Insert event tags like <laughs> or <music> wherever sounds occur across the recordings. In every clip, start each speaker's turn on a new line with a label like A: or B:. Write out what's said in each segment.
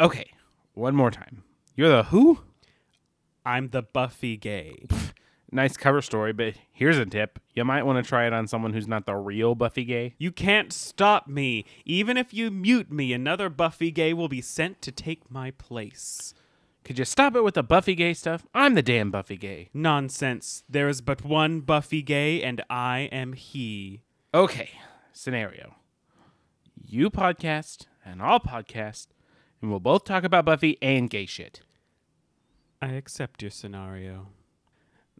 A: Okay, one more time. You're the who?
B: I'm the Buffy gay.
A: Nice cover story, but here's a tip. You might want to try it on someone who's not the real Buffy gay.
B: You can't stop me. Even if you mute me, another Buffy gay will be sent to take my place.
A: Could you stop it with the Buffy gay stuff? I'm the damn Buffy gay.
B: Nonsense. There is but one Buffy gay, and I am he.
A: Okay, scenario. You podcast, and I'll podcast, and we'll both talk about Buffy and gay shit.
B: I accept your scenario.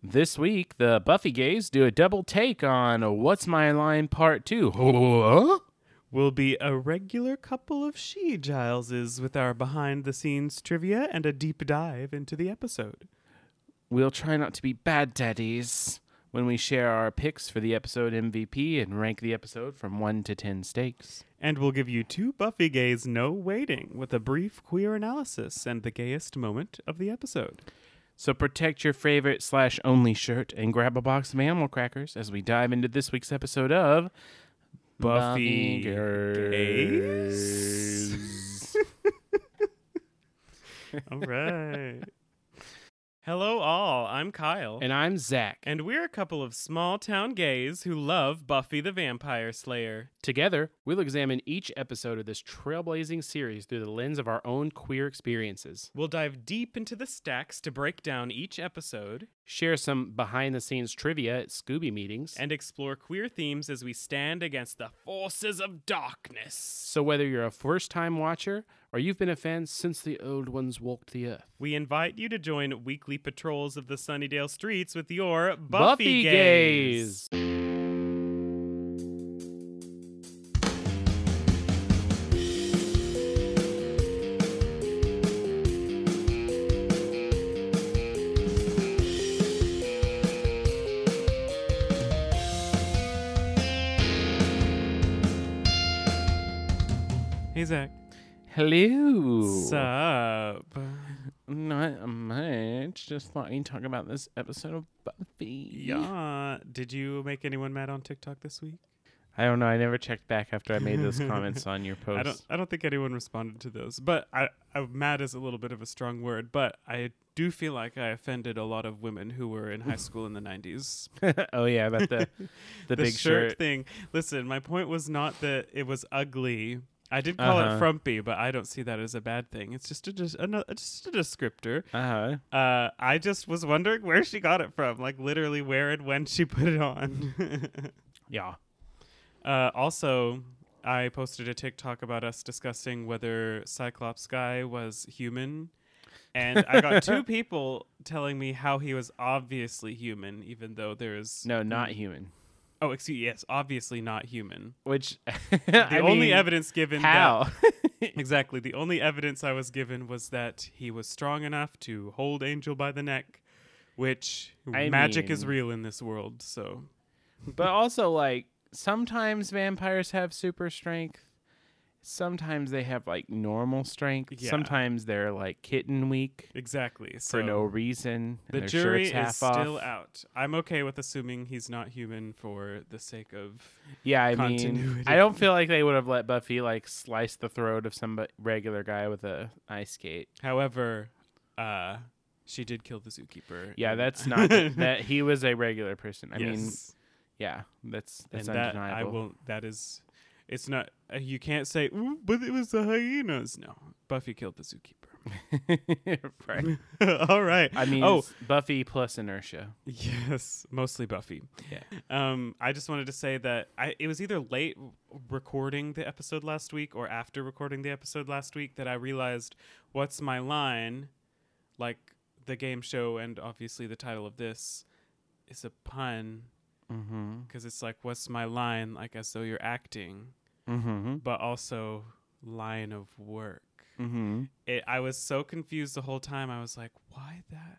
A: This week, the Buffy gays do a double take on What's My Line Part 2. <laughs> Huh?
B: We'll be a regular couple of she Gileses with our behind the scenes trivia and a deep dive into the episode.
A: We'll try not to be bad daddies when we share our picks for the episode MVP and rank the episode from 1 to 10 stakes.
B: And we'll give you two Buffy gays no waiting with a brief queer analysis and the gayest moment of the episode.
A: So protect your favorite slash only shirt and grab a box of animal crackers as we dive into this week's episode of
B: Buffy
A: Gays.
B: All right. Hello, all. I'm Kyle.
A: and I'm Zach. And
B: And we're a couple of small town gays who love Buffy the Vampire Slayer.
A: together, we'll examine each episode of this trailblazing series through the lens of our own queer experiences.
B: We'll dive deep into the stacks to break down each episode
A: Share some behind the scenes trivia at Scooby meetings.
B: and explore queer themes as we stand against the forces of darkness.
A: So, whether you're a first time watcher or you've been a fan since the old ones walked the earth,
B: We invite you to join weekly patrols of the Sunnydale streets with your Buffy,
A: Buffy
B: gays.
A: gays.
B: Hey, Zach.
A: Hello.
B: Sup?
A: Not much. Just thought we'd talk about this episode of Buffy.
B: Yeah. Did you make anyone mad on TikTok this week?
A: I don't know. I never checked back after I made those comments on your post.
B: I don't. I don't think anyone responded to those. But I, I mad is a little bit of a strong word. But I do feel like I offended a lot of women who were in high school in
A: <laughs>
B: the '90s.
A: oh yeah, about the the,
B: the
A: big shirt.
B: thing. Listen, my point was not that it was ugly. I did call
A: Uh-huh.
B: it frumpy, but I don't see that as a bad thing. It's just a just, ano- just a descriptor.
A: Uh-huh.
B: Uh, I just was wondering where she got it from, like literally where and when she put it on. <laughs>
A: Yeah.
B: uh, also, I posted a TikTok about us discussing whether Cyclops guy was human, and I
A: <laughs>
B: got two people telling me how he was obviously human, even though there is
A: No, not human.
B: Oh, excuse yes, obviously not human.
A: Which <laughs>
B: The only evidence given
A: How?
B: That, <laughs> exactly. The only evidence I was given was that he was strong enough to hold Angel by the neck, which
A: I
B: magic is
A: mean-
B: real in this world. So
A: but also like sometimes vampires have super strength. Sometimes they have like normal strength.
B: Yeah.
A: Sometimes they're like kitten weak
B: exactly. So
A: for no reason. and
B: the
A: their
B: jury
A: shirts half
B: is still
A: off.
B: out. I'm okay with assuming he's not human for the sake of
A: Yeah, I mean,
B: Continuity.
A: I don't feel like they would have let Buffy like slice the throat of some bu- regular guy with a ice skate.
B: however, uh she did kill the zookeeper.
A: Yeah,
B: and- <laughs>
A: that's not that he was a regular person. I mean,
B: Yes.
A: yeah, that's that's
B: and that I
A: undeniable.
B: won't. That is, it's not. Uh, you can't say, "Ooh, but it was the hyenas. No, Buffy killed the zookeeper.
A: <laughs> right.
B: <laughs> All right.
A: I mean,
B: oh
A: it's Buffy plus inertia.
B: yes, mostly Buffy.
A: Yeah.
B: Um, I just wanted to say that I it was either late recording the episode last week or after recording the episode last week that I realized what's my line, like the game show and obviously the title of this is a pun
A: Mm-hmm.
B: because it's like what's my line like as though you're acting
A: Mm-hmm.
B: but also line of work.
A: Mm-hmm.
B: It, I was so confused the whole time. I was like, why that?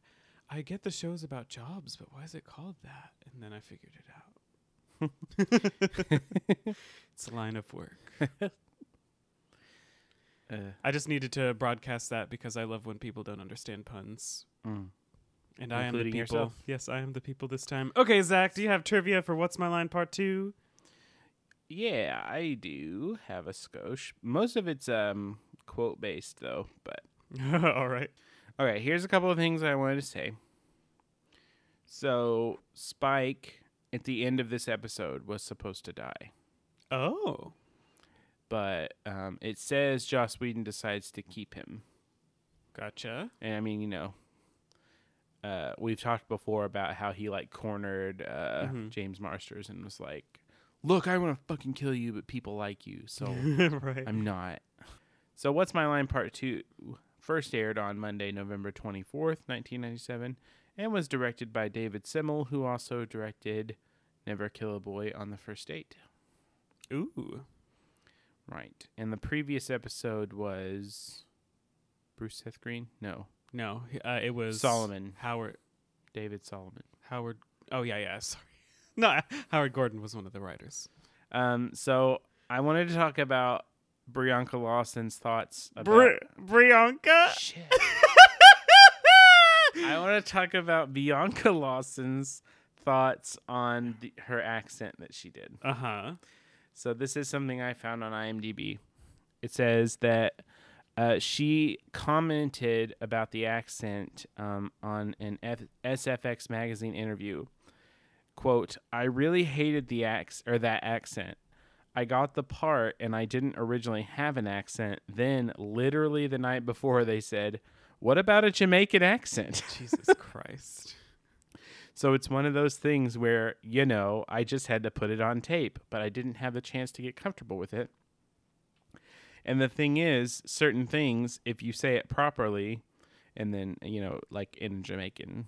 B: I get the show's about jobs, but why is it called that? And then I figured it out.
A: <laughs>
B: it's line of work.
A: Uh,
B: I just needed to broadcast that because I love when people don't understand puns.
A: mm.
B: And I am the
A: Including
B: people.
A: yourself.
B: Yes, I am the people this time. Okay, Zach, do you have trivia for What's My Line Part 2?
A: Yeah, I do have a skosh. Most of it's um quote based though, but
B: <laughs> All right.
A: all right, here's a couple of things I wanted to say. So, Spike at the end of this episode was supposed to die,
B: Oh.
A: but um, it says Joss Whedon decides to keep him.
B: Gotcha.
A: And I mean, you know, uh, we've talked before about how he like cornered uh,
B: Mhm.
A: James Marsters and was like, "Look, I want to fucking kill you, but people like you, so
B: <laughs> right.
A: I'm not." So, what's my line? Part two first aired on Monday, November twenty fourth, nineteen ninety seven, and was directed by David Simmel, who also directed "Never Kill a Boy on the First Date."
B: Ooh.
A: Right, and the previous episode was Bruce Seth Green, no,
B: No, uh, it was
A: Solomon,
B: Howard.
A: David Solomon.
B: Howard. Oh yeah, yeah. <laughs> Sorry. No, Howard Gordon was one of the writers.
A: Um, so I wanted to talk about Brianka Lawson's thoughts about <laughs>
B: Brianka.
A: shit. I want to talk about Bianca Lawson's thoughts on the, her accent that she did.
B: Uh huh.
A: So this is something I found on IMDb. It says that uh, she commented about the accent um, on an F- SFX magazine interview. "Quote: I really hated the ax or that accent. I got the part, and I didn't originally have an accent. Then, literally the night before, they said." What about a Jamaican accent? <laughs>
B: Jesus Christ.
A: So it's one of those things where, you know, I just had to put it on tape, but I didn't have the chance to get comfortable with it. And the thing is, certain things, if you say it properly, and then, you know, like in Jamaican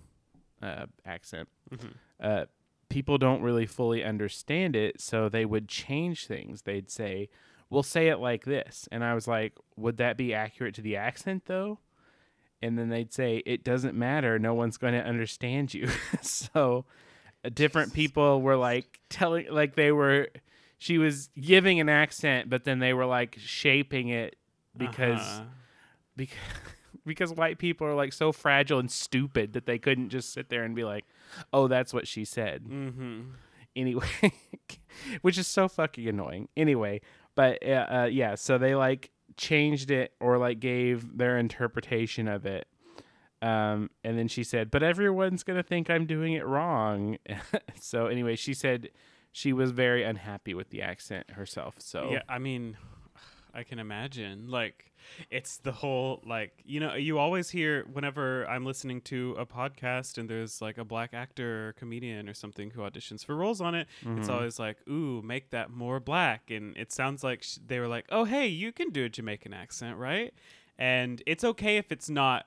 A: uh, accent,
B: Mhm.
A: uh, people don't really fully understand it. So they would change things. They'd say, we'll say it like this. And I was like, would that be accurate to the accent, though? and then they'd say it doesn't matter no one's going to understand you <laughs> so uh, different people were like telling like they were she was giving an accent but then they were like shaping it because
B: Uh-huh.
A: because <laughs> because white people are like so fragile and stupid that they couldn't just sit there and be like oh that's what she said
B: Mhm.
A: anyway <laughs> which is so fucking annoying anyway but uh, uh, yeah so they like changed it or like gave their interpretation of it um, and then she said but everyone's gonna think i'm doing it wrong <laughs> so anyway she said she was very unhappy with the accent herself so
B: Yeah, I mean, I can imagine. Like, it's the whole, like, you know, you always hear whenever I'm listening to a podcast and there's like a black actor or comedian or something who auditions for roles on it,
A: Mm-hmm.
B: it's always like, ooh, make that more black. And it sounds like sh- they were like, oh, hey, you can do a Jamaican accent, right? And it's okay if it's not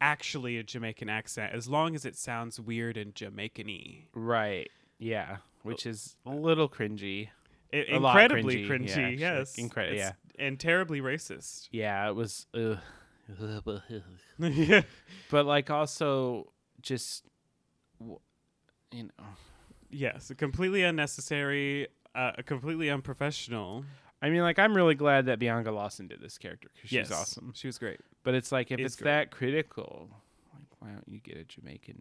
B: actually a Jamaican accent as long as it sounds weird and Jamaican y.
A: right yeah which is a little cringy
B: I-
A: A lot
B: incredibly
A: cringy,
B: cringy,
A: yeah, actually.
B: yes.
A: Incre-
B: It's- And terribly racist.
A: yeah it was
B: <laughs>
A: ugh.
B: yeah.
A: but like also just w- you know
B: Yes, completely unnecessary, uh, completely unprofessional.
A: I mean, like, I'm really glad that Bianca Lawson did this character because
B: yes.
A: she's awesome.
B: She was great.
A: But it's like, if
B: Is
A: it's
B: great.
A: that critical, like, why don't you get a Jamaican?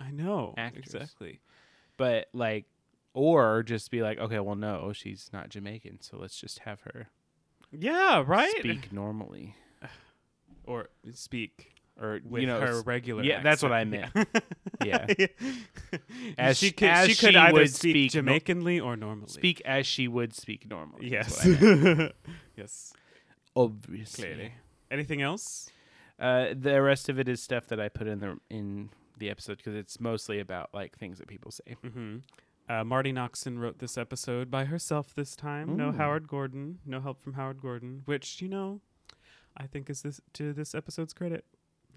B: I know.
A: Actors.
B: Exactly.
A: But like, or just be like, okay, well, no, she's not Jamaican, so let's just have her
B: Yeah, right?
A: speak normally,
B: Or speak
A: or
B: with
A: you know,
B: her <laughs>
A: s-
B: regular
A: yeah, that's what I
B: accent.
A: <laughs>
B: Yeah. <laughs>
A: As
B: she
A: sh-
B: could,
A: as
B: she could
A: she
B: either
A: would
B: speak,
A: speak nor-
B: Jamaicanly or normally.
A: speak as she would speak normally. is
B: Yes.
A: what
B: <laughs>
A: I meant,
B: yes.
A: obviously.
B: Clearly. Anything else?
A: Uh, the rest of it is stuff that I put in the in the episode because it's mostly about like things that people say.
B: hmm Uh, Marty Noxon wrote this episode by herself this time. No
A: Ooh.
B: Howard Gordon, no help from Howard Gordon, which you know, I think is this to this episode's credit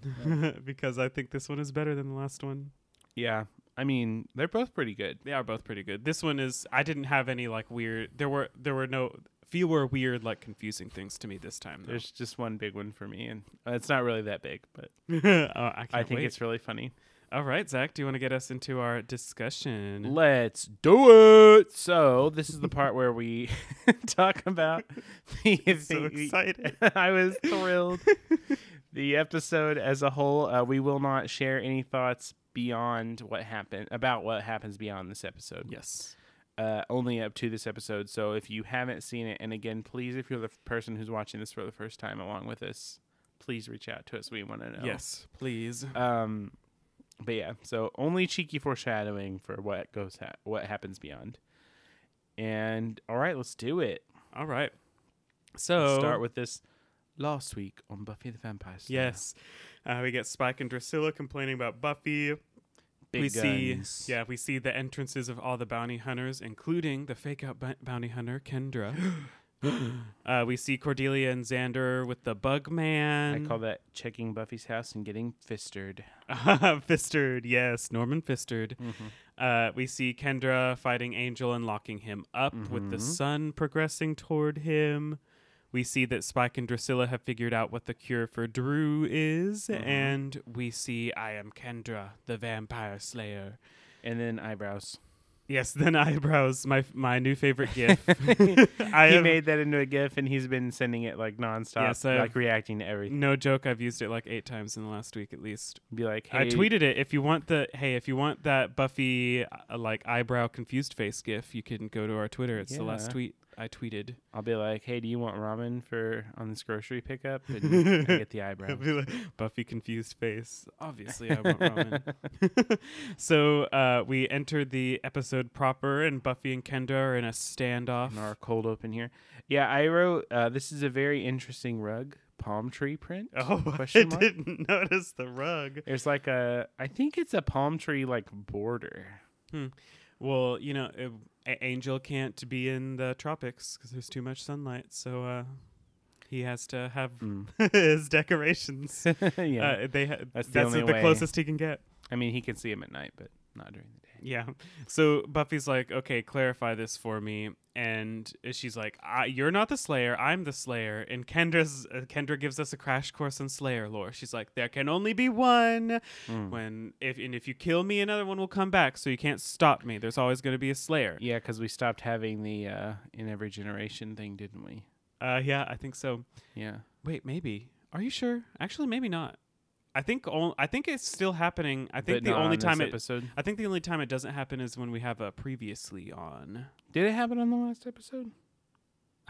B: <laughs> because I think this one is better than the last one.
A: Yeah, I mean, they're both pretty good.
B: They are both pretty good. This one is I didn't have any like weird. There were there were no fewer weird like confusing things to me this time. Though.
A: There's just one big one for me, and uh, it's not really that big, but
B: <laughs> Uh, I,
A: I
B: can't
A: think
B: wait.
A: it's really funny.
B: all right. Zach, do you want to get us into our
A: Mm-hmm.
B: discussion?
A: Let's do it. So this is the part where we <laughs> talk <laughs> about the.
B: so
A: the-
B: excited.
A: <laughs> I was thrilled. the episode as a whole, uh, we will not share any thoughts beyond what happened about what happens beyond this episode.
B: yes.
A: uh, only up to this episode. So if you haven't seen it, and again, please, if you're the f- person who's watching this for the first time along with us, please reach out to us. We want to know.
B: Yes, please.
A: Um, but yeah, so only cheeky foreshadowing for what goes ha- what happens beyond. And all right, let's do it.
B: All right. So
A: Let's start with this last week on Buffy the Vampire Slayer.
B: yes, uh, we get Spike and Drusilla complaining about Buffy.
A: Big
B: we
A: guns.
B: see, yeah, we see the entrances of all the bounty hunters, including the fake out bou- bounty hunter
A: <gasps>
B: Kendra. uh, we see Cordelia and Xander with the Bug
A: I
B: Man.
A: call that checking Buffy's house and getting fistered.
B: <laughs> Fistard, yes, Norman Fistard.
A: Mm-hmm.
B: Uh, we see Kendra fighting Angel and locking him up with the
A: Mm-hmm.
B: sun progressing toward him. We see that Spike and Drusilla have figured out what the cure for Drew is,
A: Mm-hmm.
B: and we see I am Kendra, the vampire slayer.
A: And then eyebrows.
B: Yes, <laughs> then eyebrows, my my new favorite
A: <laughs>
B: gif. <laughs> I
A: he
B: have,
A: made that into a GIF, and he's been sending it like nonstop,
B: Yes, I have-
A: like reacting to everything.
B: no joke, I've used it like eight times in the last week at least.
A: Be like, hey,
B: I tweeted it. If you want the hey, if you want that Buffy uh, like eyebrow confused face gif, you can go to our Twitter. It's the last
A: Yeah.
B: tweet
A: <laughs>
B: I tweeted.
A: I'll be like, hey, do you want ramen for on this grocery pickup?
B: <laughs>
A: And I get the eyebrow.
B: Buffy confused face. Obviously, I want
A: <laughs>
B: ramen. <laughs> so uh, we enter the episode proper, and Buffy and Kendra are in a
A: <laughs>
B: standoff.
A: And our cold open here. Yeah, I wrote. Uh, this is a very interesting rug palm tree print.
B: <laughs> Oh, I
A: Question mark?
B: didn't notice the rug.
A: There's like a, I think it's a palm tree like border.
B: Well, you know, uh, A- Angel can't be in the tropics because there's too much sunlight, so uh, he has to have <laughs>
A: Hmm.
B: his decorations.
A: Mm. <laughs> yeah,
B: uh, they ha-
A: That's
B: that's,
A: the
B: the,
A: only way.
B: closest he can get.
A: I mean he can see him at night, but not during the day.
B: Yeah. So Buffy's like, "Okay, clarify this for me." And she's like, I, "You're not the Slayer. I'm the Slayer." And Kendra's uh, Kendra gives us a crash course in Slayer lore. She's like, "There can only be one.
A: Hmm.
B: When if and if you kill me, another one will come back. So you can't stop me. There's always going to be a Slayer."
A: Yeah, because we stopped having the uh, in every generation thing, didn't we?
B: Uh, yeah, I think so.
A: Yeah.
B: Wait, maybe. Are you sure? Actually, maybe not. I think all, I think it's still happening. I think
A: But
B: the
A: not
B: only
A: on this
B: time it
A: episode.
B: I think the only time it doesn't happen is when we have a previously on.
A: Did it happen on the last episode?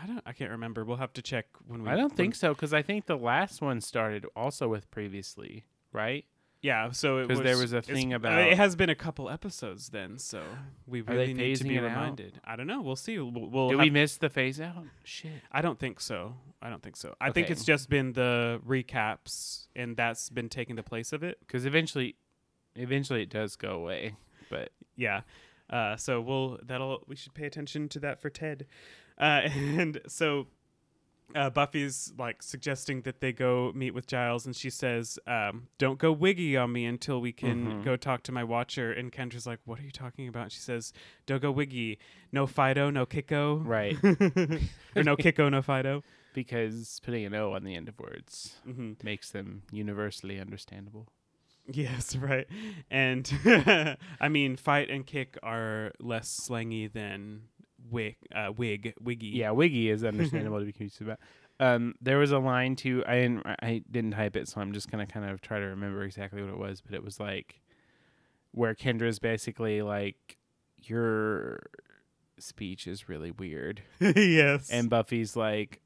B: I don't I can't remember. We'll have to check when we
A: I don't think
B: when-
A: so because I think the last one started also with previously, right?
B: Yeah, so it
A: 'Cause
B: was
A: there was a
B: it's-
A: thing
B: uh,
A: about-
B: It has been a couple episodes then, so we
A: they
B: really need to
A: phasing
B: be
A: it out?
B: reminded. I don't know. We'll see. We'll, we'll
A: Did
B: have-
A: we miss the phase out? Shit.
B: I don't think so. I don't think so. I think
A: Okay.
B: it's just been the recaps and that's been taking the place of it.
A: Because eventually, eventually it does go away. But
B: yeah uh, so we'll that'll we should pay attention to that for ted uh, <laughs> and so uh, buffy's like suggesting that they go meet with giles and she says um, don't go wiggy on me until we can go talk to my watcher and kendra's like what are you talking about she says don't go wiggy no fido no kiko <laughs>
A: right,
B: or no kiko no fido
A: <laughs> because putting an O on the end of words
B: mm-hmm.
A: makes them universally understandable.
B: <laughs> Yes, right. And <laughs> I mean, fight and kick are less slangy than wig, uh, wig, wiggy.
A: Yeah, Wiggy is understandable to be confused about. Um, there was a line too. I didn't. I didn't type it, so I'm just gonna kind of try to remember exactly what it was. But it was like where Kendra's basically like, "Your speech is really weird,"
B: <laughs> yes.
A: and Buffy's like,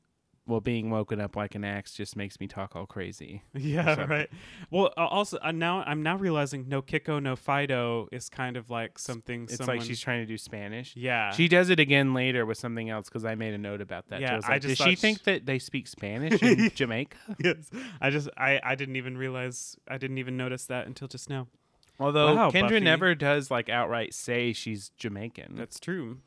A: "Well, being woken up like an axe just makes me talk all crazy."
B: yeah,
A: something.
B: right. Well, uh, also uh, now I'm now realizing no Kiko, no Fido is kind of like something.
A: It's
B: someone,
A: like she's trying to do Spanish.
B: <laughs> yeah.
A: She does it again later with something else because I made a note about that. too.
B: Yeah,
A: I, was
B: I
A: like,
B: just
A: does she
B: thought
A: think
B: sh-
A: that they speak Spanish
B: <laughs>
A: in Jamaica?
B: <laughs> yes. I just I I didn't even realize I didn't even notice that until just now.
A: Although
B: Wow,
A: Kendra
B: Buffy.
A: never does like outright say she's Jamaican,
B: That's true.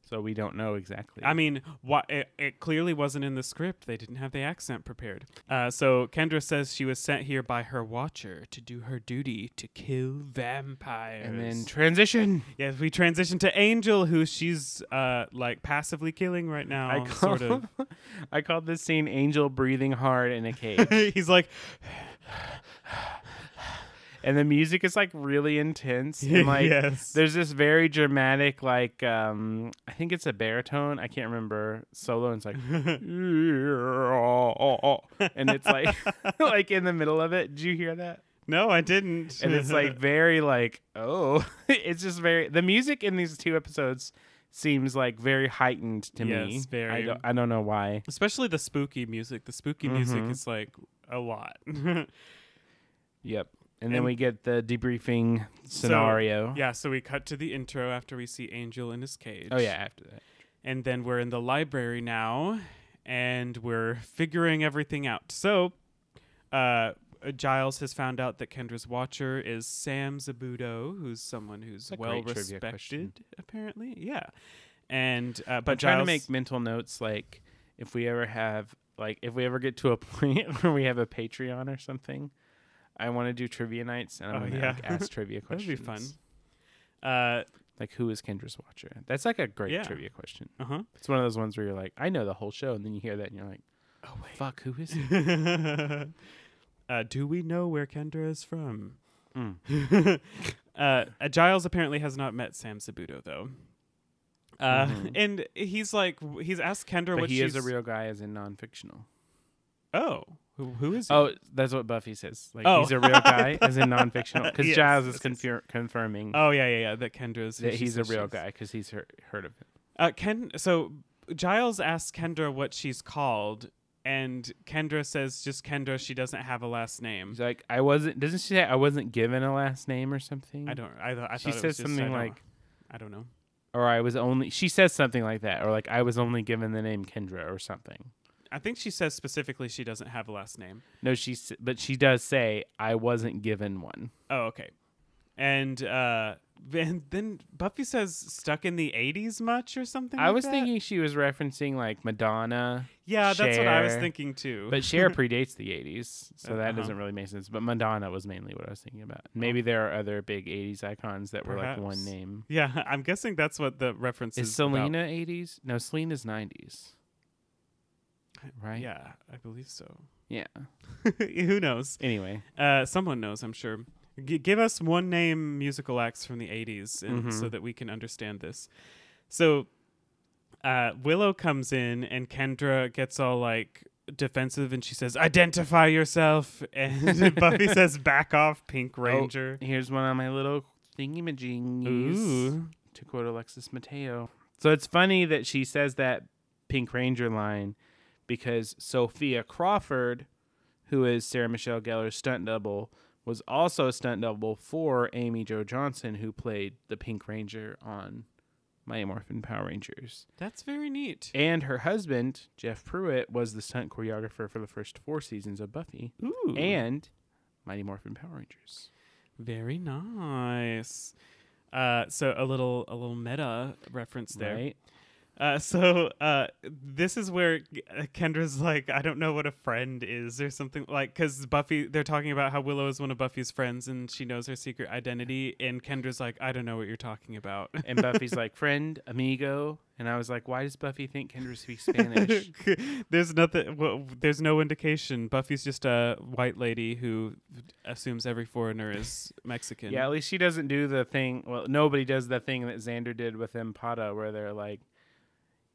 A: so we don't know exactly.
B: I mean, why, it, it clearly wasn't in the script. They didn't have the accent prepared. Uh, so Kendra says she was sent here by her watcher to do her duty to kill vampires.
A: and then transition.
B: yes, we transition to Angel, who she's uh, like passively killing right now,
A: I call,
B: sort of.
A: <laughs> I called this scene "Angel breathing hard in a <laughs> cage,"
B: He's like,
A: and the music is like really intense. And <laughs> like,
B: Yes.
A: there's this very dramatic, like um, I think it's a baritone. I can't remember solo.
B: <laughs>
A: And it's like, and it's like, <laughs> like in the middle of it. Did you hear that?
B: no, I
A: <laughs>
B: didn't. <laughs>
A: and it's like very like oh it's just very the music in these two episodes seems like very heightened to me.
B: Yes, very.
A: I don't, I don't know why.
B: Especially the spooky music. The spooky music
A: Mhm.
B: is like a lot. <laughs>
A: Yep. And then
B: And-
A: we get the debriefing scenario.
B: yeah, so we cut to the intro after we see Angel in his cage.
A: Oh yeah, after that.
B: And then we're in the library now and we're figuring everything out. So, uh, Giles has found out that Kendra's watcher is Sam Zabuto, who's someone who's
A: a
B: well
A: great trivia question.
B: respected, apparently. Yeah. And, uh, but
A: I'm trying to
B: Giles-
A: make mental notes like if we ever have like if we ever get to a <laughs> point where we have a Patreon or something, I want to do trivia nights and I'm
B: Oh,
A: gonna
B: yeah.
A: like,
B: <laughs>
A: ask trivia
B: That would
A: questions.
B: be fun. Uh
A: Like who is Kendra's Watcher? That's like a great
B: Yeah.
A: trivia question.
B: huh.
A: It's one of those ones where you're like, I know the whole show, and then you hear that and you're like,
B: Oh wait.
A: Fuck, who is it?
B: <laughs> uh, do we know where Kendra is from? <laughs>
A: Mm.
B: uh, uh, Giles apparently has not met Sam Sabuto though. Uh,
A: Mhm.
B: And he's like, w- he's asked Kendra
A: But
B: what
A: he is
B: she's.
A: a real guy, as in non-fictional.
B: Oh, who, who is he?
A: Oh, that's what Buffy says. Like
B: Oh.
A: he's a real guy, as
B: <laughs>
A: in non-fictional. Because
B: Yes,
A: Giles is
B: yes, yes.
A: confir- confirming
B: Oh, yeah, yeah, yeah. That Kendra's.
A: that he's a real guy because he's heard, heard of him.
B: Uh, Ken. So Giles asks Kendra what she's called, and Kendra says just Kendra. She doesn't have a last name.
A: He's like, I wasn't. Doesn't she say I wasn't given a last name or something?
B: I don't. I, th- I
A: She
B: thought it was
A: says
B: just, I
A: something
B: don't-
A: like,
B: I don't know.
A: or I was only. She says something like that, or like I was only given the name Kendra or something.
B: I think she says specifically she doesn't have a last name.
A: No, she. s- But she does say I wasn't given one.
B: Oh, okay. And uh, then, then Buffy says stuck in the 80s much or something.
A: I
B: like
A: was
B: that?
A: thinking she was referencing like Madonna,
B: Yeah, that's what I was
A: Cher,
B: thinking too.
A: but
B: <laughs>
A: Cher predates the '80s, so that
B: Uh-huh. Oh.
A: doesn't really make sense. But Madonna was mainly what I was thinking about. Maybe there are other big '80s icons that were like one
B: Perhaps.
A: name.
B: yeah, <laughs> I'm guessing that's what the reference is.
A: Is
B: about.
A: Selena '80s? No, Selena's '90s. Right.
B: Uh, Yeah, I believe so. <laughs>
A: Yeah.
B: Who knows?
A: Anyway.
B: Uh, someone knows, I'm sure. G- give us one name musical acts from the 80s and,
A: Mhm.
B: so that we can understand this. So uh, Willow comes in and Kendra gets all like defensive and she says, Identify yourself. <laughs> And Buffy says, Back off, Pink Ranger.
A: Here's one on my little thingy majingies.
B: Ooh.
A: To quote Alexis Mateo. So it's funny that she says that Pink Ranger line because Sophia Crawford, who is Sarah Michelle Gellar's stunt double, was also a stunt double for Amy Jo Johnson, who played the Pink Ranger on Mighty Morphin Power Rangers.
B: That's very neat.
A: And her husband, Jeff Pruitt, was the stunt choreographer for the first four seasons of Buffy
B: Ooh.
A: and Mighty Morphin Power Rangers.
B: very nice. Uh, so a little a little meta reference there.
A: Right?
B: Uh, so uh, this is where uh, Kendra's like, I don't know what a friend is or something like, because Buffy, they're talking about how Willow is one of Buffy's friends and she knows her secret identity, and Kendra's like, I don't know what you're talking about.
A: And Buffy's like, friend, amigo. And I was like, why does Buffy think Kendra
B: <laughs>
A: speaks Spanish?
B: there's nothing. Well, there's no indication. Buffy's just a white lady who assumes every foreigner is Mexican.
A: yeah, at least she doesn't do the thing. Well, nobody does the thing that Xander did with Empata, where they're like,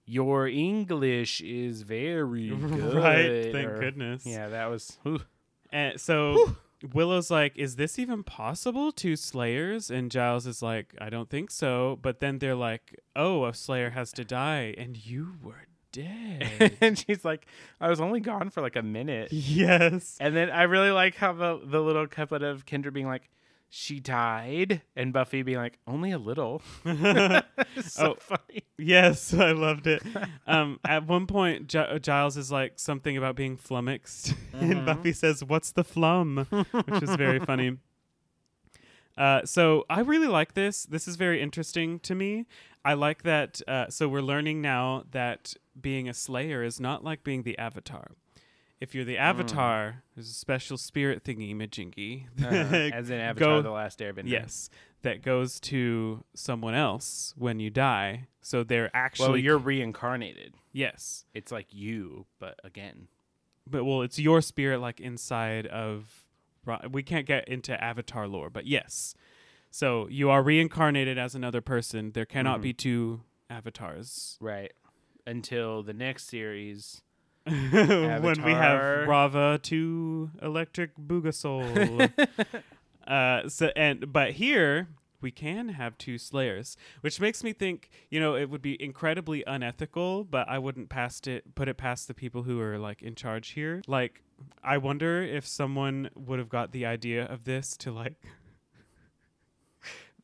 A: your English is very good.
B: <laughs> <laughs> right. Thank
A: or-
B: goodness.
A: Yeah, that was. whew.
B: And so Willow's like, "Is this even possible? Two slayers?" And Giles is like, "I don't think so." But then they're like, "Oh, a slayer has to die, and you were
A: <laughs>
B: dead."
A: <laughs> and she's like, I was only gone for like a minute.
B: yes.
A: And then I really like how the, the little couplet of Kendra being like, she died. And Buffy being like, only a
B: <laughs>
A: little. <laughs> It's so
B: Oh.
A: funny.
B: Yes, <laughs> I loved it. Um, at one point, Gi- uh, Giles is like something about being flummoxed, <laughs>
A: Uh-huh.
B: and Buffy says, "What's the flum?" which is
A: <laughs>
B: very funny. Uh, so I really like this. This is very interesting to me. I like that. Uh, so we're learning now that being a Slayer is not like being the Avatar. If you're the
A: Hmm.
B: Avatar, there's a special spirit thingy, majingy. <laughs>
A: Uh-huh.
B: that
A: As in Avatar,
B: go-
A: The Last Airbender.
B: yes, that goes to someone else when you die. So they're actually
A: Well, you're reincarnated.
B: yes.
A: It's like you, but again.
B: but well, it's your spirit like inside of. Ra- We can't get into Avatar lore, but yes. So you are reincarnated as another person. There cannot be two avatars.
A: Right. Until the next series.
B: when
A: Avatar.
B: we have Rava to Electric Boogasoul. uh, so and but here we can have two slayers, which makes me think, you know, it would be incredibly unethical, but I wouldn't past it put it past the people who are like in charge here. Like I wonder if someone would have got the idea of this to like <laughs>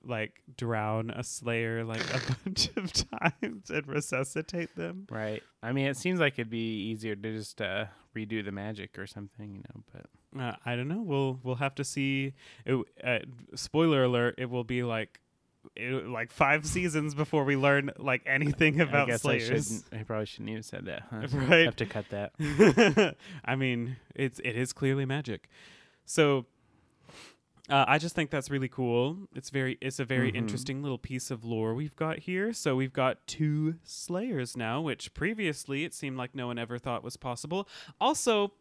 B: like drown a slayer like a <laughs> bunch of times and resuscitate them.
A: Right. I mean, it seems like it'd be easier to just uh, redo the magic or something, you know. But
B: Uh, I don't know. We'll we'll have to see. It, uh, spoiler alert! It will be like it, like five seasons before we learn like anything
A: I
B: about
A: guess I
B: Slayers.
A: shouldn't. I probably shouldn't even said that. Huh?
B: <laughs> Right.
A: Have to cut that.
B: <laughs> I, mean, it's it is clearly magic. So uh, I just think that's really cool. It's very it's a very
A: Mhm.
B: interesting little piece of lore we've got here. So we've got two Slayers now, which previously it seemed like no one ever thought was possible. Also,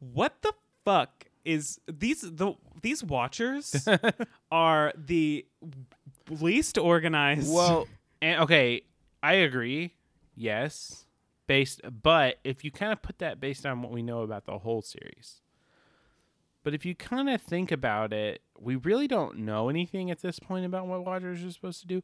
B: what the fuck is these the these Watchers are the least organized.
A: Well, and, okay, I agree. Yes, based, but if you kind of put that based on what we know about the whole series, but if you kind of think about it, we really don't know anything at this point about what Watchers are supposed to do.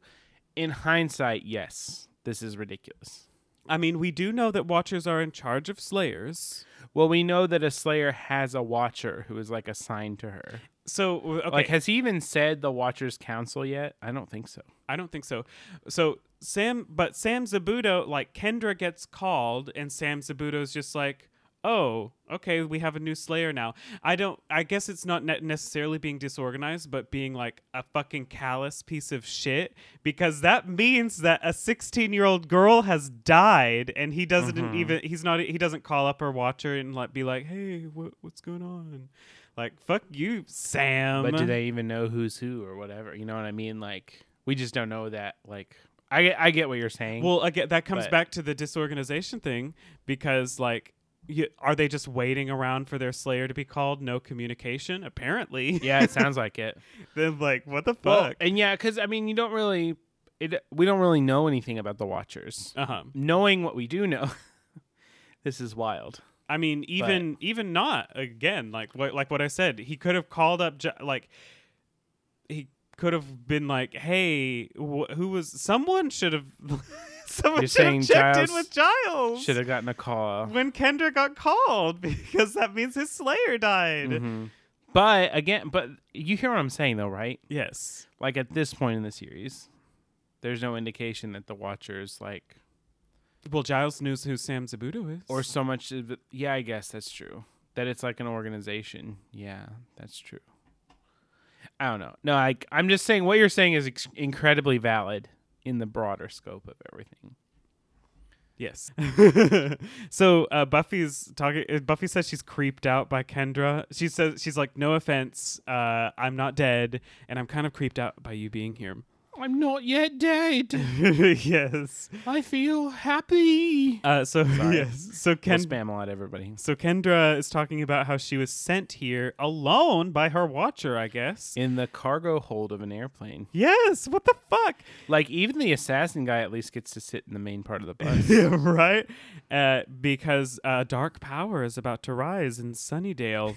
A: In hindsight, yes, this is ridiculous.
B: I mean, we do know that Watchers are in charge of Slayers.
A: Well, we know that a Slayer has a Watcher who is like assigned to her.
B: So w- okay,
A: Like, has he even said the Watcher's Council yet? I don't think so.
B: I don't think so. So Sam, but Sam Zabuto, like Kendra gets called, and Sam Zabuto's just like, oh, okay, we have a new Slayer now. I don't. I guess it's not ne- necessarily being disorganized, but being like a fucking callous piece of shit because that means that a 16 year old girl has died, and he doesn't
A: Mm-hmm.
B: even. He's not. He doesn't call up her watcher and like be like, hey, what, what's going on? Like fuck you, Sam.
A: but do they even know who's who or whatever? You know what I mean? Like we just don't know that. Like I get, I get what you're saying.
B: Well, again, that comes
A: But-
B: back to the disorganization thing because, like, you, are they just waiting around for their Slayer to be called? No communication, apparently.
A: yeah, it sounds like <laughs> it.
B: <laughs> then, like, what the
A: Well,
B: fuck?
A: and yeah, because I mean, you don't really it. We don't really know anything about the Watchers.
B: uh huh.
A: Knowing what we do know, <laughs> this is wild.
B: I mean, even even not again. Like what like what I said, he could have called up Jo- like he could have been like, "Hey, wh- who was someone should have <laughs> someone
A: You're
B: should
A: saying
B: have checked
A: Giles
B: in with Giles."
A: Should have gotten a call.
B: when Kendra got called <laughs> because that means his Slayer died.
A: Mhm. But again, but you hear what I'm saying though, right?
B: Yes.
A: Like at this point in the series, there's no indication that the Watchers like
B: Well, Giles knows who Sam Zabuto is.
A: or so much of it- yeah i guess that's true that it's like an organization yeah that's true i don't know no I, i'm just saying what you're saying is ex- incredibly valid in the broader scope of everything <laughs>
B: yes. <laughs> so uh, Buffy's talking. uh, Buffy says she's creeped out by Kendra. She says she's like, "No offense, uh, I'm not dead, and I'm kind of creeped out by you
A: <laughs>
B: being here."
A: i'm not yet <laughs> dead
B: yes.
A: i feel happy
B: Uh, so <laughs>
A: Sorry.
B: yes. So
A: We'll
B: Ken.
A: spam a lot everybody
B: so Kendra is talking about how she was sent here alone by her watcher, I guess.
A: in the cargo hold of an airplane
B: yes. What the
A: <laughs>
B: fuck? <laughs>
A: like even the assassin guy at least gets to sit in the main part of the <laughs> bus
B: Yeah, right? Uh, because uh, dark power is about to rise in Sunnydale.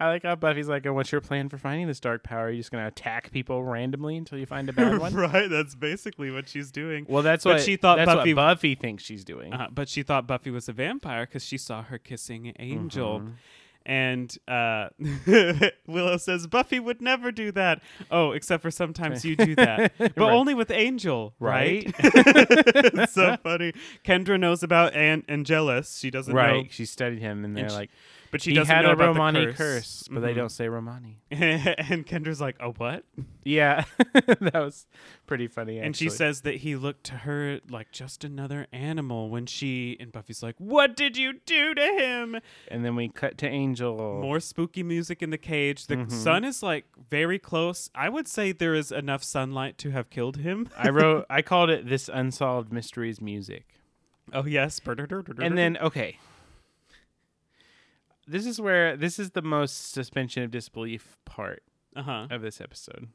A: I like how Buffy's like, "Oh, "What's your plan for finding this dark power? You're just gonna attack people randomly until you find a
B: <laughs>
A: bad <laughs> one."
B: right, that's basically what she's doing.
A: Well, that's
B: But
A: what
B: she thought
A: that's what
B: Buffy-
A: Buffy thinks she's doing.
B: Uh, but she thought Buffy was a vampire because she saw her kissing an Angel.
A: Mm-hmm.
B: And uh, <laughs> Willow says Buffy would never do that. Oh, except for sometimes you do
A: <laughs>
B: that, but
A: Right.
B: only with Angel, right? <laughs>
A: Right? <laughs>
B: It's so funny. Kendra knows about An- Angelus. She doesn't
A: right.
B: know,
A: She studied him, and they're
B: And she-
A: like,
B: but she
A: he
B: doesn't
A: had
B: know
A: a
B: about
A: Romani
B: the
A: curse, but they
B: Mhm.
A: don't say Romani.
B: <laughs> and Kendra's like, "Oh, what?"
A: Yeah, <laughs> that was pretty funny.
B: And she
A: actually.
B: says that he looked to her like just another animal when she and Buffy's like, "What did you do to him?"
A: and then we cut to Angel.
B: More spooky music in the cage. The
A: Mm-hmm.
B: sun is like very close. I would say there is enough sunlight to have killed him. <laughs>
A: I wrote, I called it this unsolved mysteries music.
B: oh yes,
A: And then okay. This is where this is the most suspension of disbelief part
B: uh huh.
A: of this episode.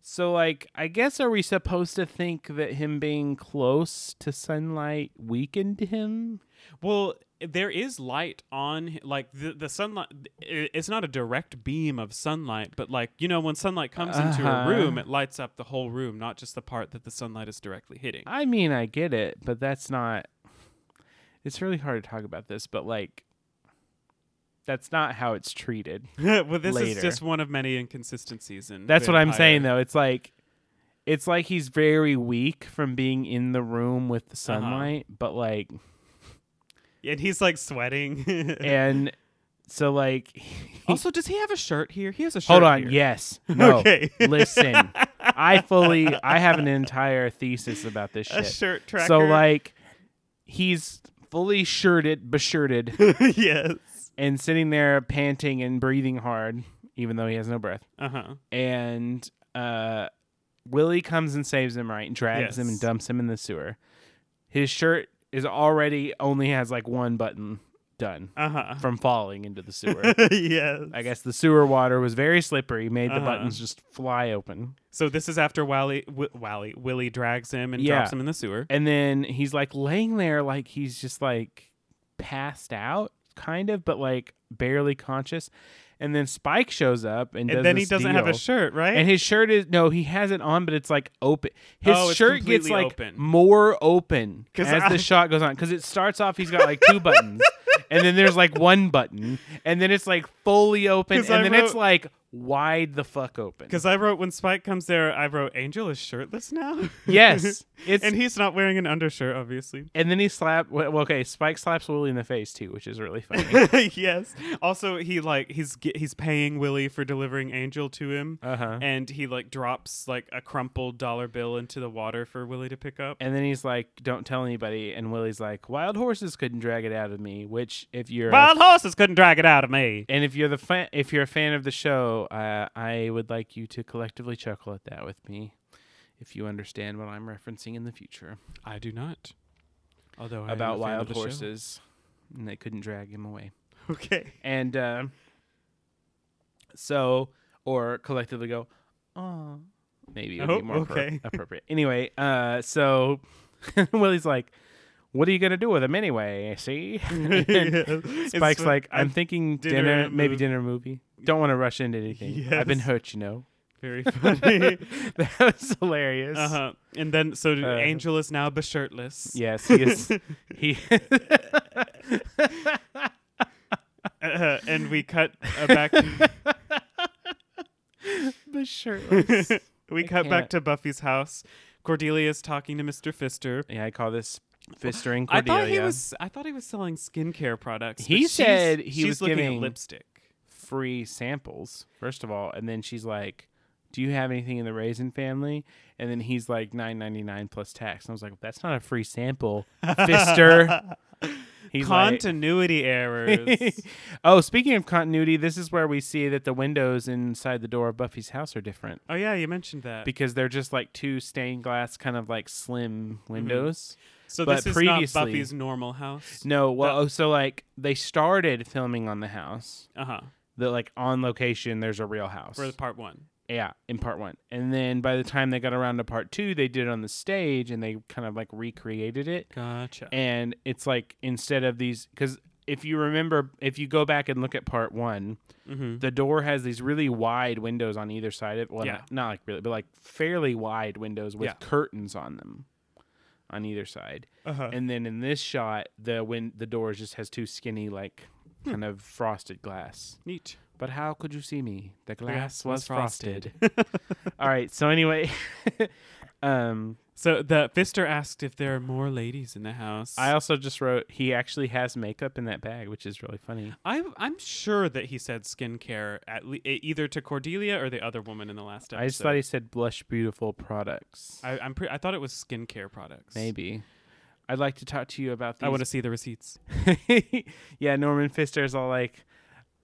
A: So like I guess are we supposed to think that him being close to sunlight weakened him?
B: Well, there is light on like the, the sunlight i- it's not a direct beam of sunlight but like you know when sunlight comes into a
A: Uh-huh.
B: room it lights up the whole room not just the part that the sunlight is directly hitting
A: I mean, I get it, but that's not. It's really hard to talk about this, but like, that's not how it's treated.
B: <laughs> well this
A: Later.
B: is just one of many inconsistencies in
A: That's what I'm
B: vampire-
A: saying, though. It's like, it's like he's very weak from being in the room with the
B: Uh-huh.
A: sunlight, but
B: <laughs>
A: like,
B: <laughs> and he's like sweating <laughs>
A: and so like, <laughs>
B: also does he have a shirt here he has a shirt
A: hold on.
B: here. <laughs>
A: Yes. No.
B: Okay.
A: listen, I fully, I have an entire thesis about this
B: <laughs> a
A: shit.
B: shirt tracker
A: so like, he's fully shirted, beshirted.
B: <laughs> yes
A: and sitting there panting and breathing hard, even though he has no breath.
B: uh-huh
A: And uh, Willie comes and saves him, right? And drags him and
B: Yes.
A: dumps him in the sewer. His shirt is already only has like one button done
B: uh-huh
A: from falling into the
B: <laughs>
A: sewer.
B: yes
A: I guess the sewer water was very slippery, made the
B: Uh-huh.
A: buttons just fly open.
B: So this is after Wally, w- Wally, Willie drags him and
A: Yeah.
B: drops him in the sewer.
A: And then he's like laying there, like he's just like passed out, kind of, but like barely conscious. And then Spike shows up and,
B: And
A: does
B: then he
A: this
B: doesn't have a
A: deal.
B: shirt, right?
A: And his shirt is no, he has it on, but it's like open. His
B: Oh, it's
A: shirt gets
B: completely
A: like
B: open.
A: more open
B: 'Cause
A: as
B: I-
A: the shot goes on because it starts off he's got like two
B: <laughs>
A: buttons, and then there's like one button, and then it's like fully open,
B: 'Cause
A: and
B: I
A: then it's
B: wrote-
A: like wide the fuck open.
B: Because I wrote when Spike comes there, I wrote Angel is shirtless now.
A: Yes, it's
B: <laughs> and
A: and,
B: he's not wearing an undershirt, obviously.
A: then he slap. Well, okay, Spike slaps Willie in the face too, which is really funny.
B: <laughs> yes. Also, he like he's ge- he's paying Willie for delivering Angel to him,
A: Uh huh.
B: and he like drops like a crumpled dollar bill into the water for Willie to pick up.
A: And then he's like, "Don't tell anybody." And Willie's like, "Wild horses couldn't drag it out of me." Which, if you're a
B: Wild horses couldn't drag it out of me.
A: And if you're the fan, if you're a fan of the show, uh, I would like you to collectively chuckle at that with me, if you understand what I'm referencing in the future
B: I do not. Although I am
A: about
B: a fan of
A: wild
B: the show.
A: horses, and they couldn't drag him away.
B: <laughs> Okay.
A: And uh, so, or collectively go, oh, maybe it would
B: Oh,
A: be more appro-
B: okay. <laughs>
A: appropriate. Anyway, uh, so <laughs> Willie's like, "What are you gonna do with him anyway?"
B: <laughs>
A: See, <laughs> <laughs> And
B: Yes.
A: Spike's
B: It's-
A: like,
B: I
A: I'm thinking
B: dinner
A: dinner,
B: and a
A: maybe
B: mov-
A: dinner movie. Don't want to rush into anything. I've been
B: Yes.
A: hurt, you
B: <laughs>
A: know.
B: <laughs>
A: <laughs>
B: Very funny.
A: that was hilarious.
B: uh huh. And then so
A: Uh,
B: Angel is now beshirtless. <laughs>
A: Yes, he is. he.
B: Uh, and we cut uh,
A: <laughs>
B: back. <laughs>
A: the shirtless.
B: we
A: I
B: cut back
A: can't.
B: to Buffy's house. Cordelia is talking to Mr. Fister.
A: <laughs> yeah, I call this fistering
B: I
A: Cordelia.
B: thought he was. I thought he was selling skincare products.
A: He
B: but she's-
A: said he
B: she's
A: was
B: looking
A: giving-
B: at lipstick.
A: free samples first of all, and then she's like. Do you have anything in the raisin family? And then he's like nine ninety nine plus tax. And I was like, that's not a free sample,
B: <laughs>
A: Fister. He's like- <laughs>
B: Continuity errors.
A: oh, speaking of continuity, this is where we see that the windows inside the door of Buffy's house are different
B: oh yeah, you mentioned that.
A: because they're just like two stained glass, kind of like slim
B: Mm-hmm.
A: windows.
B: so
A: but
B: this is
A: previously-
B: not Buffy's normal house.
A: No, well, oh, so like they started filming on the house.
B: Uh huh.
A: That like on location, there's a real house.
B: For the part one.
A: yeah, in part one, and then by the time they got around to part two, they did it on the stage and they kind of like recreated it.
B: Gotcha.
A: and it's like instead of these because if you remember if you go back and look at part one
B: Mhm.
A: the door has these really wide windows on either side of well
B: Yeah.
A: not, not like really but like fairly wide windows with
B: Yeah.
A: curtains on them on either side
B: Uh-huh.
A: and then in this shot the when the door just has two skinny like
B: Hmm.
A: kind of frosted glass
B: Neat.
A: but how could you see me the glass,
B: glass
A: was,
B: was
A: frosted, <laughs> all right so anyway <laughs> um
B: So the Fister asked if there are more ladies in the house.
A: i also just wrote he actually has makeup in that bag which is really funny
B: I I'm sure that he said skincare at le- e- either to Cordelia or the other woman in the last episode.
A: I just thought he said blush beautiful products.
B: I, am pre- I thought it was skincare products.
A: Maybe. I'd like to talk to you about these. <laughs>
B: I want to see the receipts.
A: yeah, Norman Fister's all like,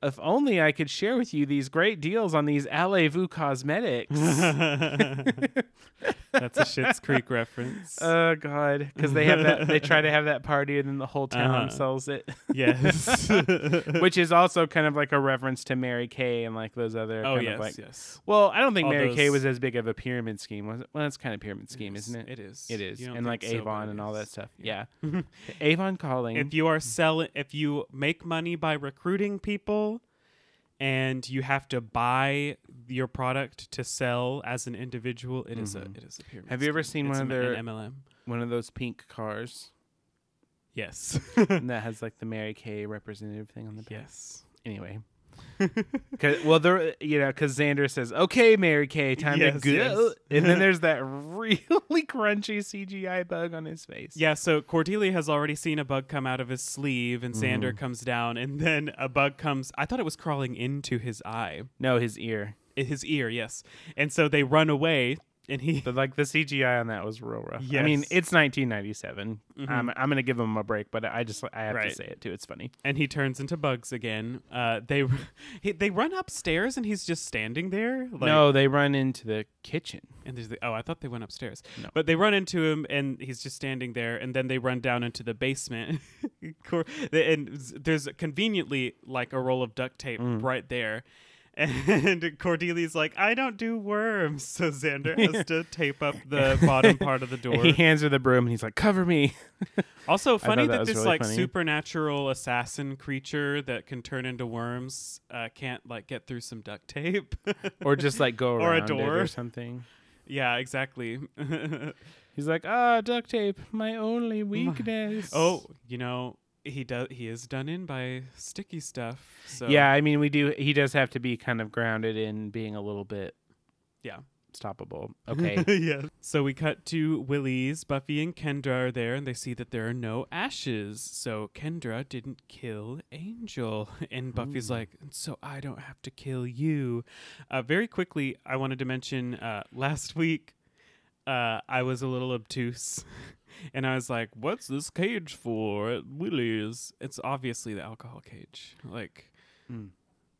A: if only I could share with you these great deals on these Allez-vous <laughs> cosmetics.
B: <laughs> That's a Shit's Creek
A: Uh, <laughs>
B: reference.
A: oh God, because they have that. They try to have that party, and then the <laughs> whole town
B: Uh-huh.
A: sells it, <laughs>
B: yes. <laughs>
A: which is also kind of like a reference to Mary Kay and like those other.
B: oh
A: kind
B: yes,
A: of like,
B: yes.
A: Well, I don't think
B: All
A: Mary Kay
B: those-
A: was as big of a pyramid scheme, was it? Well, that's kind of pyramid scheme,
B: is.
A: isn't it?
B: It is.
A: It is,
B: You don't
A: and
B: think
A: like
B: so, but
A: Avon
B: it
A: and all
B: is.
A: that stuff. Yeah,
B: <laughs>
A: Avon calling.
B: if you are selling if you make money by recruiting people and you have to buy your product to sell as an individual it is a it is a pyramid
A: Mm-hmm. Have you ever
B: scheme.
A: seen
B: It's
A: one of
B: an-
A: their-
B: an mlm
A: One of those pink cars, <laughs>
B: yes
A: and that has like the Mary Kay representative thing on the back.
B: yes <laughs>
A: Anyway. 'Cause- well, there, you know, because Xander says, "Okay, Mary Kay, time to
B: Yes,
A: go,"
B: yes.
A: and
B: <laughs>
A: then there's that <laughs> really crunchy CGI bug on his face.
B: yeah so cordelia has already seen a bug come out of his sleeve and sander comes down and then a bug comes i thought it was crawling into his eye
A: No, his ear.
B: his ear yes and so they run away and he
A: But like the CGI on that was real rough. I mean,
B: Yes.
A: it's 1997. I'm, I'm gonna give him a break, but I just I have
B: Right.
A: to say it too. It's funny.
B: and he turns into bugs again. Uh, they <laughs> he, they run upstairs and he's just standing there. Like,
A: no, they run into the kitchen.
B: and there's the, oh, I thought they went upstairs,
A: No.
B: but they run into him and he's just standing there. And then they run down into the basement. <laughs> Cor- the- and z- there's conveniently like a roll of duct tape
A: Mm.
B: right there. <laughs> And Cordelia's like, I don't do worms, so Xander
A: <laughs>
B: has to tape up the bottom part of the door.
A: He hands her the broom and he's like, "Cover me."
B: Also, funny
A: thought
B: that,
A: that was
B: this
A: really
B: like
A: funny.
B: supernatural assassin creature that can turn into worms uh, can't like get through some duct tape. <laughs>
A: or just like go
B: Or a
A: around it
B: door.
A: or something.
B: yeah, exactly. <laughs>
A: He's like, "Ah, duct tape, my only weakness."
B: oh, you know he does. He is done in by sticky stuff. So
A: yeah. I mean, we do. He does have to be kind of grounded in being a little bit,
B: Yeah.
A: stoppable.
B: <laughs>
A: Okay.
B: <laughs> yeah. So we cut to Willie's. Buffy and Kendra are there, and they see that there are no ashes. So Kendra didn't kill Angel, <laughs> and Buffy's like, "So I don't have to kill you." Uh, very quickly, I wanted to mention uh, last week uh, I was a little obtuse. <laughs> And I was like, "What's this cage for at Willie's?" It's obviously the alcohol cage, like.
A: Mm.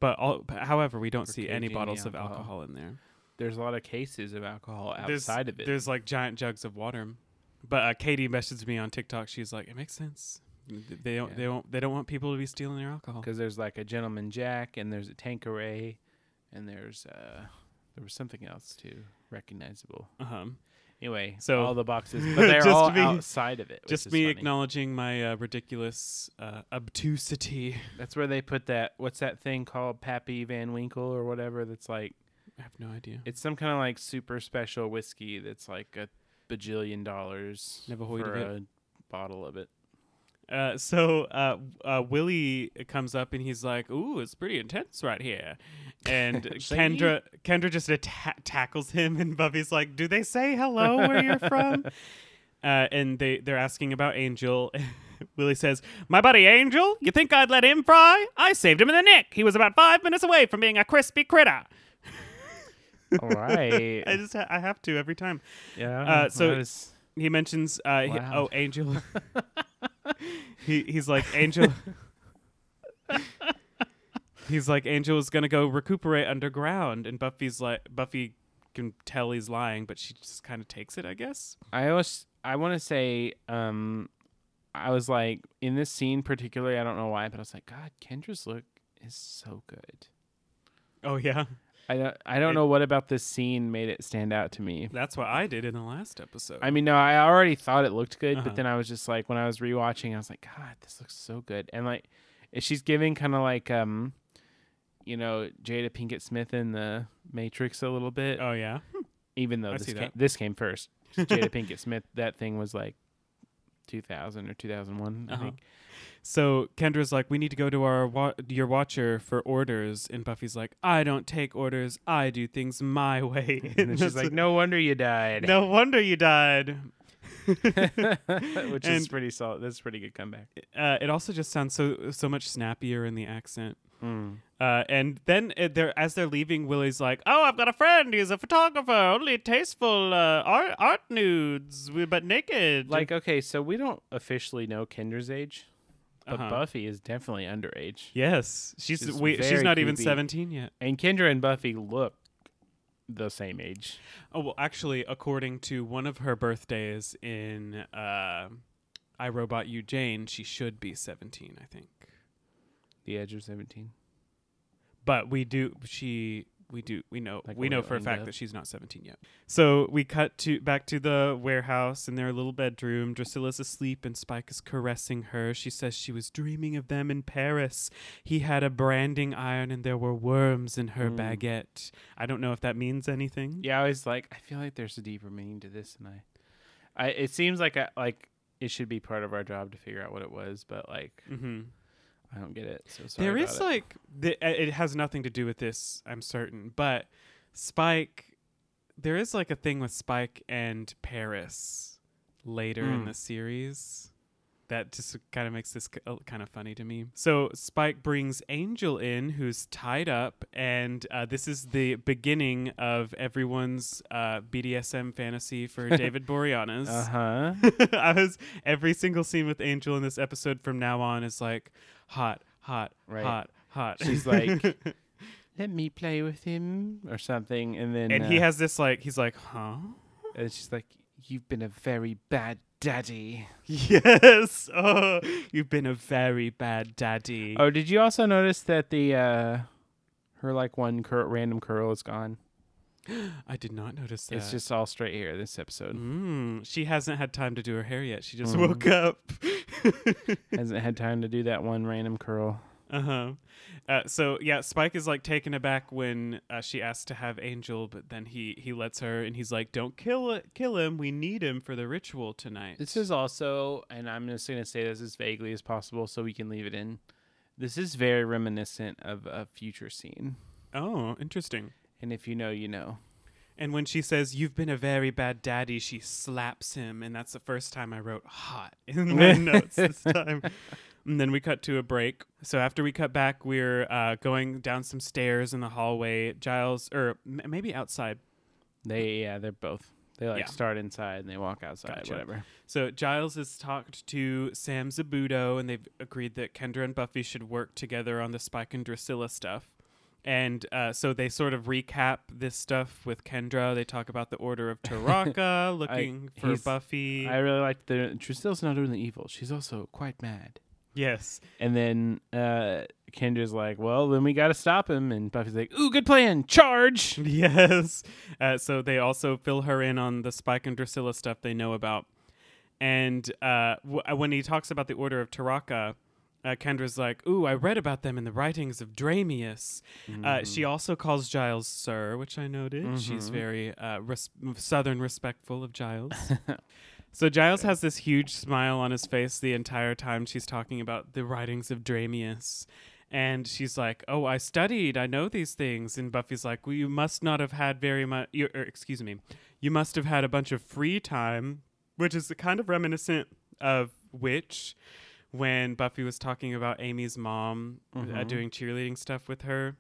B: But, all, but however, we don't see
A: caging
B: any
A: the
B: bottles of
A: alcohol.
B: alcohol in there
A: There's a lot of cases of alcohol
B: there's-
A: outside of it.
B: There's like giant jugs of water. But uh, Katie messaged me on TikTok. She's like, "It makes sense. Th- They don't.
A: Yeah.
B: They don't. They don't want people to be stealing their alcohol."
A: because there's like a gentleman jack and there's a Tanqueray, and there's uh there was something else too recognizable.
B: Uh-huh.
A: Anyway,
B: So-
A: so all the boxes,
B: <laughs>
A: but they're
B: Just
A: all
B: me-
A: outside of it. which
B: Just
A: is
B: me
A: funny.
B: acknowledging my uh, ridiculous uh, obtusity.
A: That's where they put that. What's that thing called, Pappy Van Winkle or whatever? That's like
B: I have no idea.
A: it's some kind of like super special whiskey that's like a bajillion dollars
B: Never heard of
A: for a
B: it.
A: bottle
B: <laughs>
A: of it.
B: Uh, so uh, uh, Willie comes up and he's like, "Ooh, it's pretty intense right here." And <laughs>
A: See?
B: Kendra Kendra just atta- tackles him, and Buffy's like, "Do they say hello where you're <laughs> from?" Uh, and they they're asking about Angel. <laughs> Willie says, "My buddy Angel, you think I'd let him fry? I saved him in the neck. He was about five minutes away from being a crispy critter."
A: All right.
B: I just ha- I have to every time.
A: <laughs> yeah.
B: uh, so-
A: that is-
B: He mentions, uh, he-
A: Wow.
B: oh,
A: <laughs>
B: Angel. he, he's like, Angel. he's like, Angel is going to go recuperate underground. And Buffy's like, Buffy can tell he's lying, but she just kind of takes it, I guess.
A: I always I want to say um I was like in this scene particularly I don't know why but I was like God Kendra's look is so good.
B: Oh, yeah.
A: I don't I don't
B: It-
A: know what about this scene made it stand out to me.
B: That's what I did in the last episode.
A: I mean, no, I already thought it looked good,
B: Uh-huh.
A: but then I was just like, when I was rewatching, I was like, God, this looks so good. And like, if she's giving kind of like, um, you know, Jada Pinkett Smith in the Matrix a little bit,
B: oh, yeah.
A: even though
B: I
A: this
B: see
A: came,
B: that.
A: this came
B: <laughs>
A: first. Jada Pinkett Smith, that thing was like 2000 or 2001,
B: Uh-huh.
A: I
B: <laughs>
A: think.
B: So Kendra's like, we need to go to our wa- your watcher for orders. And Buffy's like, I don't take orders. I do things my way. <laughs>
A: And then she's like, no wonder you died,
B: no wonder you died.
A: <laughs> which
B: And-
A: is pretty solid. That's a pretty good comeback.
B: uh, it also just sounds so so much snappier in the accent.
A: Mm.
B: Uh, and then uh, they're as they're leaving, Willie's like, "Oh, I've got a friend. He's a photographer. Only tasteful uh, art art nudes, w- but naked."
A: Like, okay, so we don't officially know Kendra's age. but
B: Uh-huh.
A: Buffy is definitely underage.
B: Yes, she's
A: She's
B: we, she's
A: very
B: not even
A: creepy.
B: seventeen yet.
A: And Kendra and Buffy look the same age.
B: Oh well, actually, according to one of her birthdays in uh, I Robot You Jane, she should be seventeen, I think.
A: The edge of seventeen.
B: But we do she we do we know
A: Like
B: we
A: a
B: know
A: little
B: for a fact
A: in-depth.
B: that she's not seventeen yet. So we cut to back to the warehouse in their little bedroom. Drusilla's asleep and Spike is caressing her. She says she was dreaming of them in Paris. He had a branding iron and there were worms in her
A: Mm.
B: baguette. I don't know if that means anything.
A: Yeah, I was like, I feel like there's a deeper meaning to this, and I, I it seems like I, like it should be part of our job to figure out what it was, but like
B: Mm-hmm.
A: I don't get it. So sorry
B: There
A: about
B: is
A: it.
B: like the, uh, it has nothing to do with this, I'm certain. But Spike, there is like a thing with Spike and Paris later in
A: Mm.
B: the series that just kind of makes this kind of funny to me. So Spike brings Angel in, who's tied up, and uh, this is the beginning of everyone's uh, BDSM
A: <laughs>
B: fantasy for David Boreanaz.
A: uh huh.
B: <laughs> I was every single scene with Angel in this episode from now on is like hot, hot,
A: Right.
B: hot, hot.
A: She's like, Let me play with him or something, and then
B: <laughs> and he
A: uh,
B: has this like, he's
A: <laughs>
B: like, huh?
A: and she's like, "You've been a very bad daddy."
B: Yes. Oh, you've been a very bad daddy.
A: Oh, did you also notice that the uh her like one cur- random curl is gone?
B: <gasps> I did not notice that.
A: It's just all straight hair this episode.
B: Mm, she hasn't had time to do her hair yet. She just
A: Mm.
B: woke up. <laughs>
A: <laughs> Hasn't had time to do that one random curl.
B: Uh-huh. Uh So yeah, Spike is like taken aback when uh, she asks to have Angel, but then he he lets her, and he's like, "Don't kill it, kill him. We need him for the ritual tonight."
A: This is also, and I'm just going to say this as vaguely as possible so we can leave it in. This is very reminiscent of a future scene.
B: oh interesting.
A: And if you know, you know.
B: And when she says, "You've been a very bad daddy," she slaps him, and that's the first time I wrote "hot" <laughs> in my notes this time. And then we cut to a break. So after we cut back, we're uh, going down some stairs in the hallway. Giles, or m- maybe outside.
A: They, yeah, they're both. They like
B: Yeah.
A: start inside and they walk outside,
B: Gotcha.
A: whatever.
B: So Giles has talked to Sam Zabuto, and they've agreed that Kendra and Buffy should work together on the Spike and Drusilla stuff. And uh, so they sort of recap this stuff with Kendra. They talk about the
A: <laughs>
B: Order of Taraka, looking for
A: he's-
B: Buffy.
A: I really like the. Trustilla's not only evil, she's also quite mad.
B: yes.
A: And then uh, Kendra's like, well, then we got to stop him. And Buffy's like, ooh, good plan, charge.
B: <laughs> Yes. Uh, so they also fill her in on the Spike and Drusilla stuff they know about. And uh, w- uh, when he talks about the Order of Taraka, uh, Kendra's like, Ooh, I read about them in the writings of Dramius. Uh, she also calls Giles Sir, which I noted. She's very uh, res- Southern respectful of Giles. so Giles has this huge smile on his face the entire time she's talking about the writings of Dramius. And she's like, "Oh, I studied. I know these things." And Buffy's like, "Well, you must not have had very much. You, er, excuse me, you must have had a bunch of free time, which is kind of reminiscent of Witch, when Buffy was talking about Amy's mom uh, doing cheerleading stuff with her."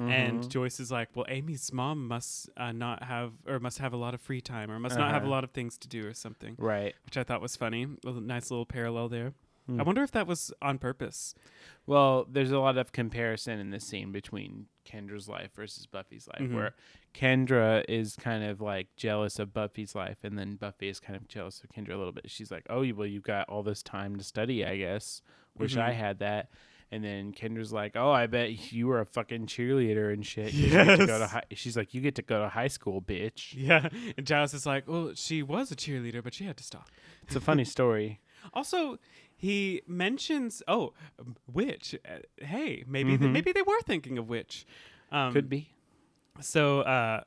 B: And Joyce is like, "Well, Amy's mom must uh, not have, or must have a lot of free time, or must not have a
A: Uh-huh.
B: lot of things to do, or something."
A: Right.
B: Which I thought was funny. A little- nice little parallel there.
A: Hmm.
B: I wonder if that was
A: <laughs>
B: on purpose.
A: Well, there's a lot of comparison in this scene between Kendra's life versus Buffy's life,
B: Mhm.
A: where Kendra is kind of like jealous of Buffy's life, and then Buffy is kind of jealous of Kendra a little bit. She's like, "Oh, you- well, you've got all this time to study, I guess. Wish I
B: Mm-hmm.
A: had that." And then Kendra's like, "Oh, I bet you were a fucking cheerleader and shit. 'cause You get to go to
B: Yes.
A: high-" She's like, "You get to go to high school,
B: <laughs>
A: bitch."
B: Yeah. And Giles is like, well, she was a cheerleader, but she had to stop.
A: It's a funny story.
B: Also, he mentions, oh, um, witch. Uh, hey, maybe
A: Mm-hmm.
B: th- maybe they were thinking of witch. Um,
A: Could be.
B: So, uh,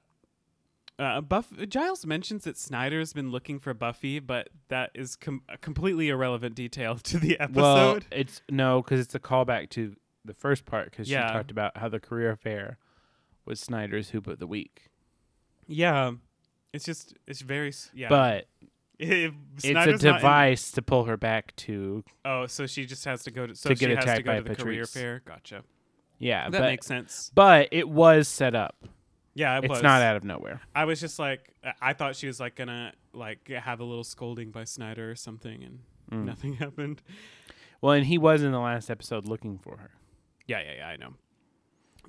B: uh, Buff Giles mentions that Snyder's been looking for Buffy, but that is com- a completely irrelevant detail <laughs> to the
A: Well,
B: episode.
A: it's no, because it's a callback to the first part because
B: Yeah.
A: she talked about how the career fair was Snyder's Hoop of the Week,
B: yeah, it's just it's very s- yeah.
A: but
B: <laughs> if
A: it's
B: Snyder's
A: a
B: not in-
A: device to pull her back to
B: oh, so she just has to go to so
A: To
B: she
A: get
B: has to
A: attacked
B: go
A: by
B: to the career
A: Patrice.
B: fair. Gotcha.
A: yeah.
B: That
A: but
B: makes sense.
A: but it was set up.
B: Yeah, it
A: it's
B: was.
A: not out of nowhere.
B: I was just like, I- I thought she was like
A: Mm.
B: gonna like have a little scolding by Snyder or something, and nothing <laughs> happened.
A: Well, and he was in the last episode looking for her.
B: Yeah, yeah, yeah, I know.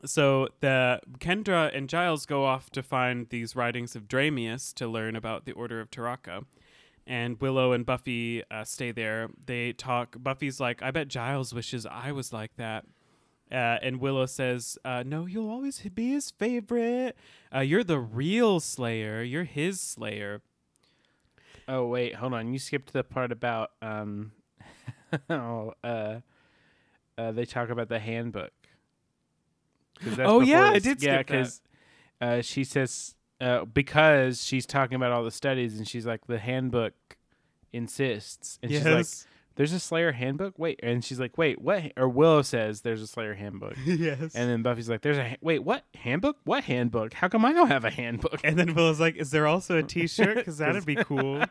B: So the Kendra and Giles go off to find these writings of Dramius to learn about the Order of Taraka. And Willow and Buffy uh, stay there. They talk. Buffy's like, I bet Giles wishes I was like that. Uh, and Willow says, uh, No, you'll always be his favorite. Uh, you're the real Slayer. You're his Slayer.
A: Oh wait, hold on. You skipped the part about um, <laughs> oh, uh, uh, they talk about the handbook. 'Cause that's
B: Oh,
A: before
B: yeah, I
A: this-
B: did
A: Yeah,
B: skip that.
A: uh, she says uh, because she's talking about all the studies, and she's like, the handbook insists, and she's like, "There's a Slayer handbook." Wait, and she's like, "Wait, what?" ha-" Or Willow says, "There's a Slayer handbook," <laughs>
B: yes.
A: and then Buffy's like, "There's a ha- wait, what handbook? What handbook? How come I don't have a
B: <laughs>
A: handbook?"
B: And then Willow's like, "Is there also
A: <laughs>
B: a T-shirt? Because that'd be cool."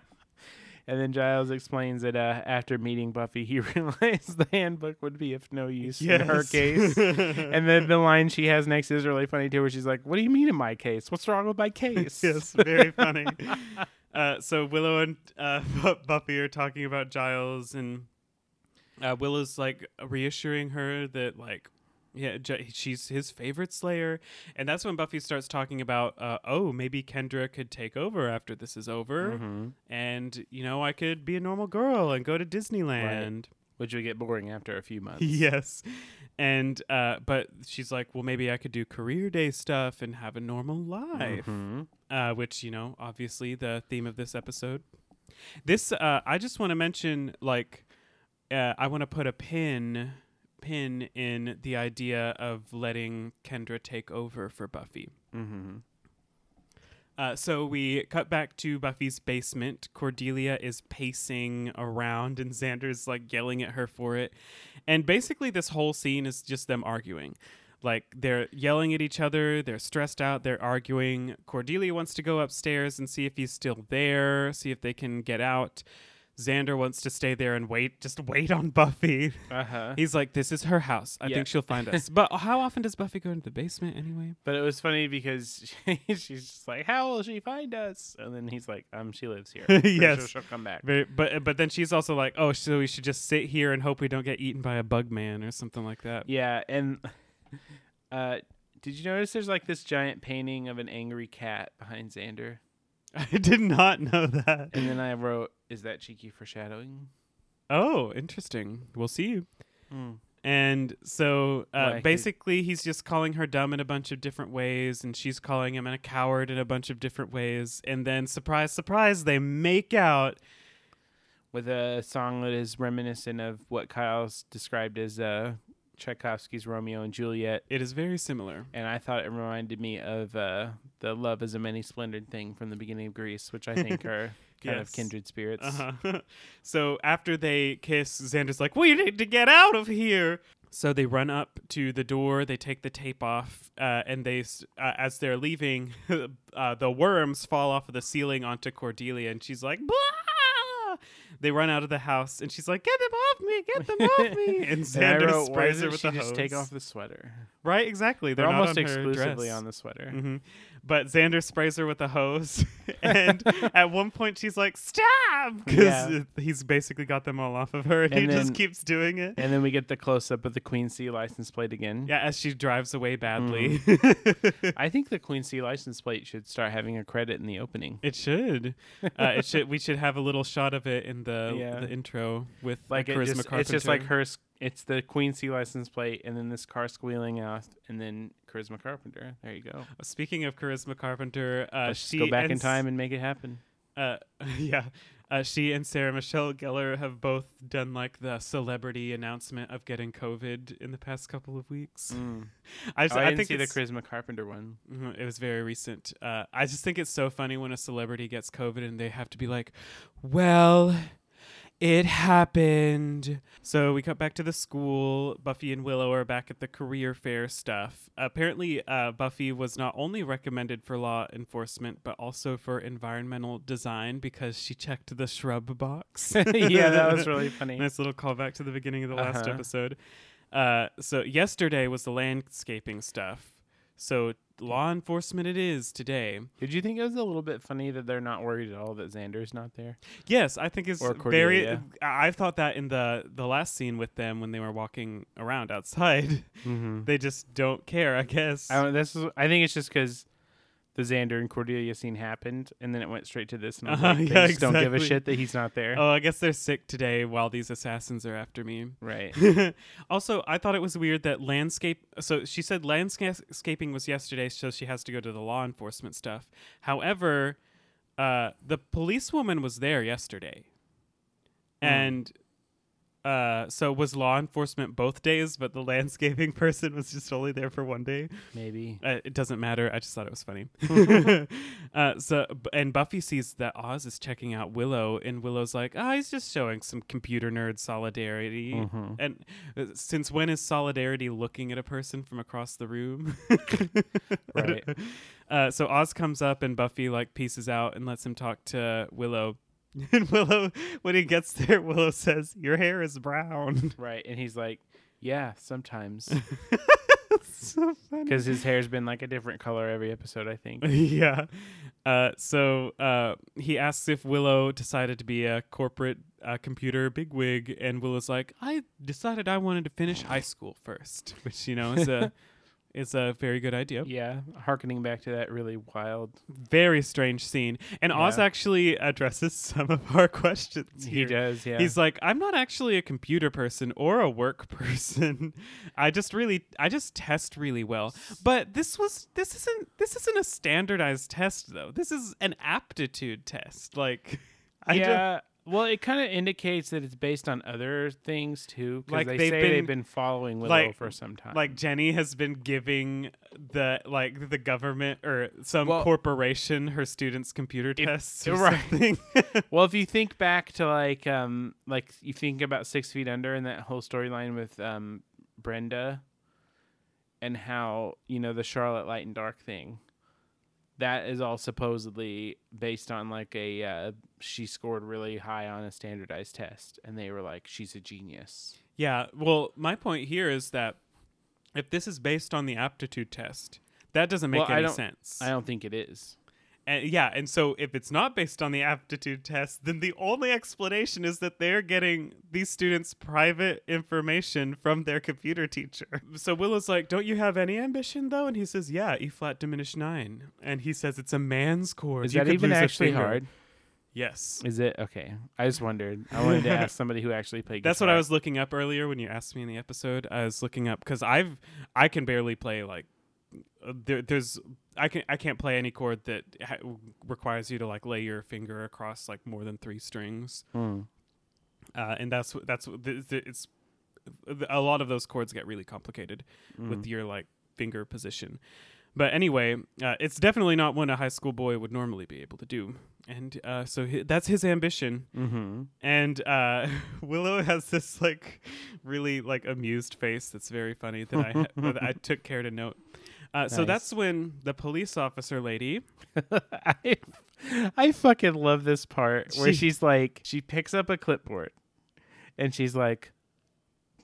A: And then Giles explains that uh, after meeting Buffy, he <laughs> realized the handbook would be of no
B: <laughs>
A: use in her case. and then the line she has next is really funny too, where she's like, "What do you mean in my case? What's wrong with my case?"
B: <laughs> yes, very funny. <laughs> Uh, so Willow and uh, <laughs> Bu- Buffy are talking about Giles, and uh, Willow's like reassuring her that like. Yeah, J- she's his favorite Slayer, and that's when Buffy starts talking about, uh, oh, maybe Kendra could take over after this is over, and you know I could be a normal girl and go to Disneyland.
A: which would get boring after a few months.
B: <laughs> yes and uh but she's like well maybe i could do career day stuff and have a normal life
A: Mhm.
B: uh which you know obviously the theme of this episode this uh i just want to mention like uh, i want to put a pin pin in the idea of letting kendra take over for buffy
A: Mhm.
B: uh, so we cut back to Buffy's basement. Cordelia is pacing around, and Xander's like yelling at her for it. And basically, this whole scene is just them arguing. Like they're yelling at each other, they're stressed out, they're arguing. Cordelia wants to go upstairs and see if he's still there, see if they can get out. Xander wants to stay there and wait, just wait on Buffy.
A: Uh huh.
B: He's like, This is her house. I
A: Yeah.
B: think she'll find us. but how often does Buffy go into the basement anyway?
A: But it was funny because <laughs> she's just like, "How will she find us?" And then he's like, "Um, she lives
B: <laughs>
A: here. Pretty
B: Yes.
A: sure she'll come back."
B: But, but but then she's also like, oh, so we should just sit here and hope we don't get eaten by a bug man or something like that. <laughs>
A: Yeah, and <laughs> uh, did you notice there's like this giant painting of an angry cat behind Xander?
B: I did not know that.
A: And then I wrote, "Is that cheeky foreshadowing?"
B: Oh, interesting. We'll see you.
A: Mm.
B: And so uh,
A: Why, he-
B: basically, he's just calling her dumb in a bunch of different ways, and she's calling him a coward in a bunch of different ways. And then, surprise, surprise, they make out.
A: With a song that is reminiscent of what Kyle's described as uh, Tchaikovsky's Romeo and Juliet,
B: It is very similar.
A: and I thought it reminded me of uh, the "Love Is a Many Splendored Thing" from the beginning of Greece, which I
B: <laughs>
A: think are kind
B: Yes.
A: of kindred spirits.
B: Uh-huh. <laughs> so after they kiss, Xander's like, "We need to get out of here." So they run up to the door. They take the tape off, uh, and they, s- uh, as they're leaving, <laughs> uh, the worms fall off of the ceiling onto Cordelia, and she's like, "Blah!" They run out of the house, and she's like, "Get them off me! Get them
A: <laughs>
B: off me!" And
A: And I
B: Xander
A: wrote, "Why
B: sprays her
A: doesn't
B: with
A: she
B: the
A: just
B: hose.
A: take off the sweater?"
B: Right, exactly. They're,
A: They're,
B: not
A: almost
B: on her
A: exclusively on
B: dress.
A: Mm-hmm. the sweater.
B: hmm But Xander sprays her with
A: <laughs>
B: a hose, <laughs> and at one point she's like, "Stop!" because
A: Yeah.
B: he's basically got them all off of her, and,
A: And
B: he just
A: then-
B: keeps doing it.
A: And then we get the close up of the Queen C license plate again.
B: yeah, as she drives away badly.
A: I think the Queen C license plate should start having a credit in the opening.
B: <laughs> it should. Uh, it should. We should have a little shot of it in the
A: Yeah.
B: the intro with
A: Like
B: uh,
A: it
B: charisma
A: just,
B: Carpenter.
A: it's just like her. s- It's the Queen C license plate, and then this car squealing out, and then charisma Carpenter. There you go.
B: Speaking of charisma Carpenter, uh,
A: Let's just
B: she
A: go back in
B: and
A: time Uh, and make it happen.
B: uh, <laughs> yeah, uh, she and Sarah Michelle Gellar have both done like the celebrity announcement of getting COVID in the past couple of weeks. <laughs> I, just,
A: Oh, I,
B: I
A: didn't
B: think
A: see the
B: it's-
A: charisma Carpenter one.
B: mhm, it was very recent. Uh, I just think it's so funny when a celebrity gets COVID and they have to be like, "Well." It happened. So we cut back to the school. Buffy and Willow are back at the career fair stuff. Apparently, uh, Buffy was not only recommended for law enforcement, but also for environmental design because she checked the shrub
A: <laughs>
B: box.
A: <laughs>
B: <laughs>
A: yeah, that was <laughs> really funny.
B: Nice little callback to the beginning of the last
A: Uh-huh.
B: episode. Uh, so yesterday was the landscaping stuff. So law enforcement it is today.
A: Did you think it was a little bit funny that they're not worried at all that Xander's not there?
B: Yes, I think it's
A: Or
B: very. I
A: Cordelia.
B: I've thought that in the the last scene with them when they were walking around outside,
A: Mm-hmm.
B: <laughs> they just don't care. I guess.
A: I don't, this is. I think it's just because the Xander and Cordelia scene happened, and then it went straight to this, and I was
B: Uh-huh,
A: like, they
B: <laughs> yeah,
A: just don't give a
B: exactly.
A: shit that he's not there.
B: oh, I guess they're sick today while these assassins are after me. <laughs>
A: Right.
B: also, I thought it was weird that landscape. So she said landscaping was yesterday, so she has to go to the law enforcement stuff. However, uh, the policewoman was there yesterday, and uh, so was law enforcement both days, but the <laughs> landscaping person was just only there for one day.
A: Maybe.
B: Uh, it doesn't matter. I just thought it was funny. <laughs> uh, so, b- and Buffy sees that Oz is checking out Willow, and Willow's like, "Ah, he's just showing some computer nerd solidarity."
A: Mhm.
B: And uh, since when is solidarity looking at a person from across the room? <laughs>
A: Right.
B: Uh, so Oz comes up, and Buffy like pieces out and lets him talk to Willow. <laughs> And Willow, when he gets there, Willow says, "Your hair is brown." <laughs>
A: Right. And he's like, yeah, sometimes,
B: so funny.
A: because his hair's been like a different color every episode. I
B: <laughs>
A: think.
B: yeah. Uh, so uh, he asks if Willow decided to be a corporate uh, computer bigwig, and Willow's like, "I decided I wanted to finish high school first, <laughs> which you know
A: <laughs>
B: is a is a very good idea.
A: Yeah, harkening back to that really wild.
B: Very strange scene, and Oz
A: Yeah.
B: actually addresses <laughs> some of our questions.
A: He
B: Here.
A: does. Yeah.
B: He's like, I'm not actually a computer person or a work <laughs> person. I just really, I just test really well. But this was, this isn't, this isn't a standardized test though. This is an aptitude test. Like, <laughs> I don't-
A: yeah. Well, it kind of indicates that it's based on other things too, because
B: Like,
A: they
B: they've
A: say they've
B: been-
A: been following Willow
B: like-
A: for some time.
B: like Jenny has been giving the like the government or some
A: Well-
B: corporation her students'
A: <laughs>
B: computer tests or
A: right.
B: something.
A: well, if you think back to like, um, like you think about Six Feet Under and that whole storyline with um Brenda, and how you know the Charlotte Light and Dark thing, that is all supposedly based on like a uh, she scored really high on a standardized test, and they were like, she's a genius.
B: Yeah. Well, my point here is that if this is based on the aptitude test, that doesn't make
A: Well, I
B: any
A: don't-
B: sense.
A: I don't think it is.
B: And yeah, and so if it's not based on the aptitude test, then the only explanation is that they're getting these students private information from their computer teacher. So Willow's like, "Don't you have any ambition though?" And he says, "Yeah, E flat diminished 9." And he says it's a man's chord.
A: Is
B: You
A: that
B: could
A: even
B: lose a
A: actually
B: finger."
A: hard?
B: Yes.
A: Is it okay? I just wondered. I
B: <laughs>
A: wanted to ask somebody who actually played.
B: That's what
A: guitar.
B: I was looking up earlier when you asked me in the episode. I was looking up cuz I've I can barely play like uh, there, there's I can I can't play any chord that ha- requires you to like lay your finger across like more than 3 strings.
A: Mm.
B: uh, and that's wh- that's wh- th- th- it's th- a lot of those chords get really complicated with your like finger position. But anyway, uh, it's definitely not one a high school boy would normally be able to do, and uh, so hi that's his ambition.
A: Mm-hmm.
B: And uh, <laughs> Willow has this like really like amused face that's very funny that I ha- that
A: <laughs>
B: I took care to note. Uh, So
A: Nice.
B: that's when the police officer lady
A: <laughs> I, I fucking love this part where
B: She-
A: she's like, she picks up a clipboard and she's like,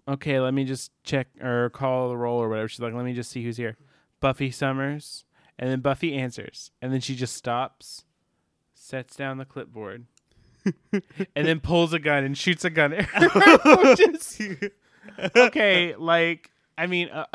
A: okay, let me just check or call the roll or whatever. She's like, let me just see who's here. Buffy Summers. And then Buffy answers. And then she just stops, sets down the clipboard, and then pulls a gun and shoots a gun. <laughs> at her. <laughs> Just- okay, like, I mean, uh,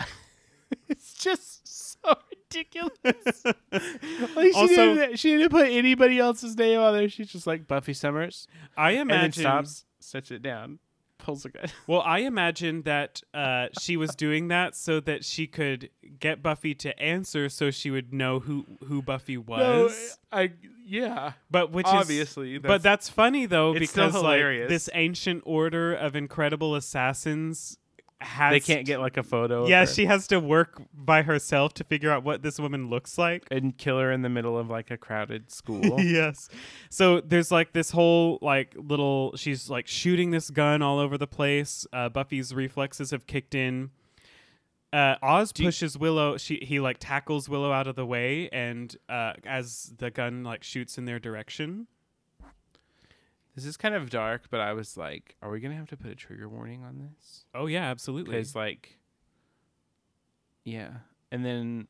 A: <laughs> it's just so ridiculous. Like she
B: Also-
A: didn't, she didn't put anybody else's name on there. She's just like Buffy Summers,
B: I
A: and then
B: imagine
A: stops, sets it down, pulls a <laughs> gun.
B: Well, I imagine that uh, she was doing that so that she could get Buffy to answer, so she would know who who Buffy was.
A: I yeah.
B: but which
A: obviously,
B: is,
A: that's-
B: but that's funny though
A: It's still
B: because like
A: hilarious.
B: this ancient order of incredible assassins has
A: They can't get like a photo. of
B: yeah,
A: her
B: she has to work by herself to figure out what this woman looks like.
A: and kill her in the middle of like a crowded <laughs> school.
B: <laughs> yes. So there's like this whole like little she's like shooting this gun all over the place. Uh, Buffy's reflexes have kicked in. Uh, Oz pushes Willow. She he like tackles Willow out of the way, and uh, as the gun like shoots in their direction.
A: this is kind of dark, but I was like, are we gonna have to put a trigger warning on this?
B: Oh yeah, absolutely.
A: Because like, yeah, and then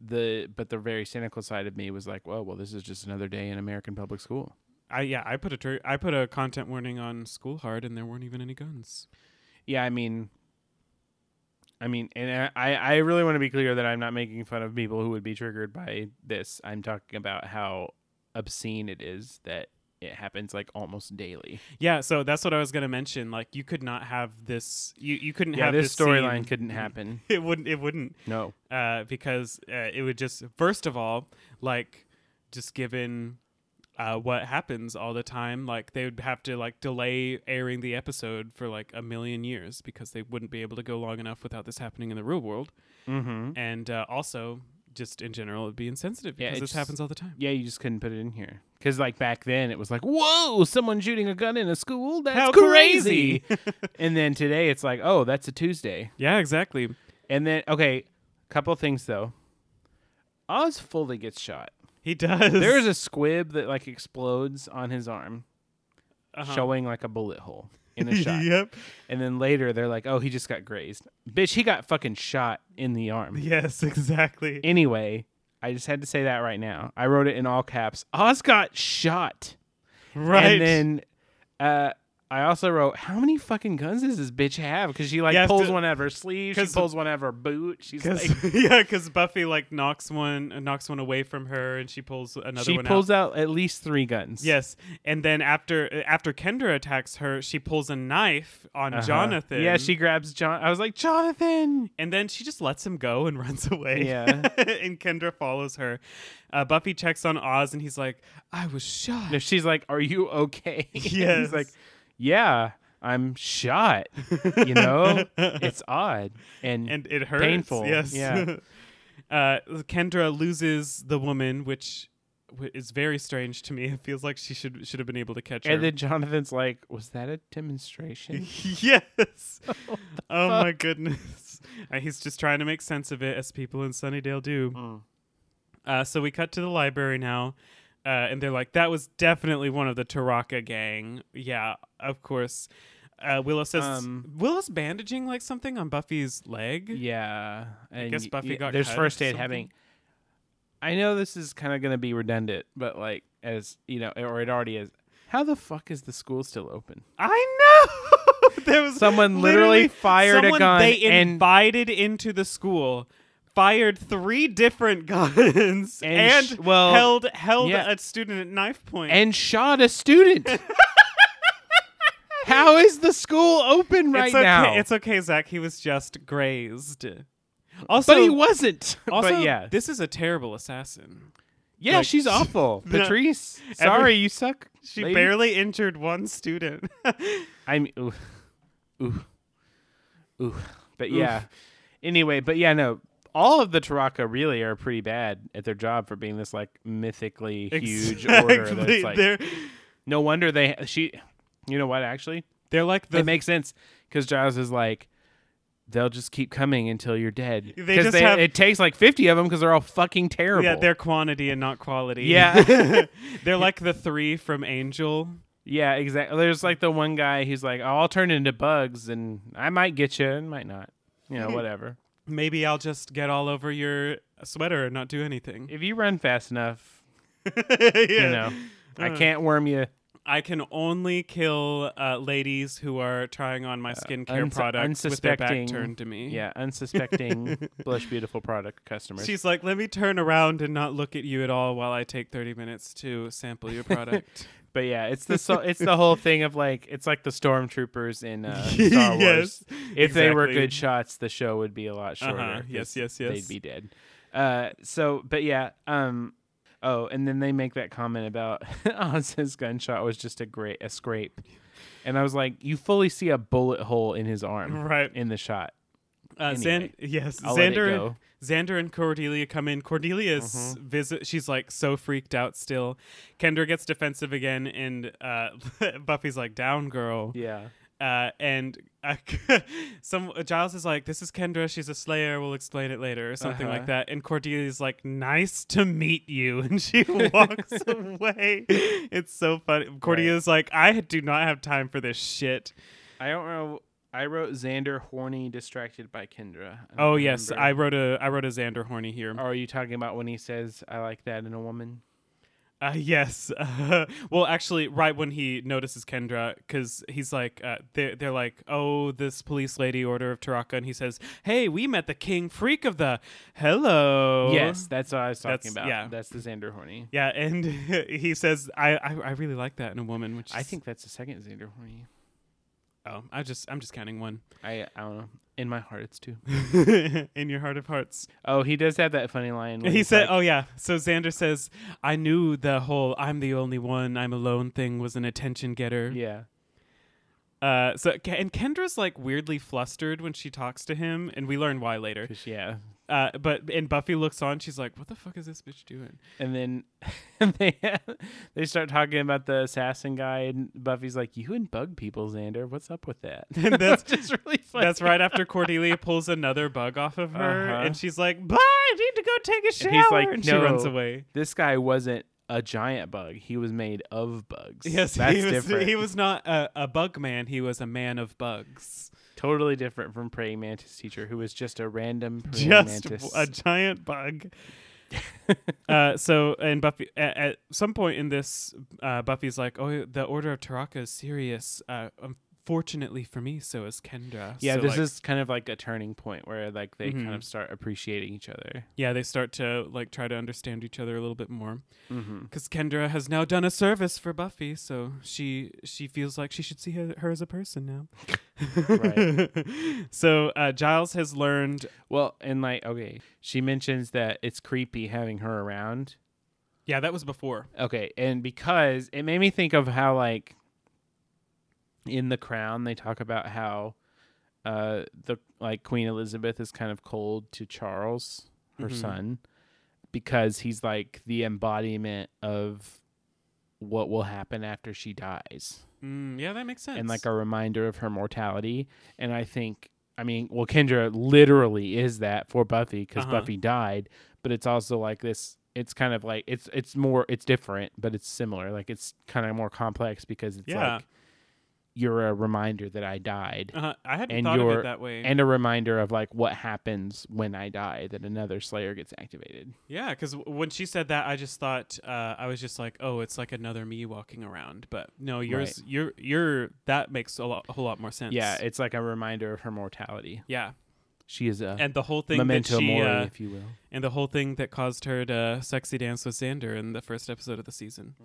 A: the but the very cynical side of me was like, well, well, this is just another day in American public school.
B: I yeah, I put a tur- I put a content warning on School Hard, and there weren't even any guns.
A: Yeah, I mean, I mean, and I I really want to be clear that I'm not making fun of people who would be triggered by this. I'm talking about how obscene it is that it happens like almost daily.
B: Yeah, so that's what I was gonna mention. Like, you could not have this. You you couldn't
A: Yeah,
B: have
A: this
B: scene. Mm-hmm.
A: storyline couldn't happen.
B: <laughs> It wouldn't. It wouldn't.
A: No.
B: uh, because uh, it would just first of all like just given uh, what happens all the time like they would have to like delay airing the episode for like a million years because they wouldn't be able to go long enough without this happening in the real world
A: Mm-hmm.
B: and uh, also just in general it'd be insensitive
A: Yeah,
B: because
A: it
B: this
A: just-
B: happens all the time
A: Yeah, you just couldn't put it in here because like back then it was like, whoa, someone shooting a gun in a school. That's
B: How
A: crazy.
B: crazy.
A: <laughs> and then today it's like, oh, that's a Tuesday.
B: <laughs> yeah exactly
A: And then okay, couple things though. Oz fully gets shot.
B: he does <laughs>
A: There is a squib that like explodes on his arm,
B: Uh-huh.
A: showing like a bullet hole
B: <laughs>
A: in a shot.
B: yep
A: And then later they're like, "Oh, he just got grazed." Bitch, he got fucking shot in the arm.
B: yes exactly
A: Anyway, I just had to say that right now. I wrote it in all caps. Oz got shot.
B: <laughs>
A: And
B: right
A: then uh, I also wrote, "How many fucking guns does this bitch have?" Because she like
B: Yes,
A: pulls
B: d-
A: one out of her sleeve, she
B: 'cause-
A: pulls one out of her boot. She's
B: Cause, <laughs>
A: like,
B: yeah, because Buffy like knocks one knocks one away from her, and she pulls another
A: she
B: one out.
A: pulls out. at least three guns.
B: Yes, and then after after Kendra attacks her, she pulls a knife on
A: Uh-huh.
B: Jonathan.
A: Yeah, she grabs John. I was like, Jonathan.
B: and then she just lets him go and <laughs> runs away.
A: Yeah.
B: and Kendra follows her. Uh, Buffy checks on Oz, and he's like, "I was shot."
A: No, she's like, "Are you okay?" <laughs> He's
B: Yes.
A: like, "Yeah, I'm shot." You
B: <laughs>
A: know, it's odd and,
B: and it hurts.
A: Painful,
B: Yes.
A: yeah.
B: <laughs> uh, Kendra loses the woman, which w- is very strange to me. It feels like she should should have been able to catch her.
A: and then Jonathan's like, "Was that a demonstration?"
B: <laughs>
A: <laughs>
B: yes. oh my goodness. <laughs> Uh, he's just trying to make sense of it, as people in Sunnydale do. Uh, so we cut to the library now, uh, and they're like, "That was definitely one of the Taraka gang." Yeah, of course. Uh, Willow says,
A: Um,
B: "Willow's bandaging like something on Buffy's leg."
A: Yeah, and
B: guess
A: y-
B: Buffy
A: yeah,
B: got
A: There's
B: cut or
A: first aid
B: something.
A: having. I know this is kind of going to be redundant, but like as you know, or it already is. How the fuck is the school still open?
B: I know. <laughs> there was
A: Someone literally fired a
B: someone
A: gun
B: They
A: and-
B: invited into the school, fired three different <laughs> guns,
A: And
B: and,
A: sh- well,
B: held held
A: yeah.
B: a student at knife point.
A: And shot a
B: <laughs>
A: student. How is the school open right
B: it's okay,
A: now?
B: it's okay, Zach. He was just grazed. Also,
A: but he
B: <laughs>
A: wasn't.
B: also,
A: but yeah,
B: this is a terrible assassin.
A: yeah,
B: like, <laughs>
A: she's awful.
B: the-
A: Patrice,
B: every-
A: sorry, you suck.
B: She
A: lady.
B: barely injured one student. <laughs>
A: I'm ooh, ooh, ooh. But yeah. Anyway, but yeah, no. All of the Taraka really are pretty bad at their job for being this like mythically huge
B: <laughs>
A: order. That's
B: Exactly.
A: like
B: they're
A: no wonder they she. You know what? Actually,
B: they're like the
A: it makes sense because Giles is like. They'll just keep coming until you're dead.
B: They
A: 'Cause
B: just have-
A: it takes like 50 of them because they're all fucking terrible.
B: yeah they're quantity and not quality.
A: Yeah.
B: <laughs>
A: <laughs>
B: they're like the three from Angel.
A: yeah, exactly. There's like the one guy who's like, oh, "I'll turn into bugs and I might get you and might not, you know, whatever."
B: Maybe I'll just get all over your sweater and not do anything.
A: if you run fast enough, you
B: <laughs> Yeah.
A: know, I can't worm you.
B: I can only kill uh, ladies who are trying on my skincare
A: Uh, unsu-
B: products with their
A: unsuspecting-
B: back turned to me.
A: Yeah, unsuspecting blush beautiful product customers.
B: She's like, let me turn around and not look at you at all while I take 30 minutes to sample
A: <laughs>
B: your product.
A: but yeah, it's the so, it's <laughs> the whole thing of like it's like the stormtroopers in <laughs> uh, Star Wars.
B: Yes,
A: if they were
B: exactly.
A: good shots, the show would be a lot shorter.
B: Uh-huh.
A: 'cause
B: Yes, yes,
A: They'd
B: yes.
A: be dead. Uh, so, but yeah, um, oh, and then they make that comment about <laughs> Oz's gunshot was just a great a scrape, and I was like, you fully see a bullet hole in his arm
B: right.
A: in the shot.
B: Uh,
A: Anyway,
B: Xan- yes,
A: I'll let it
B: Xander.
A: go. Mm-hmm.
B: And, Xander and Cordelia come in. Cordelia's visit. She's like so freaked out still. Kendra gets defensive again, and uh, <laughs> Buffy's like, "Down, girl."
A: Yeah.
B: Uh, and uh, <laughs> some Giles is like, "This is Kendra. She's a Slayer. We'll explain it later," or something
A: Uh-huh.
B: like that. And Cordelia's like, "Nice to meet you," <laughs> and
A: <laughs>
B: she walks away. It's so funny. Cordelia's like, "I do not have time for this shit."
A: I don't know. I wrote Xander horny distracted by Kendra. I don't
B: Oh yes,
A: remember. Oh.
B: I wrote a I wrote a Xander horny here.
A: Or are you talking about when he says I like that in a woman?
B: Uh, yes. <laughs> well, actually, right when he notices Kendra, because he's like, uh, they're, they're like, oh, this police lady order of Taraka. And he says, hey, we met the king freak of the hello.
A: Yes, that's what I was talking
B: That's-
A: about.
B: yeah.
A: That's the Xander horny.
B: Yeah. And <laughs> he says, I, I, I really like that in a woman, which
A: I
B: is-
A: think that's the second Xander horny.
B: oh, I just, I'm just counting one <laughs>
A: I I don't know. In my heart it's two.
B: in your heart of hearts.
A: Oh, he does have that funny line. where
B: He
A: he's
B: said,
A: like-
B: "Oh yeah." So Xander says, "I knew the whole I'm the only one, I'm alone thing was an attention getter."
A: Yeah.
B: Uh, so Ke- and Kendra's like weirdly flustered when she talks to him, and we learn why later.
A: 'cause- yeah.
B: Uh, but and Buffy looks on, she's like, "What the fuck is this bitch doing?" <laughs>
A: And then <laughs> they they start talking about the assassin guy and Buffy's like, You and bug people, Xander, what's up with that? <laughs>
B: And that's-
A: just really funny.
B: That's right after Cordelia pulls another bug off of her,
A: Uh-huh.
B: and she's like, "Bye, I need to go take a shower."
A: And he's like,
B: and she runs
A: "No."
B: away.
A: This guy wasn't a giant bug. He was made of bugs.
B: <laughs> Yes,
A: that's
B: he was.
A: different.
B: He was not a, a bug man. He was a man of bugs.
A: totally different from praying mantis teacher, who was just a random praying
B: just
A: mantis.
B: w- a giant bug. <laughs> uh, so, and Buffy, at, at some point in this, uh, Buffy's like, "Oh, the Order of Taraka is serious. Uh, unfortunately for me, so is Kendra."
A: yeah,
B: So,
A: this
B: like-
A: is kind of like a turning point where like they
B: Mhm.
A: kind of start appreciating each other.
B: Yeah, they start to like try to understand each other a little bit more
A: Mm-hmm.
B: because Kendra has now done a service for Buffy, so she she feels like she should see her, her as a person now.
A: Right.
B: so uh, Giles has learned.
A: Well, and like okay, she mentions that it's creepy having her around.
B: Yeah, that was before.
A: Okay, and because it made me think of how like in The Crown they talk about how uh the like Queen Elizabeth is kind of cold to Charles, her
B: Mhm.
A: son, because he's like the embodiment of what will happen after she dies
B: Mm, yeah, that makes sense.
A: and like a reminder of her mortality. And I think, I mean, well, Kendra literally is that for Buffy because
B: Uh-huh.
A: Buffy died, but it's also like this. It's kind of like it's it's more it's different, but it's similar. Like it's kind of more complex because it's
B: Yeah.
A: like you're a reminder that I died.
B: Uh, I hadn't
A: and
B: thought of
A: your-
B: it that way.
A: And a reminder of like what happens when I die that another Slayer gets activated.
B: yeah, because when she said that, I just thought uh, I was just like, oh, it's like another me walking around. But no, yours, your, your that makes a, lot, a whole lot more sense.
A: Yeah, it's like a reminder of her mortality.
B: yeah,
A: She is a
B: and the whole thing
A: memento
B: that she,
A: mori,
B: uh,
A: if you will.
B: and the whole thing that caused her to sexy dance with Xander in the first episode of the season.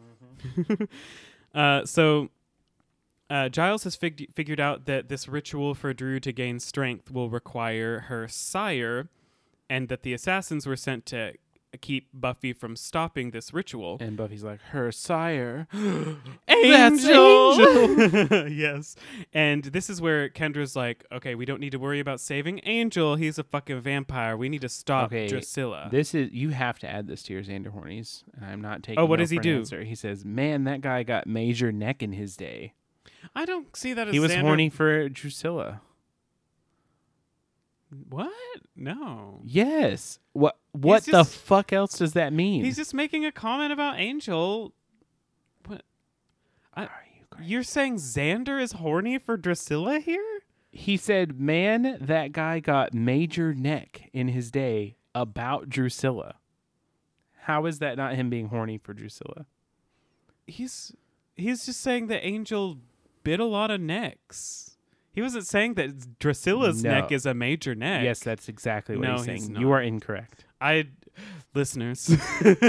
A: Mm-hmm.
B: <laughs> uh, so. Uh, Giles has fig- figured out that this ritual for Drew to gain strength will require her sire, and that the assassins were sent to keep Buffy from stopping this ritual.
A: And Buffy's like, her sire. <gasps> That's <laughs>
B: Angel. yes. And this is where Kendra's like, okay, we don't need to worry about saving Angel. He's a fucking vampire. We need to stop
A: Okay,
B: Drusilla.
A: This is you have to add this to your Xander Hornies, and I'm not taking.
B: what
A: no
B: does he
A: for an
B: do?
A: answer. Oh, He says, "Man, that guy got major neck in his day.
B: I don't see that as
A: He was
B: Xander-
A: horny for Drusilla.
B: What? No.
A: Yes. What? What the
B: just-
A: fuck else does that mean?
B: He's just making a comment about Angel. What?
A: Are you crazy?
B: You're saying Xander is horny for Drusilla here?
A: He said, "Man, that guy got major neck in his day about Drusilla. How is that not him being horny for Drusilla?
B: He's he's just saying that Angel bit a lot of necks. He wasn't saying that Drusilla's
A: No.
B: neck is a major neck.
A: Yes, that's exactly what
B: No,
A: he's saying.
B: he's
A: You
B: not.
A: are incorrect.
B: I listeners.
A: <laughs>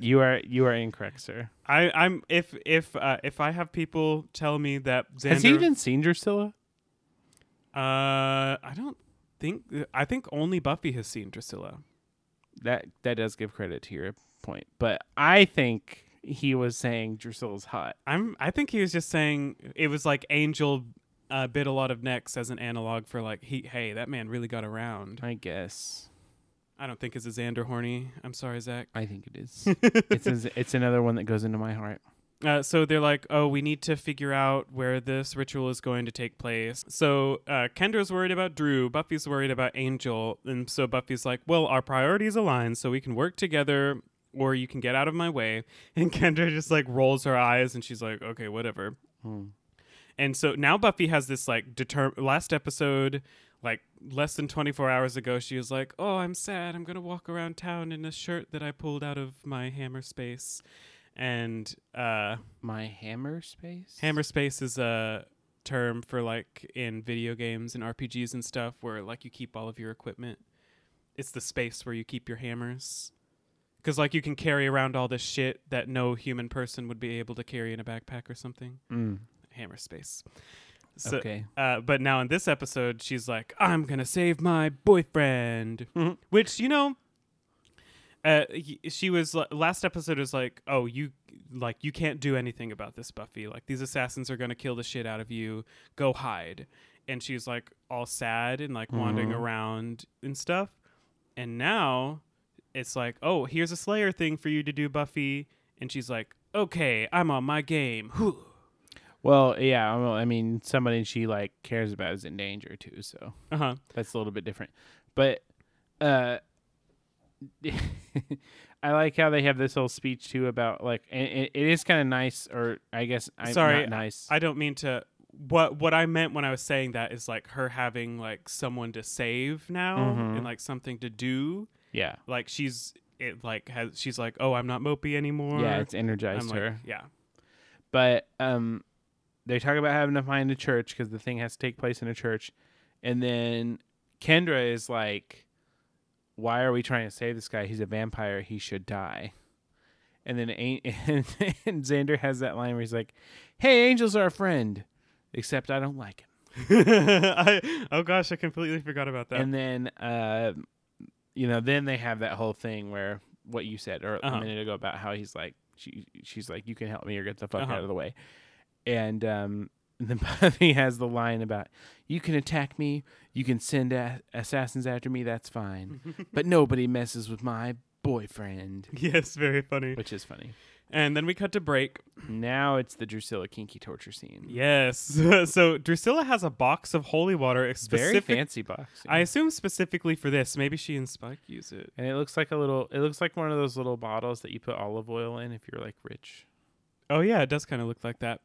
A: you are you are incorrect, sir.
B: I, I'm if if uh, if I have people tell me that Xander,
A: Has he even seen Drusilla?
B: uh, I don't think I think only Buffy has seen Drusilla.
A: that that does give credit to your point. But I think he was saying Drusilla's hot.
B: I'm I think he was just saying it was like Angel uh, bit a lot of necks as an analog for like he hey that man really got around.
A: I guess.
B: I don't think it's a Xander horny. I'm sorry, Zach.
A: I think it <laughs> is. it's it's another one that goes into my heart.
B: Uh, so they're like, oh, we need to figure out where this ritual is going to take place. So uh, Kendra's worried about Drew, Buffy's worried about Angel. And so Buffy's like, well, our priorities align, so we can work together or you can get <laughs> out of my way. And Kendra just like rolls her eyes and she's like, okay, whatever.
A: Hmm.
B: And so now Buffy has this like deter last episode, like less than 24 hours ago, she was like, "Oh, I'm sad. I'm gonna walk around town in a shirt that I pulled out of my hammer space." And uh,
A: My hammer space?
B: hammer space is a term for like in video games and RPGs and stuff where like you keep all of your equipment. It's the space where you keep your hammers. Cause like you can carry around all this shit that no human person would be able to carry in a backpack or something.
A: Mm,
B: Hammer space. So,
A: okay.
B: uh, but now in this episode, she's like, "I'm gonna save my boyfriend,"
A: Mhm.
B: which you know, uh, y- she was li- last episode was like, "Oh, you like you can't do anything about this, Buffy. Like these assassins are gonna kill the shit out of you. Go hide." And she's like all sad and like wandering
A: Mhm.
B: around and stuff. And now it's like, "Oh, here's a Slayer thing for you to do, Buffy," and she's like, "Okay, I'm on my game." Whew.
A: Well, yeah. Well, I mean, somebody she like cares about is in danger too, so
B: Uh huh.
A: that's a little bit different. But uh, <laughs> I like how they have this whole speech too about like and it, it is kind of nice, or I guess I'm
B: Sorry,
A: not nice.
B: I don't mean to. What what I meant when I was saying that is like her having like someone to save now
A: Mhm.
B: and like something to do.
A: yeah,
B: Like she's it like has she's like oh I'm not mopey anymore.
A: yeah, it's
B: I'm
A: energized
B: like
A: her.
B: yeah <laughs>
A: but um, they talk about having to find a church because the thing has to take place in a church, and then Kendra is like, "Why are we trying to save this guy? He's a vampire. He should die." And then An- <laughs> and, Xander has that line where he's like, "Hey, angels are a friend, except I don't like him."
B: I, oh gosh I completely forgot about that.
A: And then, uh, you know, then they have that whole thing where what you said or
B: Uh-huh.
A: a minute ago about how he's like, she, she's like, you can help me or get the fuck
B: Uh-huh.
A: out of the way. And um, <laughs> then Buffy has the line about, you can attack me, you can send a- assassins after me, that's fine,
B: <laughs>
A: but nobody messes with my boyfriend,
B: <laughs> yes, very funny.
A: which is funny.
B: And then we cut to break.
A: Now it's the Drusilla kinky torture scene.
B: Yes, <laughs> so Drusilla has a box of holy water. It's
A: Very
B: specific-
A: fancy box.
B: I assume specifically for this. Maybe she and Spike use it.
A: and it looks like a little. It looks like one of those little bottles that you put olive oil in if you're like rich.
B: Oh yeah, it does kind of look like that.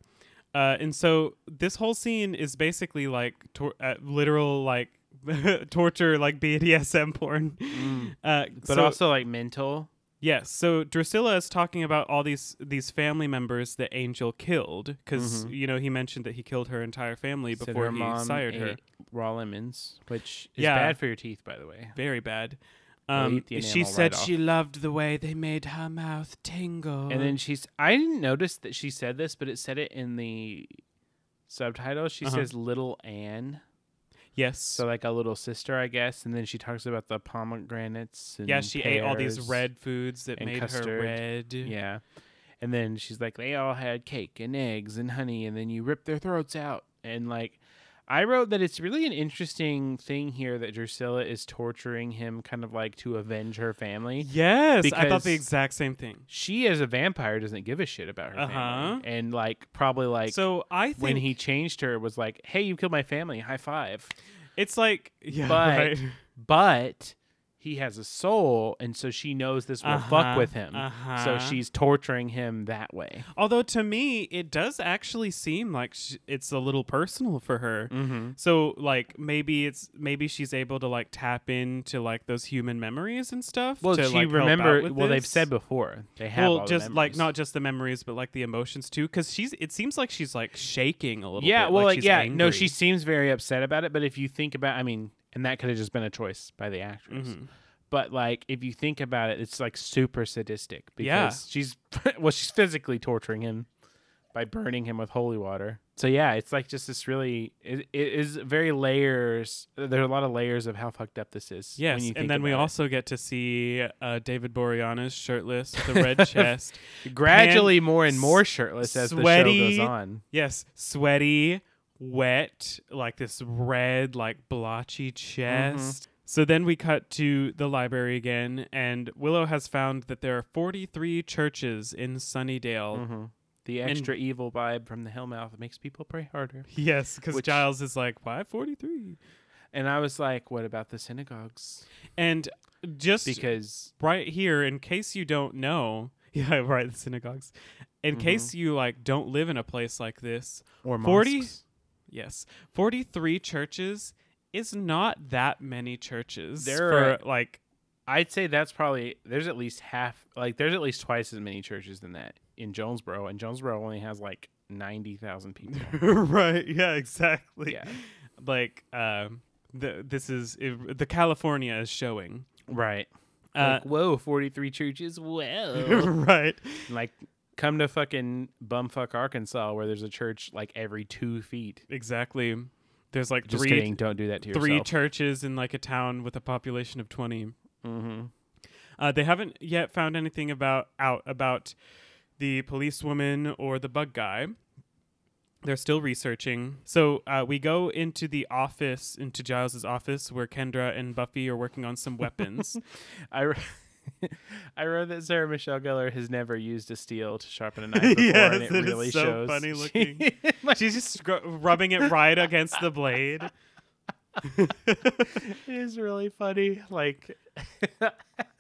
B: Uh, and so this whole scene is basically like tor- uh, literal like <laughs> torture, like BDSM porn. Uh,
A: but
B: so-
A: also like mental.
B: yes. So Drusilla is talking about all these these family members that Angel killed because
A: Mhm.
B: you know he mentioned that he killed her entire family
A: Said
B: before
A: her
B: he
A: mom
B: sired her.
A: ate Raw lemons, which is
B: Yeah.
A: bad for your teeth, by the way.
B: Very bad.
A: They'll
B: Um,
A: eat the
B: she
A: enamel
B: said
A: right
B: she loved the way they made her mouth tingle.
A: And then she's, I didn't notice that she said this, but it said it in the subtitle. She
B: Uh-huh.
A: says little Anne,
B: yes,
A: so like a little sister, I guess. And then she talks about the pomegranates. And
B: yeah, she ate all these
A: pears.
B: red foods that
A: and
B: made her
A: custard.
B: red.
A: Yeah. And then she's like, they all had cake and eggs and honey, and then you rip their throats out. And like, I wrote that it's really an interesting thing here that Drusilla is torturing him, kind of like to avenge her family.
B: Yes, I thought
A: Because-
B: the exact same thing.
A: She, as a vampire, doesn't give a shit about her
B: Uh-huh.
A: family, and like probably like
B: so I think
A: when he changed her was like, "Hey, you killed my family, high five.
B: it's
A: <laughs>
B: like yeah,
A: But-
B: right.
A: But he has a soul, and so she knows this will
B: Uh-huh,
A: fuck with him. So
B: uh-huh.
A: she's torturing him that way.
B: Although to me, it does actually seem like sh- it's a little personal for her.
A: Mm-hmm.
B: So like maybe it's maybe she's able to like tap into like those human memories and stuff.
A: Well,
B: to,
A: she
B: like, help out
A: remember.
B: with
A: Well, they've
B: this.
A: said before they have.
B: Well,
A: all the
B: just like
A: memories.
B: not just the memories, but like the emotions too, because she's. It seems like she's like shaking a little.
A: Yeah.
B: bit,
A: Well,
B: like,
A: like,
B: she's
A: yeah. No,
B: angry.
A: she seems very upset about it. But if you think about, I mean, and that could have just been a choice by the actress.
B: Mhm.
A: But like, if you think about it, it's like super sadistic because
B: Yeah.
A: she's <laughs> well, she's physically torturing him by burning him with holy water. So yeah, it's like just this really. It, it is very layers. There are a lot of layers of how fucked up this is. when
B: Yes,
A: you think
B: and then we
A: about it.
B: also get to see uh, David Boreanaz shirtless,
A: <laughs>
B: with the red chest.
A: gradually more and more shirtless as the
B: sweaty-
A: show goes on.
B: Yes, sweaty, wet, like this red, like
A: Mm-hmm.
B: blotchy chest. So then we cut to the library again, and Willow has found that there are 43 churches in Sunnydale.
A: Mm-hmm. The
B: And-
A: extra evil vibe from the Hellmouth makes people pray harder.
B: Yes, because
A: Which-
B: Giles is like, why 43?
A: And I was like, what about the synagogues?
B: And just
A: Because
B: <laughs> right here, in case you don't know, yeah, right, the synagogues. in
A: Mm-hmm.
B: case you like don't live in a place like this,
A: Or
B: 40
A: mosques.
B: yes, 43 churches is not that many churches.
A: There
B: for, <laughs>
A: are-
B: like
A: I'd say that's probably there's at least half like there's at least twice as many churches than that in Jonesboro, and Jonesboro only has like ninety thousand people.
B: right, yeah, exactly.
A: Yeah.
B: Like um the, this is the California is showing.
A: right.
B: Uh,
A: like, whoa, forty three churches. <laughs> Whoa.
B: <laughs> right.
A: like come to fucking bumfuck Arkansas where there's a church like every two feet.
B: Exactly. There's like
A: Just
B: three
A: kidding, don't do that to
B: three
A: yourself.
B: churches in like a town with a population of 20.
A: mm-hmm.
B: Uh, they haven't yet found anything about out about the policewoman or the bug guy. They're still researching. So uh, we go into the office, into Giles's office, where Kendra and Buffy are working on some weapons.
A: I wr- <laughs> I wrote that Sarah Michelle Gellar has never used a steel to
B: <laughs>
A: sharpen a knife before, and
B: Yes,
A: it,
B: it is
A: really
B: so
A: shows.
B: funny
A: <laughs> She-
B: looking. <laughs> <laughs> She's just scr- rubbing it right against the blade.
A: it is really funny. Like, <laughs>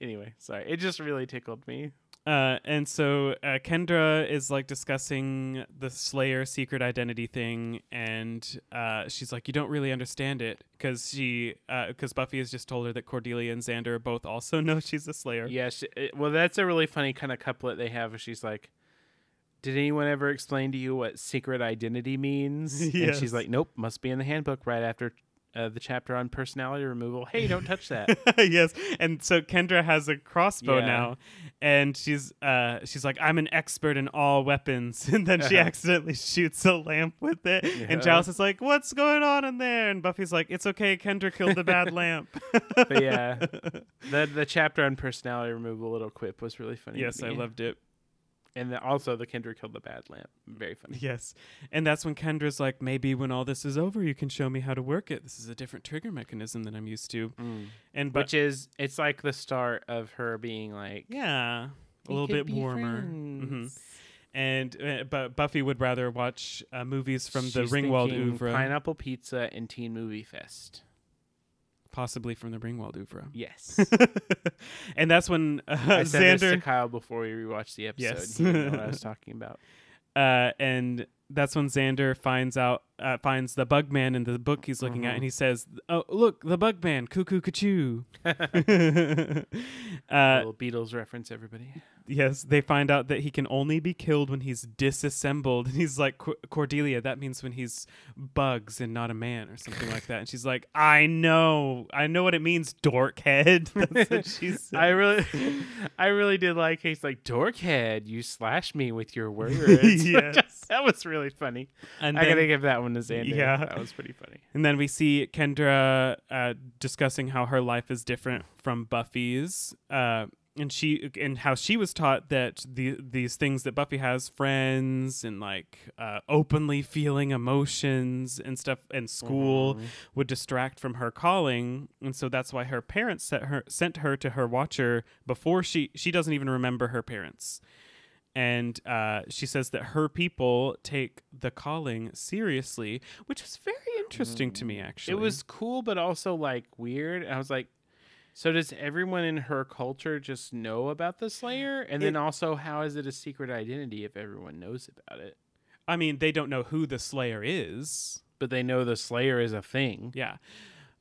A: anyway, sorry. It just really tickled me.
B: Uh, and so uh, Kendra is like discussing the Slayer secret identity thing, and uh, she's like, "You don't really understand it," because she, because Buffy has just told her that Cordelia and Xander both also <laughs> know she's a Slayer.
A: Yeah. She, it- well, that's a really funny kind of couplet they have. Where she's like, "Did anyone ever explain to you what secret identity
B: <laughs>
A: means?" And
B: Yes.
A: she's like, "Nope. Must be in the handbook right after." Uh, the chapter on personality removal. Hey, don't touch that.
B: yes, and so Kendra has a crossbow
A: Yeah.
B: now, and she's uh, she's like, "I'm an expert in all weapons," <laughs> and then she
A: Uh-huh.
B: accidentally shoots a lamp with it, and
A: Yeah.
B: Giles is like, "What's going on in there?" And Buffy's like, "It's okay, Kendra killed
A: <laughs>
B: the bad lamp."
A: But
B: <laughs>
A: yeah, the the chapter on personality removal little quip was really funny. to
B: Yes, I
A: me.
B: loved it.
A: And the, also the Kendra killed the bad lamp. Very funny.
B: Yes. And that's when Kendra's like, maybe when all this is over, you can show me how to work it. This is a different trigger mechanism than I'm used to. And but
A: Mm. Which is it's like the start of her being like Mm-hmm.
B: yeah, a little bit warmer. hmm And uh, but Buffy would rather watch uh, movies from the
A: She's
B: Ringwald
A: thinking
B: oeuvre,
A: Pineapple Pizza and Teen Movie Fest.
B: possibly from the Ringwald oeuvre. <laughs>
A: Yes.
B: and that's when <laughs> uh,
A: I said this to
B: Xander
A: Kyle before we rewatched the episode.
B: Yes.
A: He didn't know what I
B: <laughs>
A: was talking about.
B: uh, and that's when Xander finds out uh, finds the bug man in the book he's looking at,
A: Mhm.
B: and he says, "Oh, look, the bug man,
A: <laughs>
B: cuckoo, cuckoo." <laughs> uh,
A: little Beatles reference, everybody.
B: yes, they find out that he can only be killed when he's disassembled, <laughs> and he's like, "Cor- "Cordelia, that means when he's bugs and not a man, or something like that." And she's like, "I know, I know what it means, dorkhead." <laughs> That's what she
A: <laughs>
B: said.
A: I
B: <laughs>
A: really I really did like he's like, Dorkhead, you slash me with
B: <laughs>
A: your words. <laughs>
B: Yes.
A: that was really funny.
B: and
A: I
B: then-
A: gotta give that one to Xander.
B: Yeah.
A: That was pretty funny.
B: And then we see Kendra uh, discussing how her life is different from Buffy's, uh, and she and how she was taught that the, these things that Buffy has, friends and like uh, openly feeling emotions and stuff, and school would distract from her calling, and so that's why her parents sent her sent her to her watcher before she she doesn't even remember her parents. And uh, she says that her people take the calling seriously, which was very interesting to me. Actually,
A: Mm. It was cool, but also like weird. I was like, so does everyone in her culture just know about the Slayer? And then
B: It-
A: also, how is it a secret identity if everyone knows about it?
B: I mean, they don't know who the Slayer is.
A: But they know the Slayer is a thing.
B: Yeah.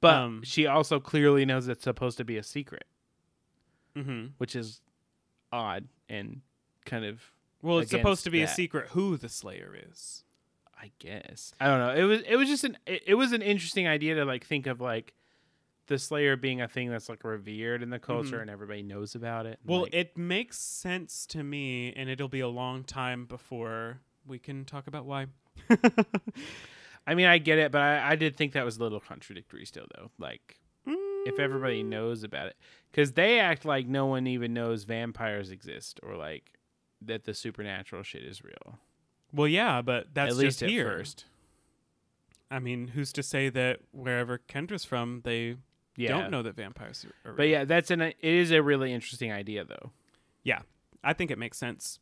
A: But
B: Um,
A: she also clearly knows it's supposed to be a secret,
B: hmm
A: which is odd and kind of,
B: Well, it's supposed
A: Against
B: to be a
A: that.
B: secret who the Slayer is.
A: I guess, I don't know. It was it was just an it, it was an interesting idea to like think of like the Slayer being a thing that's like revered in the culture and everybody knows about it. and,
B: Mm-hmm. Well,
A: like-
B: it makes sense to me, and it'll be a long time before we can talk about why.
A: I mean, I get it, but I, I did think that was a little contradictory still, though. Like, if everybody knows about it, because they act like no one even knows vampires exist or like that the supernatural shit is real.
B: Well, yeah, but that's
A: at least
B: just
A: at
B: here.
A: first.
B: I mean, who's to say that wherever Kendra's from, they
A: Yeah.
B: don't know that vampires are?
A: But yeah, that's an it is a really interesting idea though.
B: Yeah, I think it makes sense.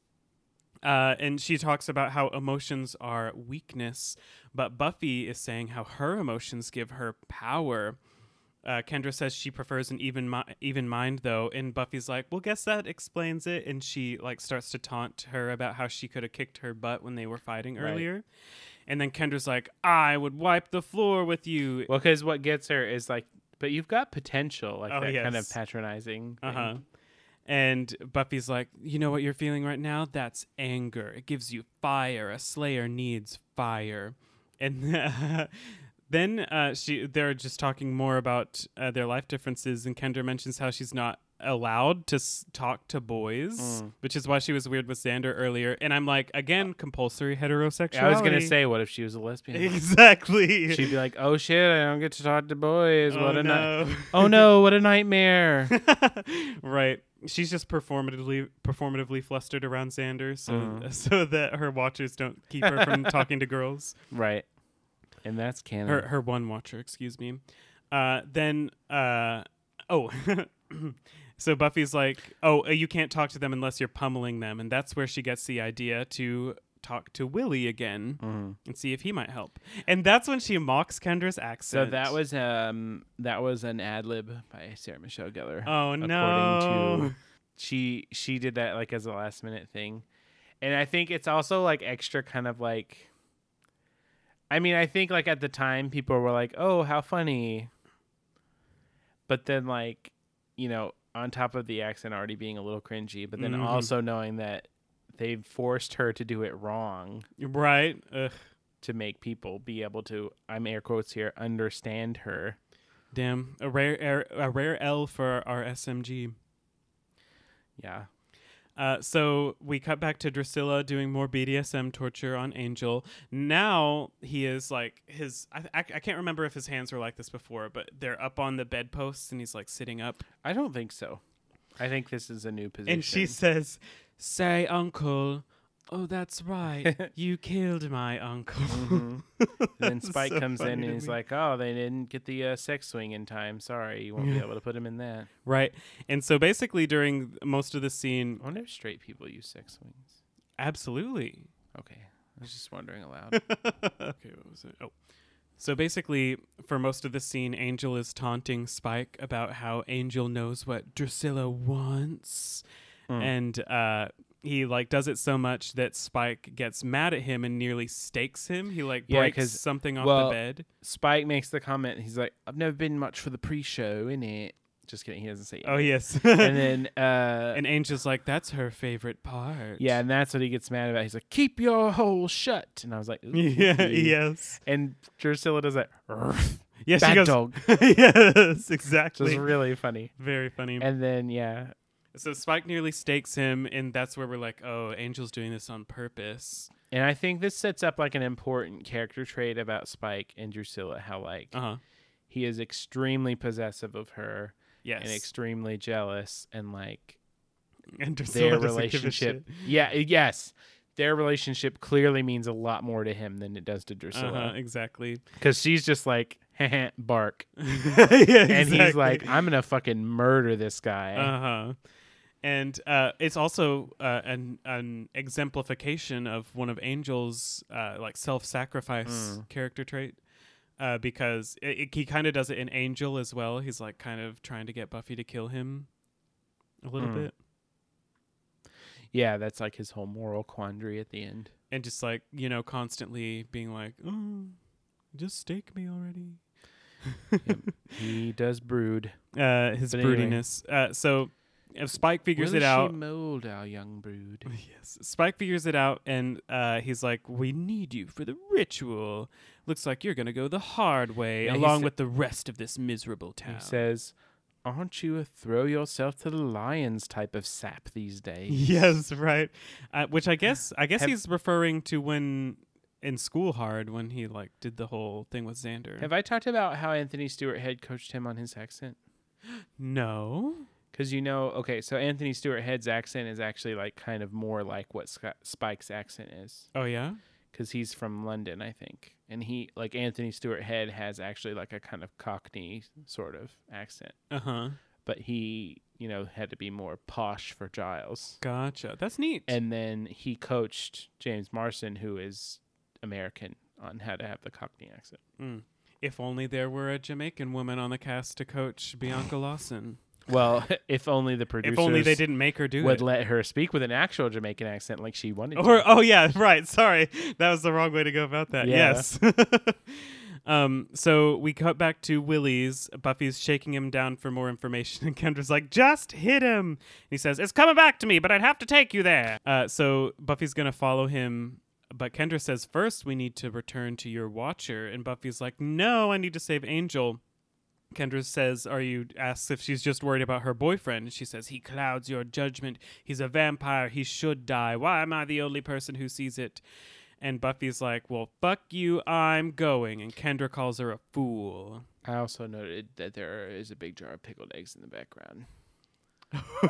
B: Uh, and she talks about how emotions are weakness, but Buffy is saying how her emotions give her power. Uh, Kendra says she prefers an even mi- even mind though, and Buffy's like, "Well, guess that explains it." And she like starts to taunt her about how she could have kicked her butt when they were fighting
A: Right.
B: earlier. And then Kendra's like, "I would wipe the floor with you."
A: Well, because what gets her is like, but you've got potential, like
B: Oh,
A: that kind of
B: yes.
A: patronizing. thing.
B: Uh huh. And Buffy's like, you know what you're feeling right now? That's anger. It gives you fire. A Slayer needs fire. And <laughs> then uh, she, they're just talking more about uh, their life differences, and Kendra mentions how she's not allowed to s- talk to boys,
A: Mm.
B: which is why she was weird with Xander earlier. And I'm like, again, compulsory heterosexuality.
A: Uh, I was gonna say, what if she was a lesbian?
B: <laughs> exactly.
A: She'd be like, "Oh shit, I don't get to talk to boys.
B: Oh,
A: what a night!
B: no.
A: <laughs> Oh
B: <laughs>
A: no, what a nightmare!"
B: right. She's just performatively performatively flustered around Xander, so
A: Mm-hmm.
B: <laughs> so that her watchers don't keep
A: <laughs>
B: her from talking to girls.
A: right, and that's canon.
B: Her her one watcher, excuse me. Uh, then uh, oh, <laughs> so Buffy's like, oh, uh, you can't talk to them unless you're pummeling them, and that's where she gets the idea to talk to Willie again
A: Mm-hmm.
B: and see if he might help. And that's when she mocks Kendra's
A: so
B: accent.
A: that was um that was an ad lib by Sarah Michelle Gellar.
B: oh
A: according
B: no.
A: to she she did that like as a last minute thing and i think it's also like extra kind of like i mean i think like at the time people were like oh how funny but then like you know on top of the accent already being a little cringy but then
B: Mhm.
A: also knowing that they forced her to do it wrong
B: right. Ugh.
A: to make people be able to i'm air quotes here understand her
B: Damn, a rare er, a rare L for our SMG.
A: yeah
B: Uh, so we cut back to Drusilla doing more BDSM torture on Angel. Now he is like his. I, I, I can't remember if his hands were like this before, but they're up on the bedposts and he's like sitting up.
A: i don't think so i think this is a new position
B: And she says, "Say, uncle." Oh, that's right. you killed my uncle. <laughs>
A: And then
B: That's
A: Spike
B: so
A: comes in
B: funny
A: and
B: to
A: he's
B: me.
A: like, "Oh, they didn't get the uh, sex swing in time. Sorry, you won't be able to put him in
B: <laughs>
A: that."
B: right. And so basically, during most of the scene,
A: I wonder if straight people use sex swings.
B: absolutely,
A: Okay, I was just wondering
B: <laughs>
A: aloud.
B: okay, what was it? Oh. So basically, for most of the scene, Angel is taunting Spike about how Angel knows what Drusilla wants.
A: Hmm.
B: And uh, he like does it so much that Spike gets mad at him and nearly stakes him. He like
A: Yeah,
B: breaks
A: 'cause-
B: something off
A: well-
B: the bed.
A: Spike makes the comment. He's like, "I've never been much for the pre-show in it." Just kidding. He doesn't say.
B: Oh
A: it.
B: yes.
A: <laughs> And
B: <laughs> and,
A: then, uh,
B: Angel's like, "That's her favorite part."
A: yeah, and that's what he gets mad about. He's like, "Keep your hole shut." And I was like,
B: <laughs> <laughs> yeah.
A: "Ooh."
B: Yes.
A: And Drusilla does that. <laughs>
B: Yes.
A: Bad
B: she goes.
A: dog.
B: <laughs> yes.
A: Which
B: Exactly.
A: is really
B: <laughs>
A: funny.
B: Very funny.
A: And then, yeah,
B: So Spike nearly stakes him, and that's where we're like, oh, Angel's doing this on purpose.
A: And I think this sets up like an important character trait about Spike and Drusilla, how like
B: Uh huh.
A: he is extremely possessive of her
B: Yes.
A: and extremely jealous and like
B: <laughs> And Drusilla
A: their
B: doesn't give a
A: relationship.
B: shit.
A: Yeah, uh, yes. Their relationship clearly means a lot more to him than it does to
B: Uh-huh,
A: Drusilla. <laughs>
B: exactly. <laughs>
A: Because she's just like, bark.
B: yeah, exactly.
A: And he's like, I'm going to fucking murder this guy.
B: uh huh. And uh, it's also uh, an an exemplification of one of Angel's uh, like self
A: Hmm.
B: sacrifice character trait, uh, because it, it- he kind of does it in Angel as well. He's like kind of trying to get Buffy to kill him a little
A: Mm.
B: bit.
A: yeah, that's like his whole moral quandary at the end.
B: and just like you know constantly being like oh just stake me already
A: He does brood.
B: uh his
A: But anyway.
B: broodiness uh so if spike figures
A: Will
B: it
A: she
B: out
A: mold our young brood?
B: <laughs> yes spike figures it out and uh he's like we need you for the ritual looks like you're gonna go the hard way
A: Yeah, he
B: along
A: sa-
B: with the rest of this miserable
A: He
B: town <laughs>
A: says, Aren't you a throw yourself to the lions type of sap these days?
B: <laughs> yes right uh, which i guess i guess
A: Have-
B: he's referring to when in school hard when he like did the whole thing with xander
A: Have I talked about how Anthony Stewart head coached him on his accent?
B: no
A: Because you know, okay, so Anthony Stewart Head's accent is actually like kind of more like what Sc- Spike's accent is.
B: oh yeah
A: Because he's from London, I think. And he, like Anthony Stewart Head, has actually like a kind of Cockney sort of accent.
B: uh-huh
A: But he, you know, had to be more posh for Giles.
B: Gotcha. That's neat.
A: and then he coached James Marsden, who is American, on how to have the Cockney accent.
B: Mm. If only there were a Jamaican woman on the cast to coach Bianca Lawson.
A: Well, <laughs> if only the producers
B: If only they didn't make her do
A: would
B: it.
A: let her speak with an actual Jamaican accent like she wanted
B: Or
A: to.
B: oh yeah, <laughs> right. Sorry, that was the wrong way to go about that.
A: Yeah.
B: Yes. <laughs> um. So we cut back to Willie's. Buffy's shaking him down for more information, <laughs> and Kendra's like, "Just hit him." And he says, "It's coming back to me, but I'd have to take you there." Uh. So Buffy's gonna follow him. But Kendra says, first we need to return to your watcher. And Buffy's like, no, I need to save Angel. Kendra says, Are you asks if she's just worried about her boyfriend? She says, He clouds your judgment. He's a vampire. He should die. Why am I the only person who sees it? And Buffy's like, Well, fuck you. I'm going. And Kendra calls her a
A: <laughs>
B: fool.
A: I also noted that there is a big jar of pickled eggs in the
B: <laughs>
A: background,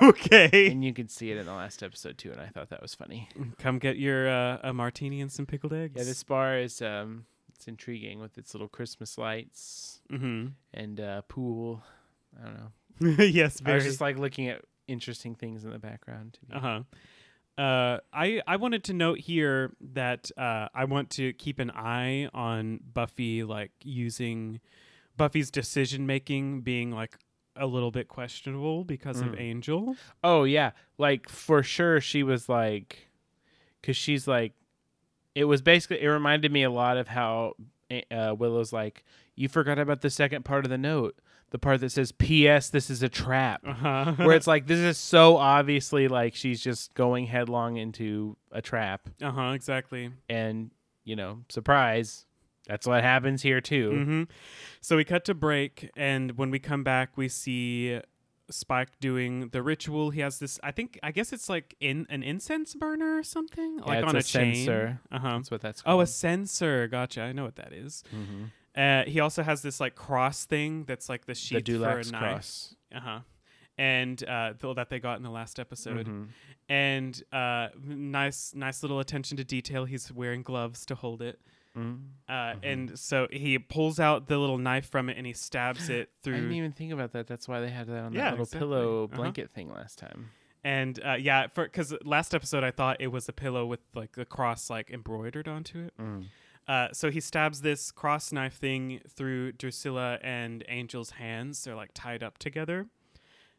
B: okay.
A: and you can see it in the last episode too. And I thought that was funny.
B: Come get your uh, a martini and some pickled eggs.
A: Yeah, this bar is um, it's intriguing with its little Christmas lights
B: <laughs> Mm-hmm.
A: <laughs> and uh, pool. I don't know.
B: yes,
A: I
B: very.
A: was just like looking at interesting things in the background. to me.
B: Uh-huh. Uh, I I wanted to note here that uh, I want to keep an eye on Buffy, like using Buffy's decision making being like a little bit questionable because of
A: Mm.
B: Angel.
A: Oh yeah, like for sure she was like, because she's like, it was basically it reminded me a lot of how uh, Willow's like, you forgot about the second part of the note, the part that says P.S. This is a trap,
B: Uh-huh.
A: where
B: <laughs>
A: it's like this is so obviously like she's just going headlong into a trap,
B: uh huh, exactly.
A: and you know, surprise, that's what happens here too.
B: hmm So we cut to break, and when we come back, we see Spike doing the ritual. He has this. I think. I guess it's like in an incense burner or something, like
A: it's
B: on
A: a
B: a, chain.
A: censer.
B: Uh huh.
A: That's what that's
B: Oh,
A: called.
B: a sensor. Gotcha. I know what that is.
A: Mhm.
B: Uh, he also has this like cross thing that's like the
A: the
B: sheath for a
A: Dulax
B: knife.
A: cross.
B: Uh huh. And uh, th- that they got in the last episode.
A: Mhm.
B: And uh, nice, nice little attention to detail. He's wearing gloves to hold it.
A: Mm.
B: Uh, And so he pulls out the little knife from it and he stabs it
A: <gasps> I didn't
B: through.
A: even think about that. That's why they had that on
B: Yeah,
A: that little
B: exactly.
A: pillow
B: Uh-huh.
A: blanket thing last time.
B: And uh, yeah, because last episode I thought it was a pillow with like the cross like embroidered onto it.
A: <laughs>
B: Uh, so he stabs this cross knife thing through Drusilla and Angel's hands. They're like tied up together,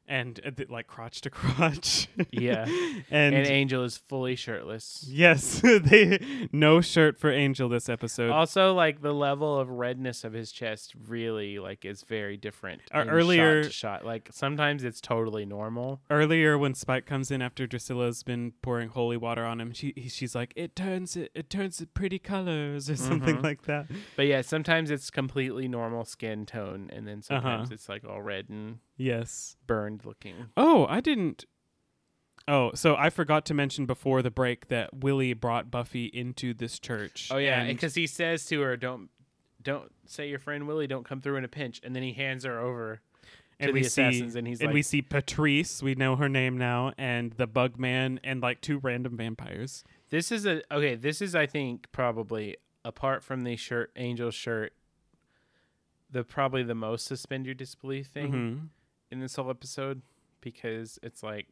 B: and uh, th- like crotch to crotch. <laughs>
A: Yeah.
B: and,
A: And, Angel is fully shirtless.
B: yes, <laughs> they no shirt for Angel this episode.
A: Also, like the level of redness of his chest really like is very different.
B: Or
A: in shot
B: earlier-
A: to shot, like sometimes it's totally normal.
B: Earlier, when Spike comes in after Drusilla's been pouring holy water on him, she he, she's like, "It turns it, it turns it pretty colors" or something
A: Mhm.
B: like that.
A: But yeah, sometimes it's completely normal skin tone, and then sometimes
B: Uh-huh.
A: it's like all red and
B: Yes.
A: burned looking.
B: Oh, I didn't. Oh, so I forgot to mention before the break that Willie brought Buffy into this church.
A: Oh yeah,
B: and-
A: because he says to her, "Don't, don't say your friend Willie, don't come through in a pinch," and then he hands her over to
B: and
A: the
B: we
A: assassins,
B: see
A: and he's
B: and
A: like,
B: we see Patrice. We know her name now, and the Bug Man, and like two random vampires.
A: This is a okay. This is, I think, probably apart from the shirt, angel shirt, the probably the most suspend your disbelief thing
B: Mhm.
A: in this whole episode because it's like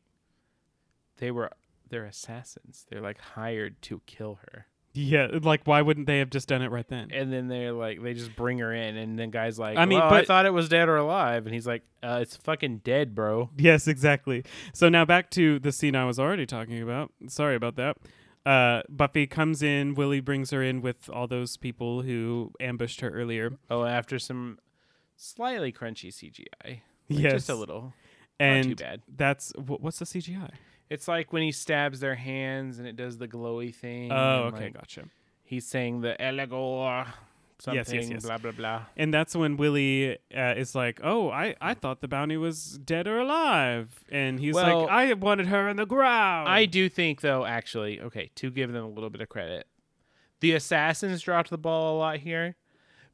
A: they were they're assassins. They're like hired to kill her,
B: Yeah, like why wouldn't they have just done it right then?
A: and then they're like they just bring her in, and then guys like,
B: I mean,
A: "Well, I
B: but-
A: thought it was dead or alive, and he's like, uh, it's fucking dead, bro.
B: Yes, exactly. So now back to the scene I was already talking about. Sorry about that. Uh, Buffy comes in. Willie brings her in with all those people who ambushed her earlier.
A: Oh, after some slightly crunchy CGI, like,
B: yes,
A: just a little.
B: And
A: too bad.
B: That's wh- what's the CGI?
A: It's like when he stabs their hands and it does the glowy thing.
B: Oh,
A: and,
B: okay,
A: like,
B: gotcha.
A: he's saying the Elegor something,
B: Yes, yes, yes. Oh.
A: blah, blah, blah.
B: And that's when Willie uh, is like, "Oh, I, I thought the bounty was dead or alive," and he's
A: Well-
B: like, "I wanted her in the ground."
A: I do think, though, actually, okay, to give them a little bit of credit, the Assassins dropped the ball a lot here,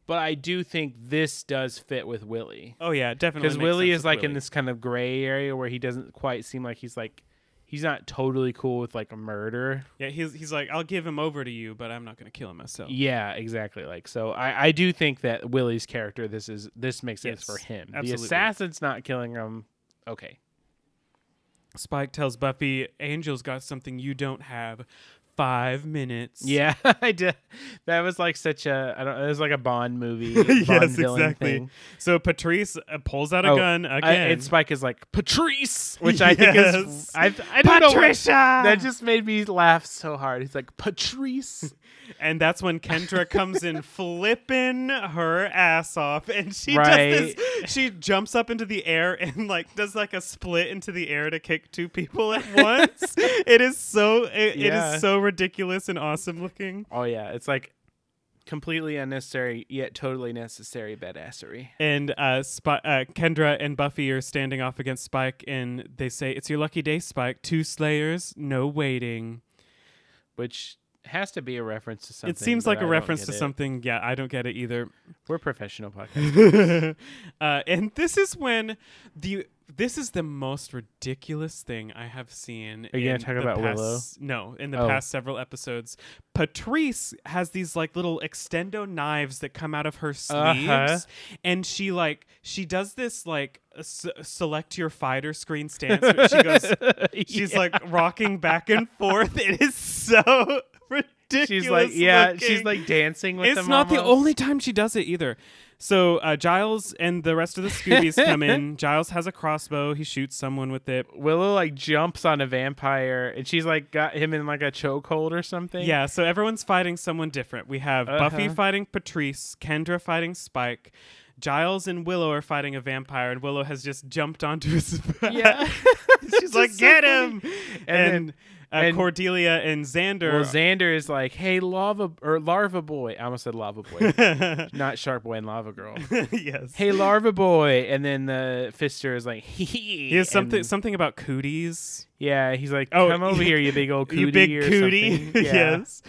A: but I do think this does fit with Willie.
B: oh yeah, definitely.
A: Because
B: makes
A: Willie
B: sense
A: is
B: with
A: like in
B: Willie.
A: this kind of gray area where he doesn't quite seem like he's like, he's not totally cool with like a murder.
B: Yeah, he's he's like, "I'll give him over to you, but I'm not gonna kill him myself."
A: Yeah, exactly. Like so, I, I do think that Willie's character. This is this makes sense for
B: Yes,
A: him. The
B: absolutely.
A: assassin's not killing him. Okay.
B: Spike tells Buffy, "Angel's got something you don't have." five minutes.
A: Yeah, <laughs> I did. That was like such a. I don't. It was like a Bond <laughs> movie. Bond
B: <laughs> yes,
A: villain
B: exactly.
A: thing.
B: So Patrice uh, pulls out a
A: Oh,
B: gun again.
A: I, and Spike is like Patrice, which I think is.
B: Yes.
A: <laughs> I, I don't know. what-
B: Patricia!
A: that just made me laugh so hard. He's like Patrice.
B: and that's when Kendra
A: <laughs>
B: comes in flipping her ass off and she does
A: Right.
B: this she jumps up into the air <laughs> and like does like a split into the air to kick two
A: <laughs>
B: people at once. it is so it, it
A: Yeah.
B: is so ridiculous and awesome looking.
A: <laughs> oh yeah, it's like completely unnecessary yet totally necessary badassery.
B: And uh, Spy- uh, Kendra and Buffy are standing off against Spike, and they say, "It's your lucky day, Spike. Two slayers, no waiting."
A: which has to be a reference to something.
B: it seems
A: but
B: like
A: I
B: a
A: don't
B: reference
A: get
B: to
A: it.
B: something. Yeah, I don't get it either.
A: We're professional podcast.
B: <laughs>
A: <laughs>
B: uh, and this is when the this is the most ridiculous thing I have seen.
A: Are you
B: in
A: gonna talk
B: the
A: about
B: past,
A: Willow?
B: No, in the
A: Oh.
B: past several episodes, Patrice has these like little extendo knives that come out of her sleeves,
A: Uh-huh.
B: and she like she does this like s- select your fighter screen stance. Where
A: <laughs>
B: she goes, she's
A: Yeah.
B: like rocking back and forth. It is so <laughs> ridiculous.
A: she's like, yeah, she's
B: looking
A: like dancing with
B: it's
A: them
B: not the
A: almost.
B: only time she does it either. So uh, Giles and the rest of the
A: <laughs>
B: Scoobies come in. Giles has a crossbow. He shoots someone with it.
A: Willow like jumps on a vampire and she's like got him in like a chokehold or something.
B: Yeah, so everyone's fighting someone different. We have Buffy
A: Uh-huh.
B: fighting Patrice, Kendra fighting Spike, Giles and Willow are fighting a vampire, and Willow has just jumped onto his <laughs> back.
A: Yeah.
B: she's like,
A: so
B: get
A: funny."
B: him! And,
A: And
B: uh,
A: and-
B: Cordelia and
A: <laughs>
B: Xander.
A: Well, Xander is like, hey, lava or larva boy. I almost said lava
B: <laughs>
A: boy, not shark boy and lava girl.
B: yes.
A: Hey, larva boy, and then the fister is like, <laughs> he.
B: he has something something about cooties.
A: Yeah, he's like,
B: Oh,
A: come
B: <laughs>
A: over here, you big old cootie.
B: you big
A: or
B: cootie. <laughs>
A: something. Yeah.
B: yes.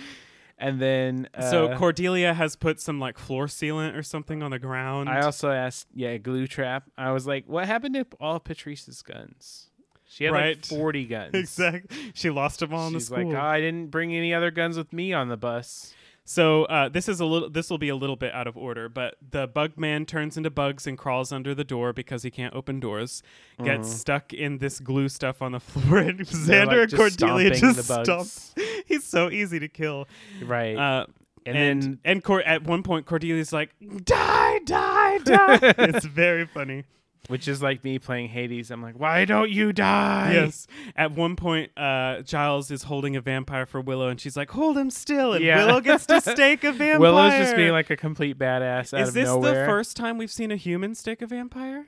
A: And then uh,
B: So Cordelia has put some like floor sealant or something on the ground.
A: I
B: <laughs>
A: also asked, yeah, glue trap. I was like, what happened to all Patrice's guns? She had
B: Right.
A: like 40 guns.
B: <laughs> exactly. She lost them all in the
A: She's
B: school.
A: like, "Oh, I didn't bring any other guns with me on the bus.
B: So uh, this is a little. This will be a little bit out of order, but the bug man turns into bugs and crawls under the door because he can't open doors. Gets stuck in this glue stuff on the floor, and
A: Mm-hmm. They're,
B: Xander
A: like,
B: and Cordelia
A: stomping the
B: just stomps. He's so easy to kill.
A: <laughs> Right.
B: Uh, and
A: And
B: and,
A: then-
B: Cor- at one point, Cordelia's like, "Die, die,
A: <laughs>
B: die!" it's very funny.
A: Which is like me playing Hades. I'm like, why don't you die?
B: Yes. At one point, uh, Giles is holding a vampire for Willow, and she's like, "Hold him still!" And
A: Yeah.
B: Willow gets
A: <laughs>
B: to stake a vampire.
A: Willow's just being like a complete badass out
B: "Is
A: of
B: this
A: nowhere.
B: the first time we've seen a human stake a vampire?"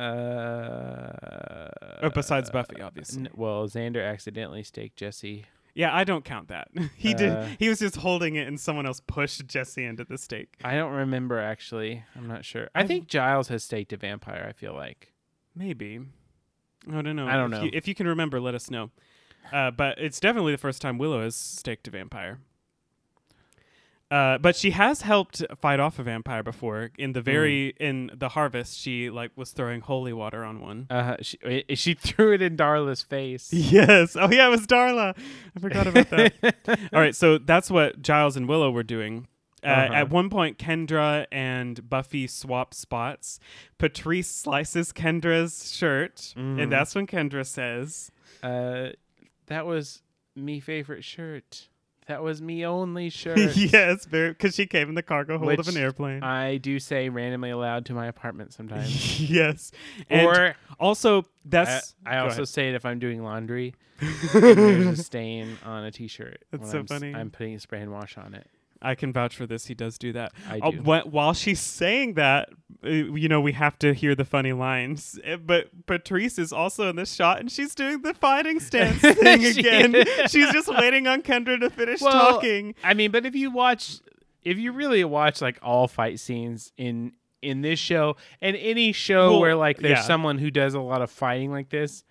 A: Uh,
B: Oh, besides Buffy, obviously.
A: n- well, Xander accidentally staked Jesse.
B: yeah, I don't count that. <laughs> he
A: Uh,
B: did. He was just holding it, and someone else pushed Jesse into the stake.
A: I don't remember actually. I'm not sure. I
B: I've-
A: think Giles has staked a vampire. I feel like.
B: Maybe. I don't know.
A: I don't
B: if
A: know.
B: You, if you can remember, let us know. Uh, but it's definitely the first time Willow has staked a vampire. Uh, but she has helped fight off a vampire before. In the very in the harvest, she like was throwing holy water on one.
A: Uh, she, i- she <laughs> threw it in Darla's face. <laughs>
B: <laughs> Yes. Oh yeah, it was Darla. I forgot about that. <laughs> All right, so that's what Giles and Willow were doing. Uh,
A: Uh-huh.
B: At one point, Kendra and Buffy swap spots. Patrice slices Kendra's shirt,
A: Mhm.
B: and that's when Kendra says,
A: Uh, that was me favorite shirt. That was me
B: <laughs>
A: only shirt.
B: "Yes, because she came in the cargo hold of
A: Which
B: an airplane."
A: I do say randomly aloud to my apartment sometimes.
B: <laughs> yes, and
A: or
B: also
A: I,
B: that's
A: I
B: go
A: also
B: ahead.
A: say it if I'm doing
B: <laughs>
A: laundry. and there's a stain on a t-shirt.
B: That's
A: when
B: so
A: I'm s-
B: funny.
A: I'm putting spray and wash on it.
B: I can vouch for this. He does do that.
A: I
B: Uh,
A: do.
B: wh- while she's saying that, uh, you know, we have to hear the funny lines. Uh, But Patrice is also in this shot, and she's doing the
A: <laughs>
B: fighting stance thing
A: She
B: again.
A: is.
B: <laughs> she's just waiting on Kendra to finish
A: Well,
B: talking.
A: I mean, but if you watch, if you really watch like all fight scenes in in this show and any show
B: Well,
A: where like there's
B: yeah.
A: someone who does a lot of fighting like this,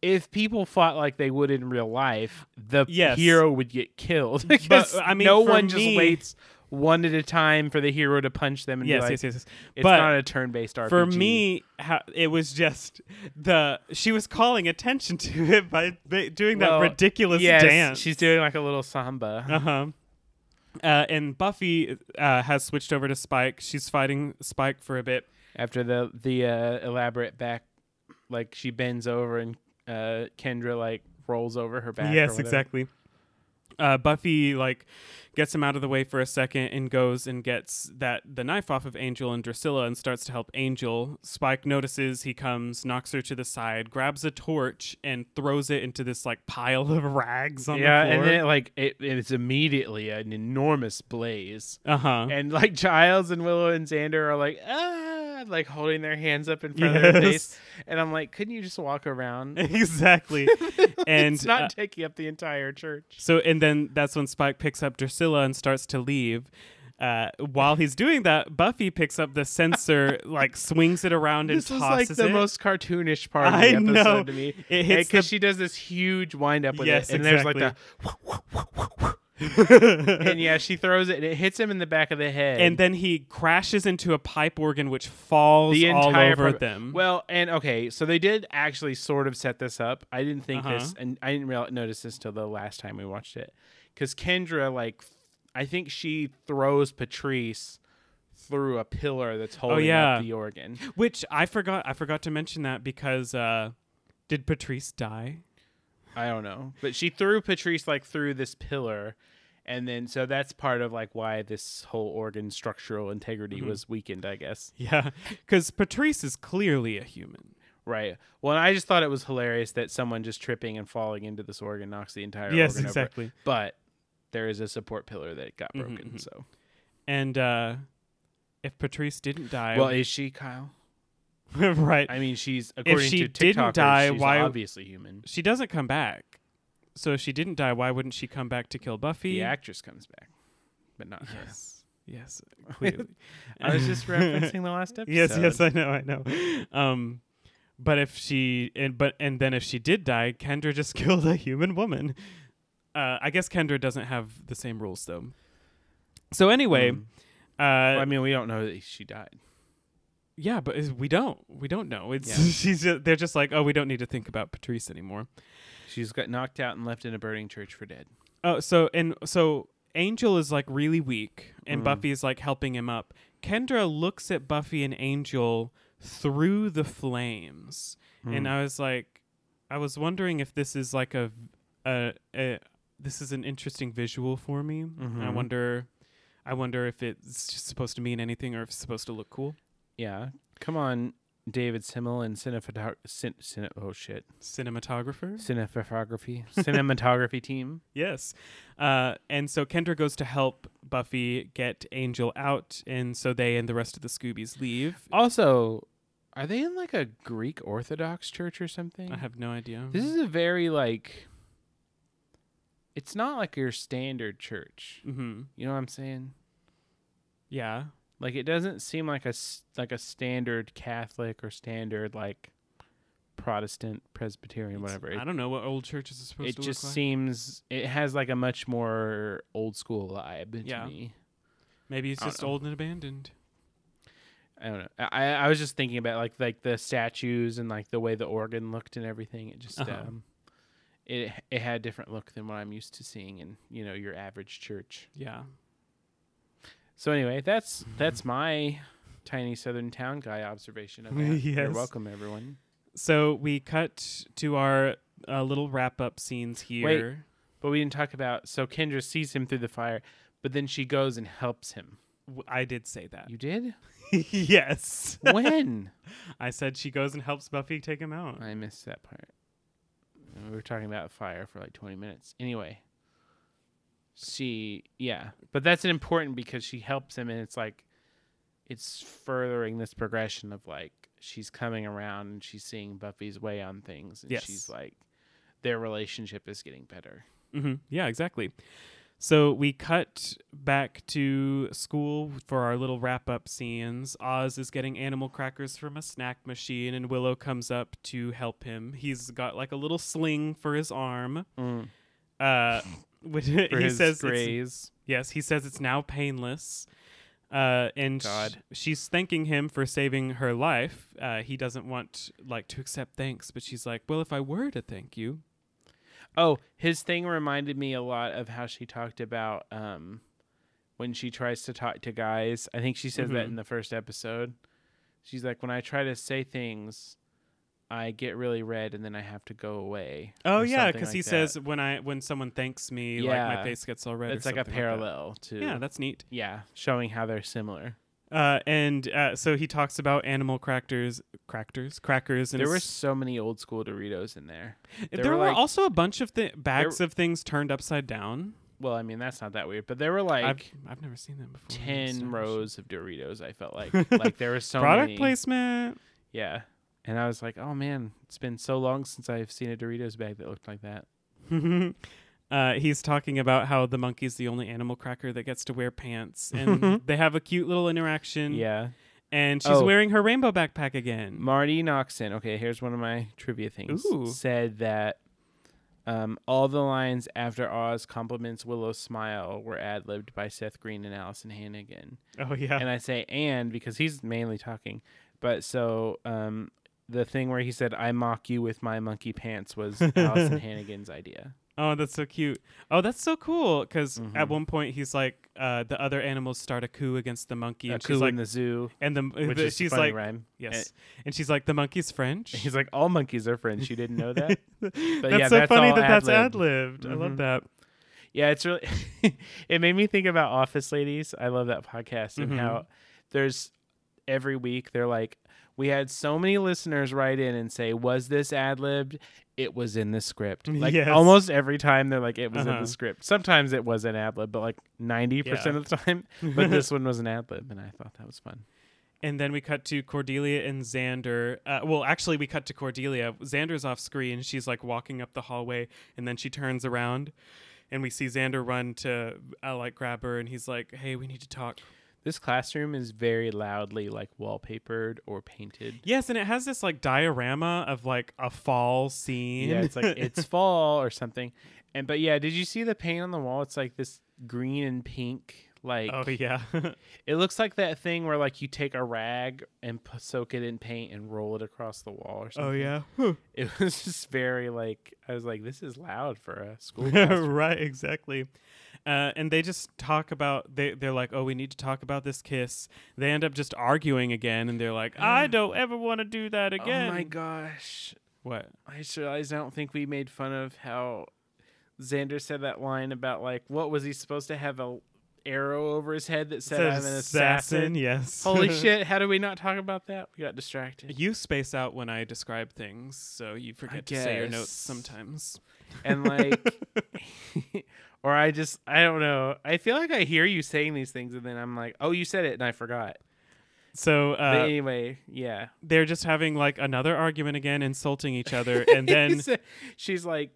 A: if people fought like they would in real life, the
B: Yes.
A: hero would get killed. <laughs> Because
B: I mean,
A: no
B: for
A: one
B: me-
A: just waits one at a time for the hero to punch them and
B: Yes,
A: be like,
B: yes, yes, yes.
A: it's
B: but
A: not a turn-based RPG.
B: for me, ha- it was just the she was calling attention to it by ba- doing
A: Well,
B: that ridiculous
A: yes,
B: dance.
A: she's doing like a little samba.
B: Uh-huh. Uh And Buffy uh, has switched over to Spike. She's fighting Spike for a bit.
A: after the the uh, elaborate back like she bends over and uh, kendra like rolls over her back or
B: yes,
A: whatever.
B: exactly. uh, Buffy like gets him out of the way for a second and goes and gets that the knife off of Angel and Drusilla and starts to help Angel. Spike notices he comes, knocks her to the side, grabs a torch and throws it into this like pile of <laughs> rags on
A: yeah,
B: the floor.
A: and then like it, it's immediately an enormous blaze,
B: uh huh.
A: and like Giles and Willow and Xander are like ah, like holding their hands up in front of their face, and I'm like, couldn't you just walk around?
B: <laughs> exactly. and
A: <laughs> it's not
B: uh,
A: taking up the entire church.
B: So, and then that's when Spike picks up Drusilla and starts to leave. Uh, while he's doing that, Buffy picks up
A: <laughs>
B: the sensor, like swings it around and
A: This is like
B: tosses
A: the
B: it.
A: most cartoonish part of the
B: I
A: episode
B: know.
A: to me.
B: It hits
A: because
B: the-
A: she does this huge wind up with
B: Yes,
A: it, and there's like the. and yeah, she throws it and it hits him in the back of the head.
B: <laughs> and then he crashes into a pipe organ, which falls
A: the
B: all
A: entire
B: over
A: program-
B: them.
A: Well, and okay, so they did actually sort of set this up. I didn't think
B: Uh-huh.
A: this, and I didn't real notice this till the last time we watched it, because Kendra, like, f- I think she throws Patrice through a pillar that's holding
B: Oh, yeah.
A: up the organ.
B: which I forgot. I forgot to mention that because uh, did Patrice die? <laughs>
A: I don't know, but she threw Patrice like through this pillar. And then, so that's part of like why this whole organ structural integrity
B: Mm-hmm.
A: was weakened, I guess.
B: Yeah, because Patrice is clearly a human.
A: Right. Well, I just thought it was hilarious that someone just tripping and falling into this organ knocks the entire
B: Yes,
A: organ over.
B: exactly.
A: But there is a support pillar that got broken.
B: mhm.
A: So,
B: And uh, if Patrice didn't die,
A: well, is she Kyle?
B: <laughs> right?
A: I mean, she's according
B: she
A: to
B: didn't
A: TikTok,
B: die,
A: she's
B: why-
A: obviously human.
B: she doesn't come back. So if she didn't die, why wouldn't she come back to kill Buffy?
A: The
B: <sighs>
A: actress comes back, but not her.
B: Yes.
A: <laughs>
B: Yes. Clearly.
A: I was
B: <laughs>
A: just referencing the last episode.
B: yes, uh, yes, I know, I know. Um but if she and but and then if she did die, Kendra just <laughs> killed a human woman. Uh I guess Kendra doesn't have the same rules though. So anyway,
A: Mm.
B: uh
A: Well, I mean, we don't know that she died.
B: yeah, but is- we don't we don't know. It's
A: Yeah.
B: <laughs> she's just, they're just like, "Oh, we don't need to think about Patrice anymore."
A: She's got knocked out and left in a burning church for dead.
B: Oh, so and so Angel is like really weak, and
A: Mhm.
B: Buffy is like helping him up. Kendra looks at Buffy and Angel through the flames,
A: Hmm.
B: and I was like, I was wondering if this is like a, a, a this is an interesting visual for me. and I
A: Mhm.
B: wonder, I wonder if it's just supposed to mean anything or if it's supposed to look cool.
A: yeah, come on, David Simmel and cinephotog cin- cine- oh shit,
B: Cinematographer, <laughs>
A: cinematography cinematography team.
B: Yes. Uh, and so Kendra goes to help Buffy get Angel out, and so they and the rest of the Scoobies leave.
A: Also, are they in like a Greek Orthodox church or something?
B: I have no idea.
A: This is a very like. It's not like your standard church.
B: mm-hmm.
A: You know what I'm saying?
B: Yeah.
A: Like it doesn't seem like a s- like a standard Catholic or standard like Protestant Presbyterian
B: It's-
A: whatever.
B: I
A: It,
B: don't know what old churches are supposed
A: it
B: to
A: just
B: look like.
A: seems it has like a much more old school vibe
B: Yeah.
A: to me.
B: Maybe it's
A: I don't
B: just
A: know.
B: old and abandoned.
A: I don't know. I I was just thinking about like like the statues and like the way the organ looked and everything. It just
B: Uh-huh.
A: um, it it had a different look than what I'm used to seeing in you know your average church.
B: Yeah.
A: So anyway, that's
B: Mm-hmm.
A: that's my tiny southern town guy observation
B: <laughs>
A: of that. You're
B: Yes.
A: welcome, everyone.
B: So we cut to our uh, little wrap up scenes here.
A: But we didn't talk about so Kendra sees him through the fire, but then she goes and helps him.
B: W- I did say that.
A: <laughs> You
B: <laughs>
A: did
B: yes.
A: when
B: I said she goes and helps Buffy take him out.
A: I missed that part. We were talking about fire for like 20 minutes. Anyway, she yeah, but that's important because she helps him, and it's like it's furthering this progression of like she's coming around and she's seeing Buffy's way on things, and
B: Yes.
A: she's like their relationship is getting better.
B: hmm Yeah, exactly. So we cut back to school for our little wrap up scenes. Oz is getting animal crackers from a snack machine, and Willow comes up to help him. He's got like a little sling for his arm. Uh, <laughs> which he
A: <laughs> For his
B: says it's,
A: grays.
B: yes, he says it's now painless. Uh, and sh-
A: God.
B: she's thanking him for saving her life. Uh, he doesn't want like to accept thanks, but she's like, "Well, if I were to thank you,
A: Oh, his thing reminded me a lot of how she talked about um when she tries to talk to guys. I think she says that
B: Mhm.
A: in the first episode. She's like, when I try to say things, I get really red and then I have to go away.
B: Oh
A: or
B: yeah,
A: something
B: because
A: like
B: he
A: that.
B: says when I when someone thanks me, like
A: Yeah.
B: my face gets all red. or
A: it's like a
B: something that.
A: parallel to
B: yeah, that's neat.
A: yeah, showing how they're similar.
B: Uh, and uh, so he talks about animal crackers, crackers, crackers, and
A: There were
B: it's-
A: so many old school Doritos in there.
B: there,
A: there
B: were,
A: were, like-
B: also a bunch of th- bags of things turned upside down.
A: Well, I mean that's not that weird, but there were like
B: I've I've never seen that before. I'm just
A: ten
B: not
A: rows of Doritos. I felt
B: <laughs>
A: like like there was so
B: sure. Product
A: many.
B: placement. <laughs>
A: Yeah, and I was like, oh man, it's been so long since I've seen a Doritos bag that looked like that.
B: uh, he's talking about how the monkey's the only animal cracker that gets to wear pants,
A: <laughs>
B: and they have a cute little interaction.
A: Yeah,
B: and she's
A: Oh.
B: wearing her rainbow backpack again.
A: Marty Noxon. Okay, here's one of my trivia things.
B: Ooh.
A: Said that um, all the lines after Oz compliments Willow's smile were ad libbed by Seth Green and Allison Hannigan.
B: Oh yeah.
A: and I say and because he's mainly talking. But so um, the thing where he said I mock you with my monkey pants
B: <laughs>
A: was Allison Hannigan's idea.
B: Oh, that's so cute. Oh, that's so cool. Because
A: Mhm.
B: at one point he's like, uh, the other animals start a coup against the monkey,
A: A
B: and
A: coup
B: she's
A: Uh,
B: like,
A: in the
B: <laughs>
A: zoo,
B: and the,
A: which
B: the-
A: is
B: she's
A: funny
B: like,
A: rhyme.
B: yes, and she's like, the monkey's French.
A: <laughs> He's like all monkeys are French. You didn't know that?
B: <laughs> that's
A: yeah,
B: so
A: that's
B: funny
A: all
B: that that's ad
A: ad-libbed.
B: libbed. I love
A: Mhm.
B: that.
A: yeah, it's really. <laughs> it made me think about Office Ladies. I love that podcast and
B: Mhm.
A: how there's every week they're like. We had so many listeners write in and say, "Was this ad libbed? It was in the script." Like
B: Yes.
A: almost every time, they're like, "It was in
B: Uh-huh.
A: the script." Sometimes it was an ad lib, but like ninety percent
B: Yeah.
A: of the
B: <laughs>
A: time, but this one was an ad lib, and I thought that was fun.
B: And then we cut to Cordelia and Xander. Uh, well, actually, we cut to Cordelia. Xander's off screen. She's like walking up the hallway, and then she turns around, and we see Xander run to uh, like grab her, and he's like, "Hey, we need to talk."
A: This classroom is very loudly like wallpapered or painted.
B: Yes, and it has this like diorama of like a fall scene.
A: Yeah, it's like <laughs> it's fall or something. And but yeah, did you see the paint on the wall? It's like this green and pink. Like
B: <laughs> oh yeah, <laughs>
A: it looks like that thing where like you take a rag and p- soak it in paint and roll it across the wall or something.
B: <laughs>
A: It <laughs> was just very like I was like, this is loud for a <laughs> school. classroom.
B: right, exactly. Uh, and they just talk about they they're like, oh, we need to talk about this kiss. They end up just arguing again, and they're like, I don't ever want to do that again.
A: Mm. Oh my gosh.
B: What?
A: I just realized I don't think we made fun of how Xander said that line about like what was he supposed to have a arrow over his head that said I'm an assassin.
B: Yes. <laughs>
A: Holy shit, how do we not talk about that? We got distracted.
B: You space out when I describe things, so you forget to say your
A: guess.
B: notes sometimes.
A: And like <laughs> or I just I don't know. I feel like I hear you saying these things and then I'm like, "Oh, you said it and I forgot."
B: So
A: But
B: uh,
A: anyway, yeah.
B: they're just having like another argument again, insulting
A: <laughs>
B: each other, and then
A: she's like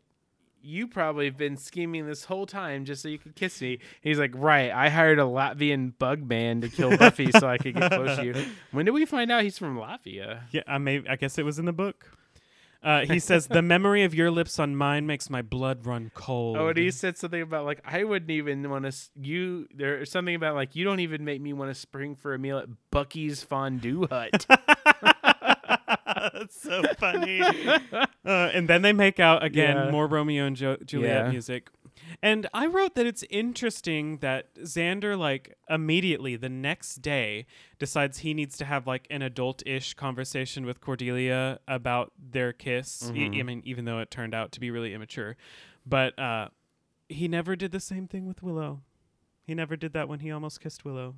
A: you probably have been scheming this whole time just so you could kiss me. He's like, right. I hired a Latvian bug man to kill Buffy so I could get close
B: <laughs>
A: to you. When did we find out he's from Latvia?
B: yeah, I may I guess it was in the book. Uh,
A: <laughs>
B: he says the memory of your lips on mine makes my blood run cold.
A: Oh, and he said something about like I wouldn't even want to. You there's something about like you don't even make me want to spring for a meal at Bucky's Fondue <laughs> Hut.
B: <laughs> That's so funny. uh, and then they make out again,
A: Yeah.
B: more Romeo and jo- Juliet
A: Yeah.
B: music. And I wrote that it's interesting that Xander, like, immediately the next day decides he needs to have, like, an adult ish conversation with Cordelia about their kiss. E-
A: Mm-hmm.
B: I mean, even though it turned out to be really immature. But uh, he never did the same thing with Willow. He never did that when he almost kissed Willow.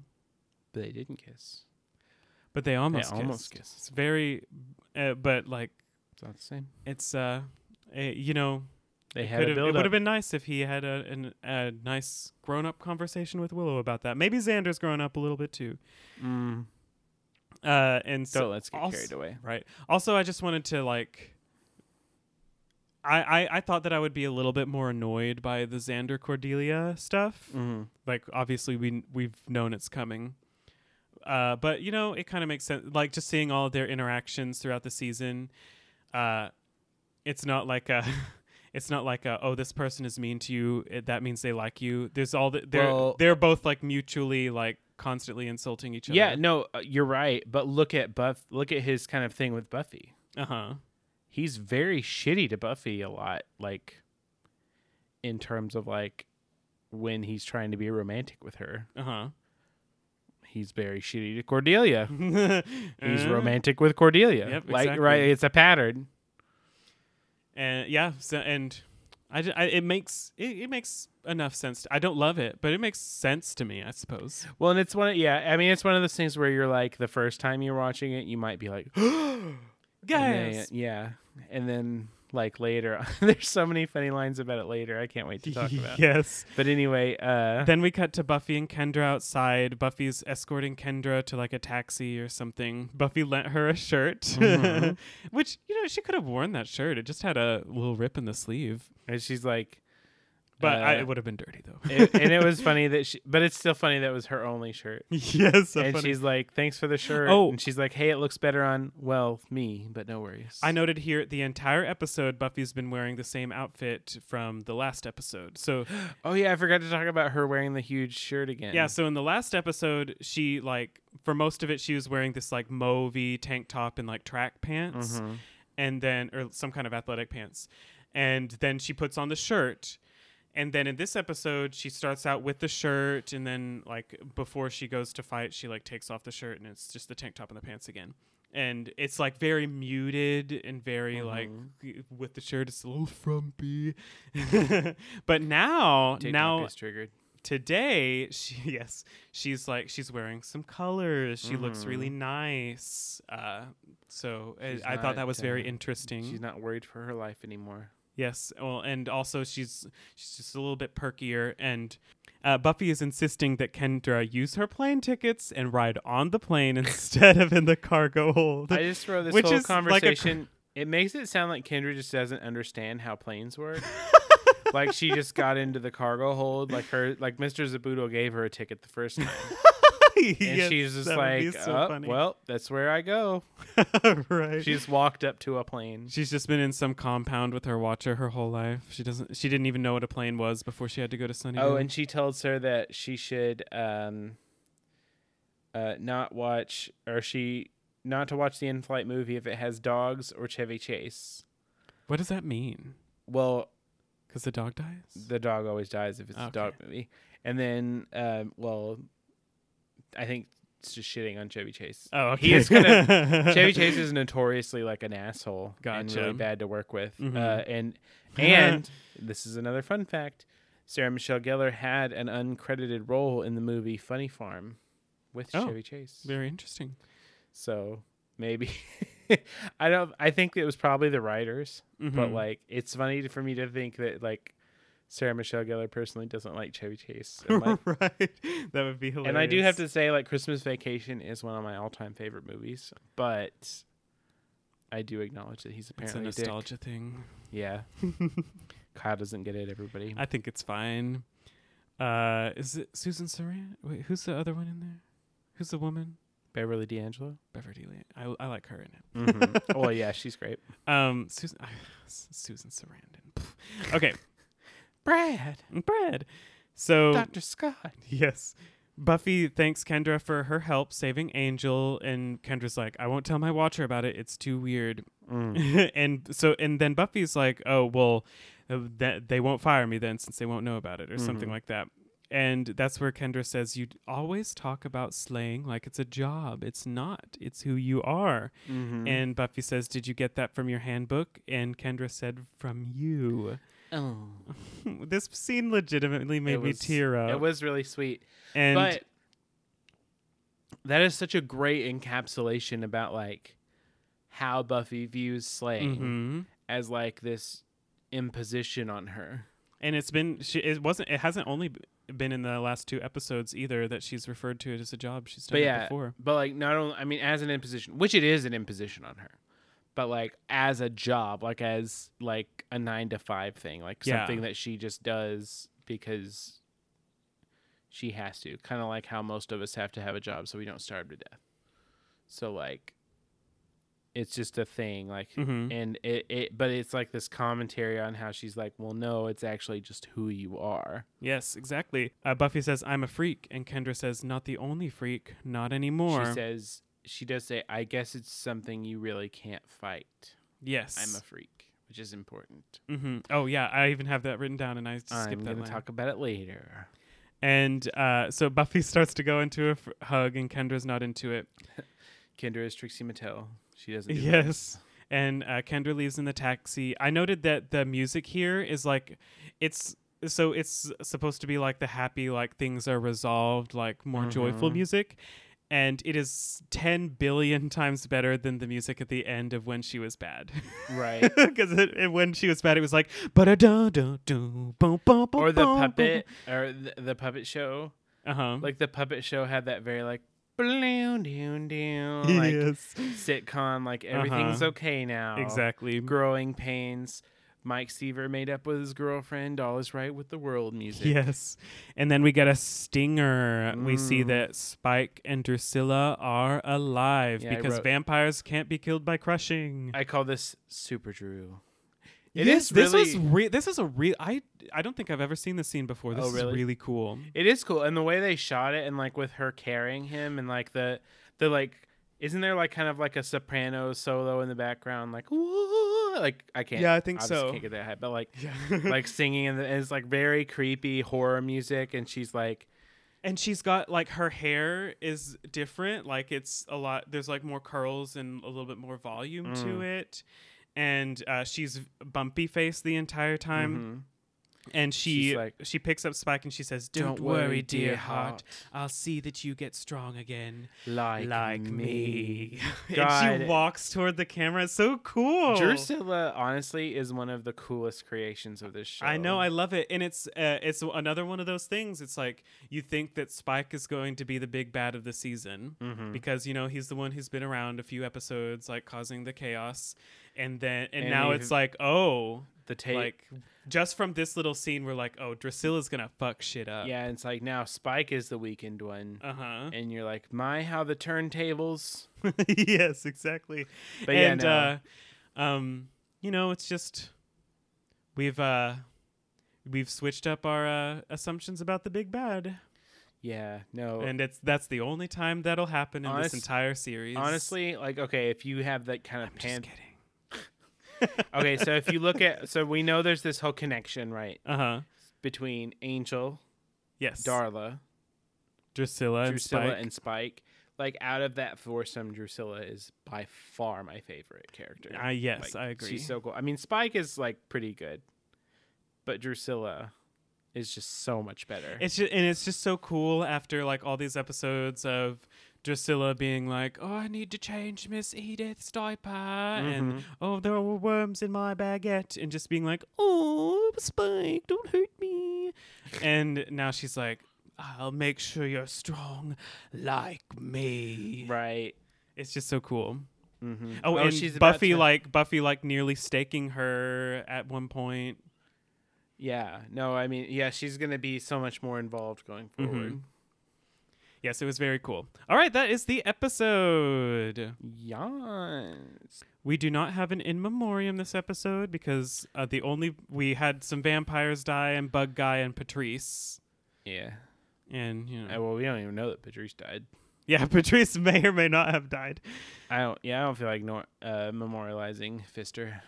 A: but they didn't kiss.
B: But they almost kissed.
A: almost kissed.
B: It's very, uh, but like
A: It's not the same.
B: it's uh, eh, you know,
A: They had
B: could
A: a
B: have it
A: build
B: would have
A: up.
B: been nice if he had a an, a nice grown up conversation with Willow about that. Maybe Xander's grown up a little bit too.
A: Mm,
B: Uh, and so
A: so let's get
B: also-
A: carried away.
B: right. Also, I just wanted to like. I, I, I thought that I would be a little bit more annoyed by the Xander Cordelia stuff.
A: Mhm.
B: Like obviously we we've known it's coming, uh, but you know it kind of makes sense. Like just seeing all of their interactions throughout the season, uh, it's not like a, <laughs> it's not like a, oh this person is mean to you. It, that means they like you. There's all the, they're
A: Well-
B: they're both like mutually like constantly insulting each other.
A: Yeah, no, uh, you're right. But look at Buff. Look at his kind of thing with Buffy.
B: Uh huh.
A: he's very shitty to Buffy a lot, like in
B: Uh-huh.
A: terms of like when he's trying to be romantic with her.
B: Uh huh.
A: he's very shitty to Cordelia. <laughs> He's
B: Uh,
A: romantic with Cordelia.
B: Yep,
A: like
B: exactly.
A: right, it's a pattern.
B: and yeah so, and I, ju- I- it makes it, it makes enough sense to, i don't love it but it makes sense to me i suppose
A: Well, and it's one. Of, yeah, I mean, it's one of those things where you're like, the first time you're watching it, you might be like, <gasps> and
B: guys
A: then- yeah, and then like later, <laughs> there's so many funny lines about it later. I can't wait to
B: <laughs>
A: talk about.
B: yes
A: But anyway, uh,
B: then we cut to buffy and kendra outside buffy's escorting kendra to like a taxi or something buffy lent her a shirt
A: Mhm.
B: <laughs> which you know she could have worn that shirt it just had a little rip in the sleeve
A: and she's like,
B: but I,
A: Uh,
B: it would have been dirty though
A: it, <laughs> and it was funny that she, but it's still funny that was her only shirt.
B: <laughs> yes so
A: and
B: funny.
A: she's like, "Thanks for the shirt."
B: Oh.
A: and she's like, "Hey, it looks better on well me, but no worries."
B: I noted here the entire episode Buffy's been wearing the same outfit from the last episode. So
A: Oh yeah, I forgot to talk about her wearing the huge shirt again.
B: yeah, so in the last episode, she like for most of it she was wearing this like mauvey tank top and like track pants
A: Mhm.
B: and then or some kind of athletic pants. And then she puts on the shirt. And then in this episode, she starts out with the shirt and then like before she goes to fight, she like takes off the shirt and it's just the tank top and the pants again. And it's like very muted and very
A: Mm-hmm.
B: like with the shirt, it's a little frumpy. <laughs> but now,
A: TikTok
B: now
A: is triggered.
B: today she <laughs> yes she's like she's wearing some colors she looks really nice uh so I,
A: Mm-hmm. She's
B: I thought
A: not,
B: that was very
A: uh,
B: interesting
A: She's not worried for her life anymore.
B: yes well and also she's she's just a little bit perkier and uh, buffy is insisting that kendra use her plane tickets and ride on the
A: <laughs>
B: plane instead of in the cargo hold
A: I just wrote this
B: Which
A: whole
B: is like a cr-
A: conversation. it makes it sound like Kendra just doesn't understand how planes
B: <laughs>
A: work. like she just got into the cargo hold. Like her, like Mr. Zabuto gave her a ticket the first
B: <laughs>
A: time, and
B: Yes,
A: she's just
B: that would be
A: like,
B: so
A: "Oh,
B: funny."
A: "Well, that's where I go."
B: <laughs> right
A: She just walked up to a plane.
B: She's just been in some compound with her watcher her whole life. She doesn't. She didn't even know what a plane was before she had to go to Sunnyvale.
A: Oh, and she tells her that she should um uh not watch or she not to watch the in-flight movie if it has dogs or Chevy Chase.
B: what does that mean?
A: Well,
B: Because the dog dies.
A: the dog always dies if it's a dog movie. And then um well I think it's just shitting on Chevy
B: <laughs>
A: Chase.
B: Oh,
A: He is gonna- Chevy Chase is notoriously like an asshole and
B: Gotcha.
A: really bad to work with.
B: Mhm.
A: Uh,
B: <laughs>
A: and and this is another fun fact: Sarah Michelle Gellar had an uncredited role in the movie Funny Farm with
B: Oh.
A: Chevy Chase.
B: Very interesting.
A: So maybe <laughs> I don't. I think it was probably the writers, but
B: Mhm.
A: like it's funny to- for me to think that like Sarah Michelle Gellar personally doesn't like Chevy Chase.
B: <laughs>
A: And, like,
B: <laughs> right. That would be hilarious.
A: and I do have to say, like, Christmas Vacation is one of my all-time favorite movies, but I do acknowledge that he's
B: It's a
A: apparently a dick.
B: nostalgia thing. <laughs>
A: Yeah, Kyle doesn't get it. Everybody,
B: I think it's fine. Uh, is it Susan Sarandon? Wait, who's the other one in there? Who's the woman?
A: Beverly D'Angelo.
B: Beverly. Lee. I I like her in
A: <laughs>
B: it.
A: Mm-hmm. oh yeah, she's great.
B: Um, Susan. <sighs> Susan Sarandon. <laughs> Pff. Okay.
A: Brad,
B: Bread. So
A: Doctor Scott.
B: <laughs> yes. Buffy thanks Kendra for her help saving Angel, and Kendra's like, "I won't tell my Watcher about it. It's too weird." <laughs> Mm-hmm. and so, and then Buffy's like, "Oh well, uh, that they won't fire me then, since they won't know about it, or something
A: Mhm.
B: like that." And that's where Kendra says, "You always talk about slaying like it's a job. It's not. It's who you are."
A: Mm-hmm.
B: And Buffy says, "Did you get that from your handbook?" And Kendra said, "From you." <laughs>
A: oh,
B: this scene legitimately made me
A: was-
B: tear up.
A: it was really sweet,
B: and
A: but that is such a great encapsulation about like how Buffy views slaying
B: Mhm.
A: as like this imposition on her.
B: and it's been she, it wasn't it hasn't only b- been in the last two episodes either that she's referred to it as a job she's done
A: But
B: it
A: yeah,
B: before.
A: but like not only I mean as an imposition, which it is an imposition on her, but like as a job, like as like a nine to five thing, like
B: Yeah.
A: something that she just does because she has to, kind of like how most of us have to have a job so we don't starve to death. So like, it's just a thing, like.
B: hmm
A: And it, it, but it's like this commentary on how she's like, well, no, it's actually just who you are.
B: Yes, exactly. Uh, Buffy says, "I'm a freak," and Kendra says, "Not the only freak, not anymore."
A: She says, she does say, I guess it's something you really can't fight.
B: "Yes, Mm-hmm.
A: I'm a freak, which is important.
B: hmm Oh yeah, I even have that written down, and I skipped
A: I'm
B: that
A: going
B: line.
A: to talk about it later.
B: And uh, so Buffy <laughs> starts to go into a f- hug, and Kendra's not into it.
A: Kendra is Trixie Mattel. She doesn't. Do that.
B: Yes. And uh, Kendra leaves in the taxi. I noted that the music here is like, it's so it's supposed to be like the happy, like things are resolved, like more joyful
A: Mm-hmm.
B: music. And it is 10 billion <laughs> times better than the music at the end of When She Was Bad. <laughs>
A: Right.
B: Because it, it- when she was bad, it was like, da da da boom, boom, boom.
A: or the puppet or the, the puppet show.
B: Uh huh.
A: Like the puppet show had that very like bloom doom doom like
B: yes.
A: sitcom like everything's
B: Uh-huh.
A: okay now.
B: Exactly.
A: Growing pains. Mike Seaver made up with his girlfriend. All is right with the world music.
B: Yes. And then we get a stinger. We see
A: Mm.
B: that Spike and Drusilla are alive
A: Yeah, I
B: because
A: wrote-
B: vampires can't be killed by crushing.
A: I call this super Drew. It
B: It
A: is
B: is this was
A: really-
B: re- this is a real I I don't think I've ever seen this scene before. This
A: Oh, really?
B: is really cool.
A: It is cool, and the way they shot it, and like with her carrying him, and like the the like, isn't there like kind of like a soprano solo in the background, like "Ooh," like I can't.
B: Yeah, I think
A: obviously
B: so.
A: Can't get that high, but like
B: <laughs>
A: <laughs>
B: Yeah.
A: like singing and, the, and it's like very creepy horror music, and she's like,
B: and she's got like her hair is different like it's a lot there's like more curls and a little bit more volume to
A: Mm.
B: it and uh, she's bumpy faced the entire time and she
A: mm-hmm. She's like,
B: she picks up spike and she says don't, worry, dear heart. i'll see that you get strong again
A: like,
B: like me, <laughs>
A: me.
B: and she
A: God.
B: walks toward the camera it's so cool
A: Drusilla honestly is one of the coolest creations of this show.
B: I know, I love it, and it's uh, it's another one of those things. It's like you think that Spike is going to be the big bad of the season
A: Mm-hmm.
B: because you know he's the one who's been around a few episodes, like causing the chaos, and then and,
A: And
B: now
A: he-
B: it's like oh,
A: the tape.
B: like just from this little scene, we're like oh, Drusilla's gonna fuck shit up.
A: yeah, it's like now Spike is the weakened one,
B: Uh huh.
A: and you're like, my how the turntables.
B: <laughs> yes, exactly.
A: But yeah,
B: and
A: no.
B: uh, um, you know, it's just we've uh we've switched up our uh, assumptions about the big bad.
A: Yeah, no.
B: and it's that's the only time that'll happen in
A: Honest-
B: this entire series.
A: honestly, like okay, if you have that kind of
B: I'm just
A: pan.
B: kidding.
A: Okay, so if you look
B: <laughs>
A: at, so we know there's this whole connection, right,
B: Uh huh.
A: between Angel,
B: Yes.
A: Darla,
B: Drusilla,
A: Drusilla,
B: and Spike.
A: and Spike. Like out of that foursome, Drusilla is by far my favorite character.
B: Ah, yes,
A: Like,
B: I agree.
A: She's so cool. I mean, Spike is like pretty good, but Drusilla is just so much better.
B: it's just, and it's just so cool after like all these episodes of Drusilla being like, "Oh, I need to change Miss Edith's diaper,"
A: Mm-hmm.
B: and "Oh, there were worms in my baguette," and just being like, "Oh, Spike, don't hurt me," and now she's like. I'll make sure you're strong like me.
A: right.
B: It's just so cool.
A: Mm-hmm.
B: Oh, and
A: she's about
B: Buffy
A: to-
B: like Buffy like nearly staking her at one point.
A: Yeah. No, I mean, yeah, she's gonna be so much more involved going
B: Mm-hmm.
A: forward.
B: Yes, it was very cool. All right, that is the episode.
A: Yes.
B: We do not have an in memoriam this episode because uh, the only we had some vampires die and Bug Guy and Patrice
A: Yeah.
B: and you know
A: Uh, well, we don't even know that Patrice died.
B: yeah <laughs> Patrice may or may not have died. <laughs>
A: I don't. Yeah, I don't feel like nor- uh, memorializing Fister.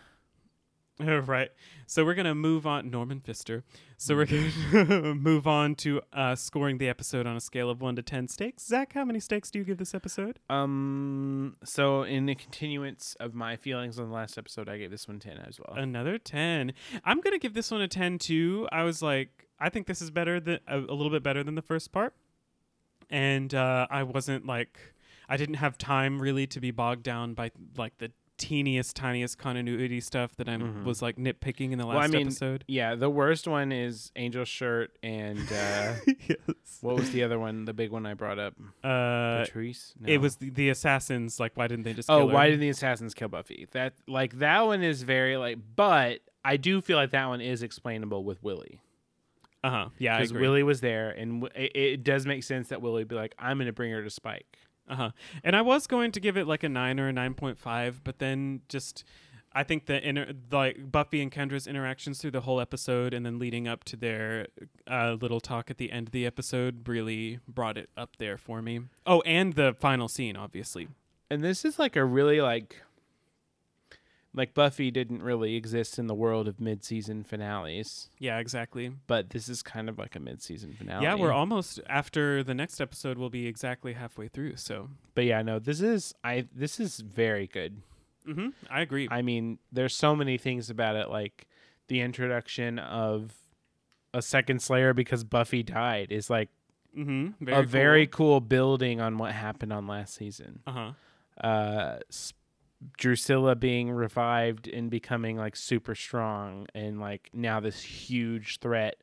B: All right, so we're gonna move on Norman Fister. So we're gonna <laughs> move on to uh, scoring the episode on a scale of one to ten stakes. Zach, how many stakes do you give this episode?
A: Um. So, in the continuance of my feelings on the last episode, I gave this one ten as well.
B: Another 10. I'm going to give this one a 10 too. I was like, I think this is better than a, a little bit better than the first part. And uh, I wasn't like, I didn't have time really to be bogged down by like the teeniest, tiniest continuity stuff that I was like nitpicking in the last
A: Mm-hmm. well, I mean,
B: episode.
A: yeah, the worst one is Angel shirt and uh,
B: <laughs> yes.
A: what was the other one? The big one I brought up.
B: Uh,
A: Patrice. No.
B: It was the, the assassins. Like, why didn't they just
A: Oh,
B: kill her?
A: why did the assassins kill Buffy? That like that one is very like, but I do feel like that one is explainable with Willie.
B: Uh-huh. Yeah, I
A: because
B: agree.
A: Willie was there, and w- it, it does make sense that Willie would be like, "I'm gonna bring her to Spike."
B: Uh-huh. And I was going to give it like a 9 or a 9.5, but then just I think the inner like Buffy and Kendra's interactions through the whole episode and then leading up to their uh, little talk at the end of the episode really brought it up there for me. Oh, and the final scene obviously.
A: And this is like a really like, Like Buffy didn't really exist in the world of mid-season finales,
B: Yeah, exactly.
A: but this is kind of like a mid-season finale.
B: Yeah, we're almost after the next episode. We'll be exactly halfway through. So,
A: But yeah, no, this is I this is very good.
B: hmm I agree.
A: I mean, there's so many things about it, like the introduction of a second Slayer because Buffy died is like
B: hmm
A: a very cool building on what happened on last season.
B: uh huh.
A: Uh, s- Drusilla being revived and becoming like super strong and like now this huge threat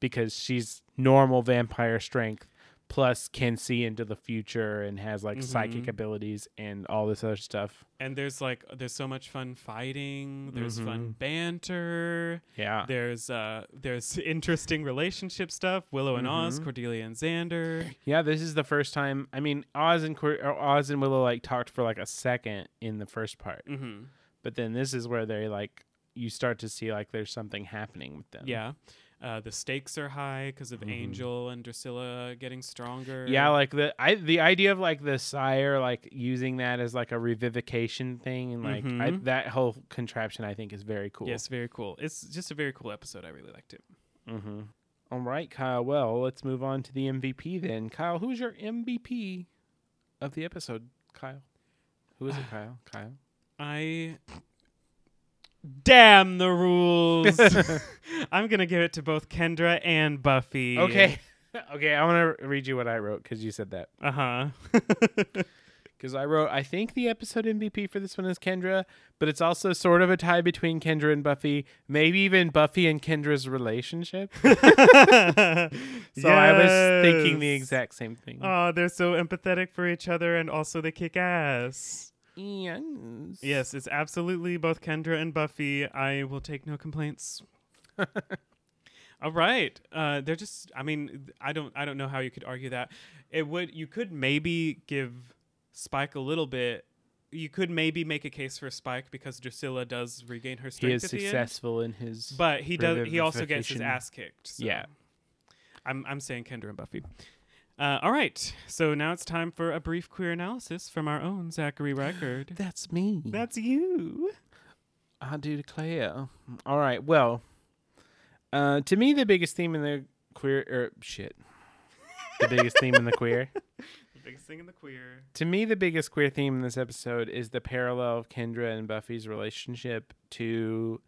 A: because she's normal vampire strength plus can see into the future and has like psychic
B: Mhm.
A: abilities and all this other stuff.
B: And there's like there's so much fun fighting. There's
A: Mm-hmm.
B: fun banter.
A: Yeah.
B: There's uh there's <laughs> interesting relationship stuff. Willow and Oz,
A: Mhm.
B: Cordelia
A: <laughs>
B: and Xander.
A: Yeah, this is the first time. I mean, Oz and Cor- or Oz and Willow like talked for like a second in the first part,
B: hmm
A: but then this is where they like you start to see like there's something happening with them.
B: Yeah. Uh, the stakes are high because of
A: Mhm.
B: Angel and Drusilla getting stronger.
A: yeah, like the I the idea of like the sire like using that as like a revivication thing and like I,
B: Mhm.
A: that whole contraption I think is very cool.
B: Yes, very cool. It's just a very cool episode. I really liked it.
A: Mm-hmm. All right, Kyle. Well, let's move on to the MVP then. Kyle, who's your MVP of the episode? Kyle, who
B: <sighs>
A: is it? Kyle. Kyle.
B: I damn
A: <laughs>
B: the rules. <laughs> I'm gonna give it to both Kendra and Buffy.
A: Okay. <laughs> okay, I want to read you what I wrote because you said that.
B: Uh huh.
A: Because I wrote, I think the episode MVP for this one is Kendra, but it's also sort of a tie between Kendra and Buffy, maybe even Buffy and Kendra's
B: <laughs>
A: relationship. <laughs> So I was thinking the exact same thing.
B: Oh, they're so empathetic for each other, and also they kick ass.
A: yes.
B: Yes, it's absolutely both Kendra and Buffy. I will take
A: <laughs>
B: no complaints. All right. Uh, they're just I mean, I don't I don't know how you could argue that. It would you could maybe give Spike a little bit you could maybe make a case for Spike because Drusilla does regain her
A: He
B: strength
A: is
B: at the end,
A: successful in his.
B: but uh, he does he also gets his
A: revivification.
B: ass kicked. so
A: Yeah.
B: I'm I'm saying Kendra and Buffy. Uh, all right, so now it's time for a brief queer analysis from our own Zachary Record.
A: That's me.
B: <laughs> That's you.
A: I do declare. All right. Well, uh, to me, the biggest theme in the queer. Er, shit. The biggest theme in the queer.
B: The biggest thing in the queer.
A: To me, the biggest queer theme in this episode is the parallel of Kendra and Buffy's relationship to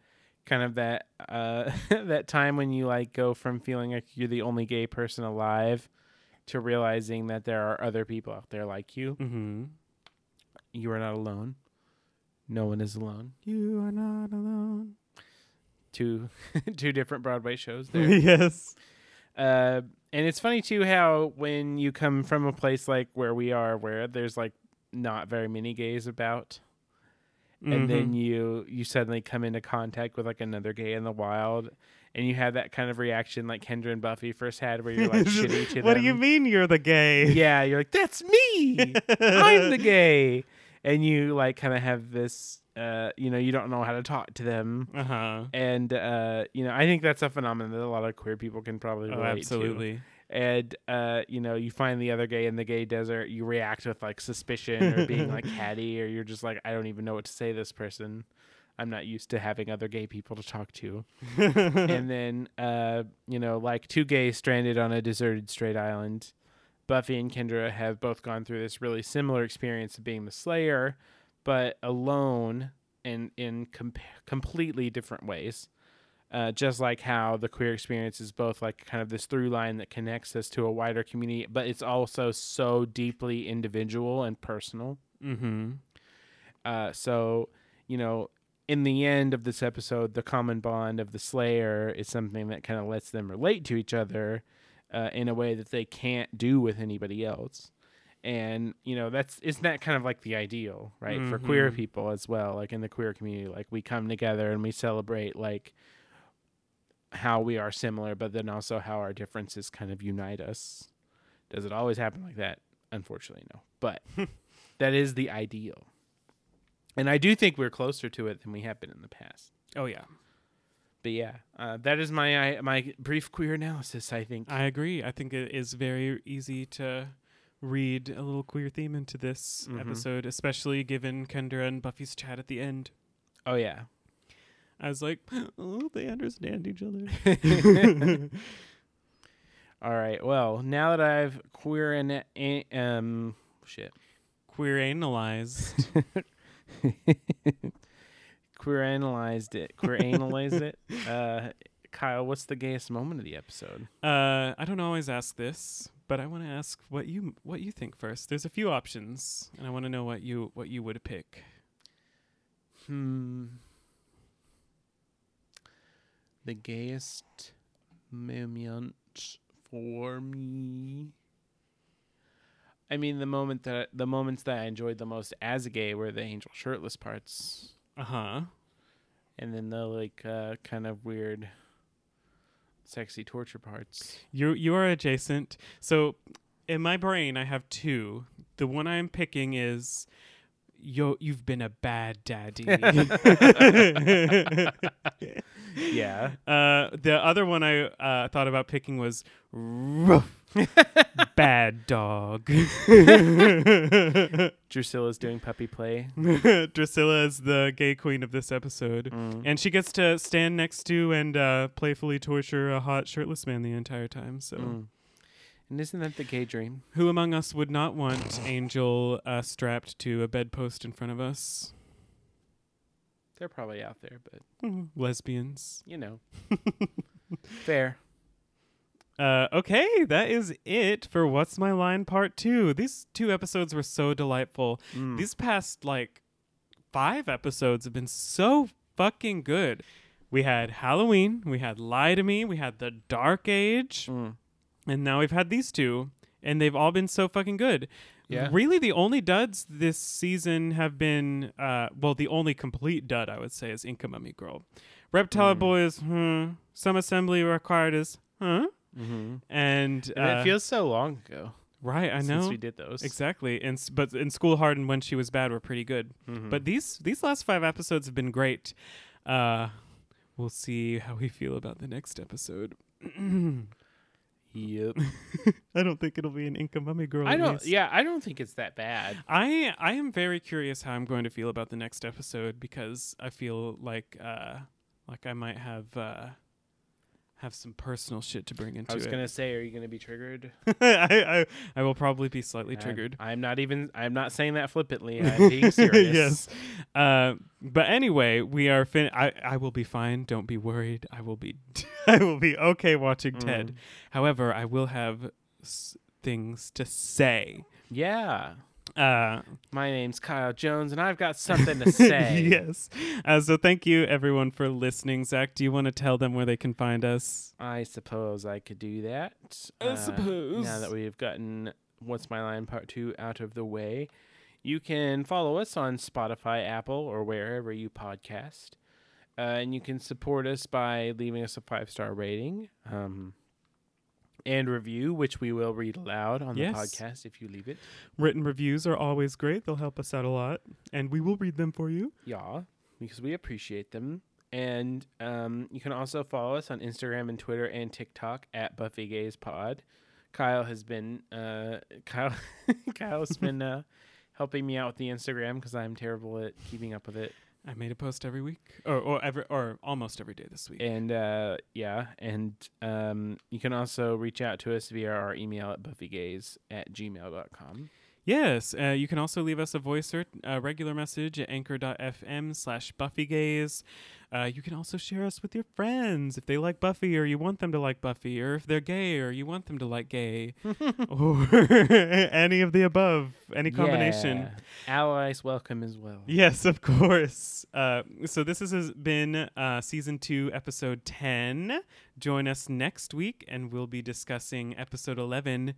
A: kind of that uh, <laughs> that time when you like go from feeling like you're the only gay person alive to realizing that there are other people out there like you.
B: Mm-hmm.
A: You are not alone. No one is alone.
B: You are not alone.
A: Two <laughs> two different Broadway shows there.
B: <laughs> yes.
A: Uh, and it's funny too how when you come from a place like where we are, where there's like not very many gays about,
B: Mm-hmm.
A: and then you you suddenly come into contact with like another gay in the wild, and you have that kind of reaction like Kendra and Buffy first had, where
B: <laughs>
A: you're like shitty to
B: What
A: them.
B: do you mean you're the gay?
A: Yeah, you're like that's me.
B: <laughs>
A: I'm the gay, and you like kind of have this. Uh, you know, you don't know how to talk to them.
B: Uh huh.
A: And uh, you know, I think that's a phenomenon that a lot of queer people can probably
B: Oh,
A: relate to
B: <laughs> absolutely.
A: and uh, you know you find the other gay in the gay desert you react with like suspicion or being like catty or you're just like i don't even know what to say to this person i'm not used to having other gay people to talk to and then uh, you know like two gays stranded on a deserted straight island buffy and kendra have both gone through this really similar experience of being the slayer but alone and in com- completely different ways uh, just like how the queer experience is both like kind of this through line that connects us to a wider community, but it's also so deeply individual and personal.
B: mm-hmm.
A: Uh, so, you know, in the end of this episode, the common bond of the Slayer is something that kind of lets them relate to each other uh, in a way that they can't do with anybody else. And you know that's isn't that kind of like the ideal, right, for queer
B: Mhm.
A: people as well, like in the queer community, like we come together and we celebrate like how we are similar, but then also how our differences kind of unite us. Does it always happen like that? Unfortunately, no. But that is the ideal. And I do think we're closer to it than we have been in the past.
B: Oh yeah.
A: But yeah, uh, that is my I, my brief queer analysis. I think.
B: I agree. I think it is very easy to read a little queer theme into this
A: Mhm.
B: episode, especially given Kendra and Buffy's chat at the end.
A: Oh yeah.
B: I was like, <laughs> oh, they understand each other.
A: All right. Well, now that I've queer and um shit
B: Queer analyze.
A: queer analyzed it queer analyzed it. Uh, Kyle, what's the gayest moment of the episode?
B: Uh, I don't always ask this, but I want to ask what you what you think first. There's a few options, and I want to know what you what you would pick.
A: Hmm. The gayest moment for me. I mean, the moment that the moments that I enjoyed the most as a gay were the angel shirtless parts,
B: Uh huh.
A: and then the like uh, kind of weird, sexy torture parts.
B: You you are adjacent. So in my brain, I have two. The one I'm picking is. Yo, you've been a bad daddy. <laughs>
A: Yeah.
B: Uh, the other one I uh, thought about picking was rough, bad dog.
A: <laughs>
B: <laughs>
A: Drusilla's doing puppy play.
B: Drusilla is the gay queen of this
A: Mm-hmm.
B: episode,
A: Mm.
B: and she gets to stand next to and uh, playfully torture a hot shirtless man the entire time. So,
A: Mm. And isn't that the gay dream?
B: who among us would not want Angel uh, strapped to a bedpost in front of us?
A: They're probably out there, but
B: Lesbians.
A: you
B: <laughs>
A: know. Fair.
B: Uh, okay, that is it for What's My Line Part 2. These two episodes were so delightful.
A: Hmm.
B: These past, like, five episodes have been so fucking good. We had Halloween, we had Lie to Me, we had The Dark Age,
A: Hmm.
B: and now we've had these two, and they've all been so fucking good.
A: Yeah.
B: Really, the only duds this season have been, uh, well, the only complete dud, I would say, is Inka Mummy Girl. Reptile Boy is, hmm. Some Assembly Required is, huh? And,
A: And
B: Mm-hmm. uh,
A: it feels so long ago
B: right, I know.
A: since we did those.
B: Exactly, and s- but in School Hard and When She Was Bad were pretty good. But these these last five episodes have been great. Uh, we'll see how we feel about the next episode. <laughs>
A: Yep.
B: I don't think it'll be an Inca Mummy Girl.
A: I don't.
B: race.
A: Yeah, I don't think it's that bad.
B: I I am very curious how I'm going to feel about the next episode because I feel like uh like I might have uh have some personal shit to bring into
A: I was
B: it.
A: gonna say, are you gonna be triggered?
B: <laughs> I, I I will probably be slightly
A: I'm-
B: triggered.
A: I'm, not even. I'm not saying that
B: <laughs>
A: flippantly. I'm being serious.
B: yes. Uh, but anyway, we are fin. I, I will be fine. Don't be worried. I will be. <laughs> I will be okay watching
A: Mm.
B: Ted. However, I will have s- things to say.
A: Yeah.
B: Uh, <laughs>
A: My name's Kyle Jones, and I've got something to say.
B: yes. Uh, so thank you everyone for listening. Zach, do you want to tell them where they can find us?
A: I suppose I could do that.
B: I suppose.
A: Uh, Now that we've gotten What's My Line Part 2 out of the way, you can follow us on Spotify, Apple, or wherever you podcast. Uh, and you can support us by leaving us a five star rating um, and review, which we will read aloud on
B: Yes.
A: the podcast if you leave it.
B: Written reviews are always great. They'll help us out a lot, and we will read them for you.
A: Yeah, because we appreciate them. And um, you can also follow us on Instagram and Twitter and TikTok at Buffy Gays Pod. Kyle has been uh, <laughs> Kyle Kyle's been
B: <laughs>
A: uh, helping me out with the Instagram because I'm terrible at keeping up with it.
B: I made a post every week, or or every, or almost every day this week.
A: And uh, yeah, and um, you can also reach out to us via our email at buffygays at gmail.com.
B: Yes, uh, you can also leave us a voice or a regular message at anchor.fm slash buffygaze. Uh, you can also share us with your friends if they like Buffy or you want them to like Buffy or if they're gay or you want them to like gay or <laughs> any of the above, any combination.
A: Yeah. Allies welcome as well.
B: Yes, of course. Uh, so this is- has been uh, season two, episode 10. Join us next week and we'll be discussing episode 11,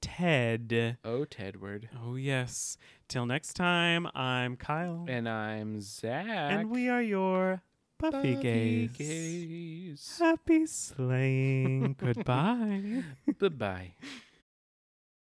B: Ted.
A: Oh, Tedward.
B: Oh, yes. Till next time, I'm Kyle.
A: And I'm Zach.
B: And we are your Buffy, Gays.
A: gays.
B: Happy slaying. Goodbye.
A: Goodbye.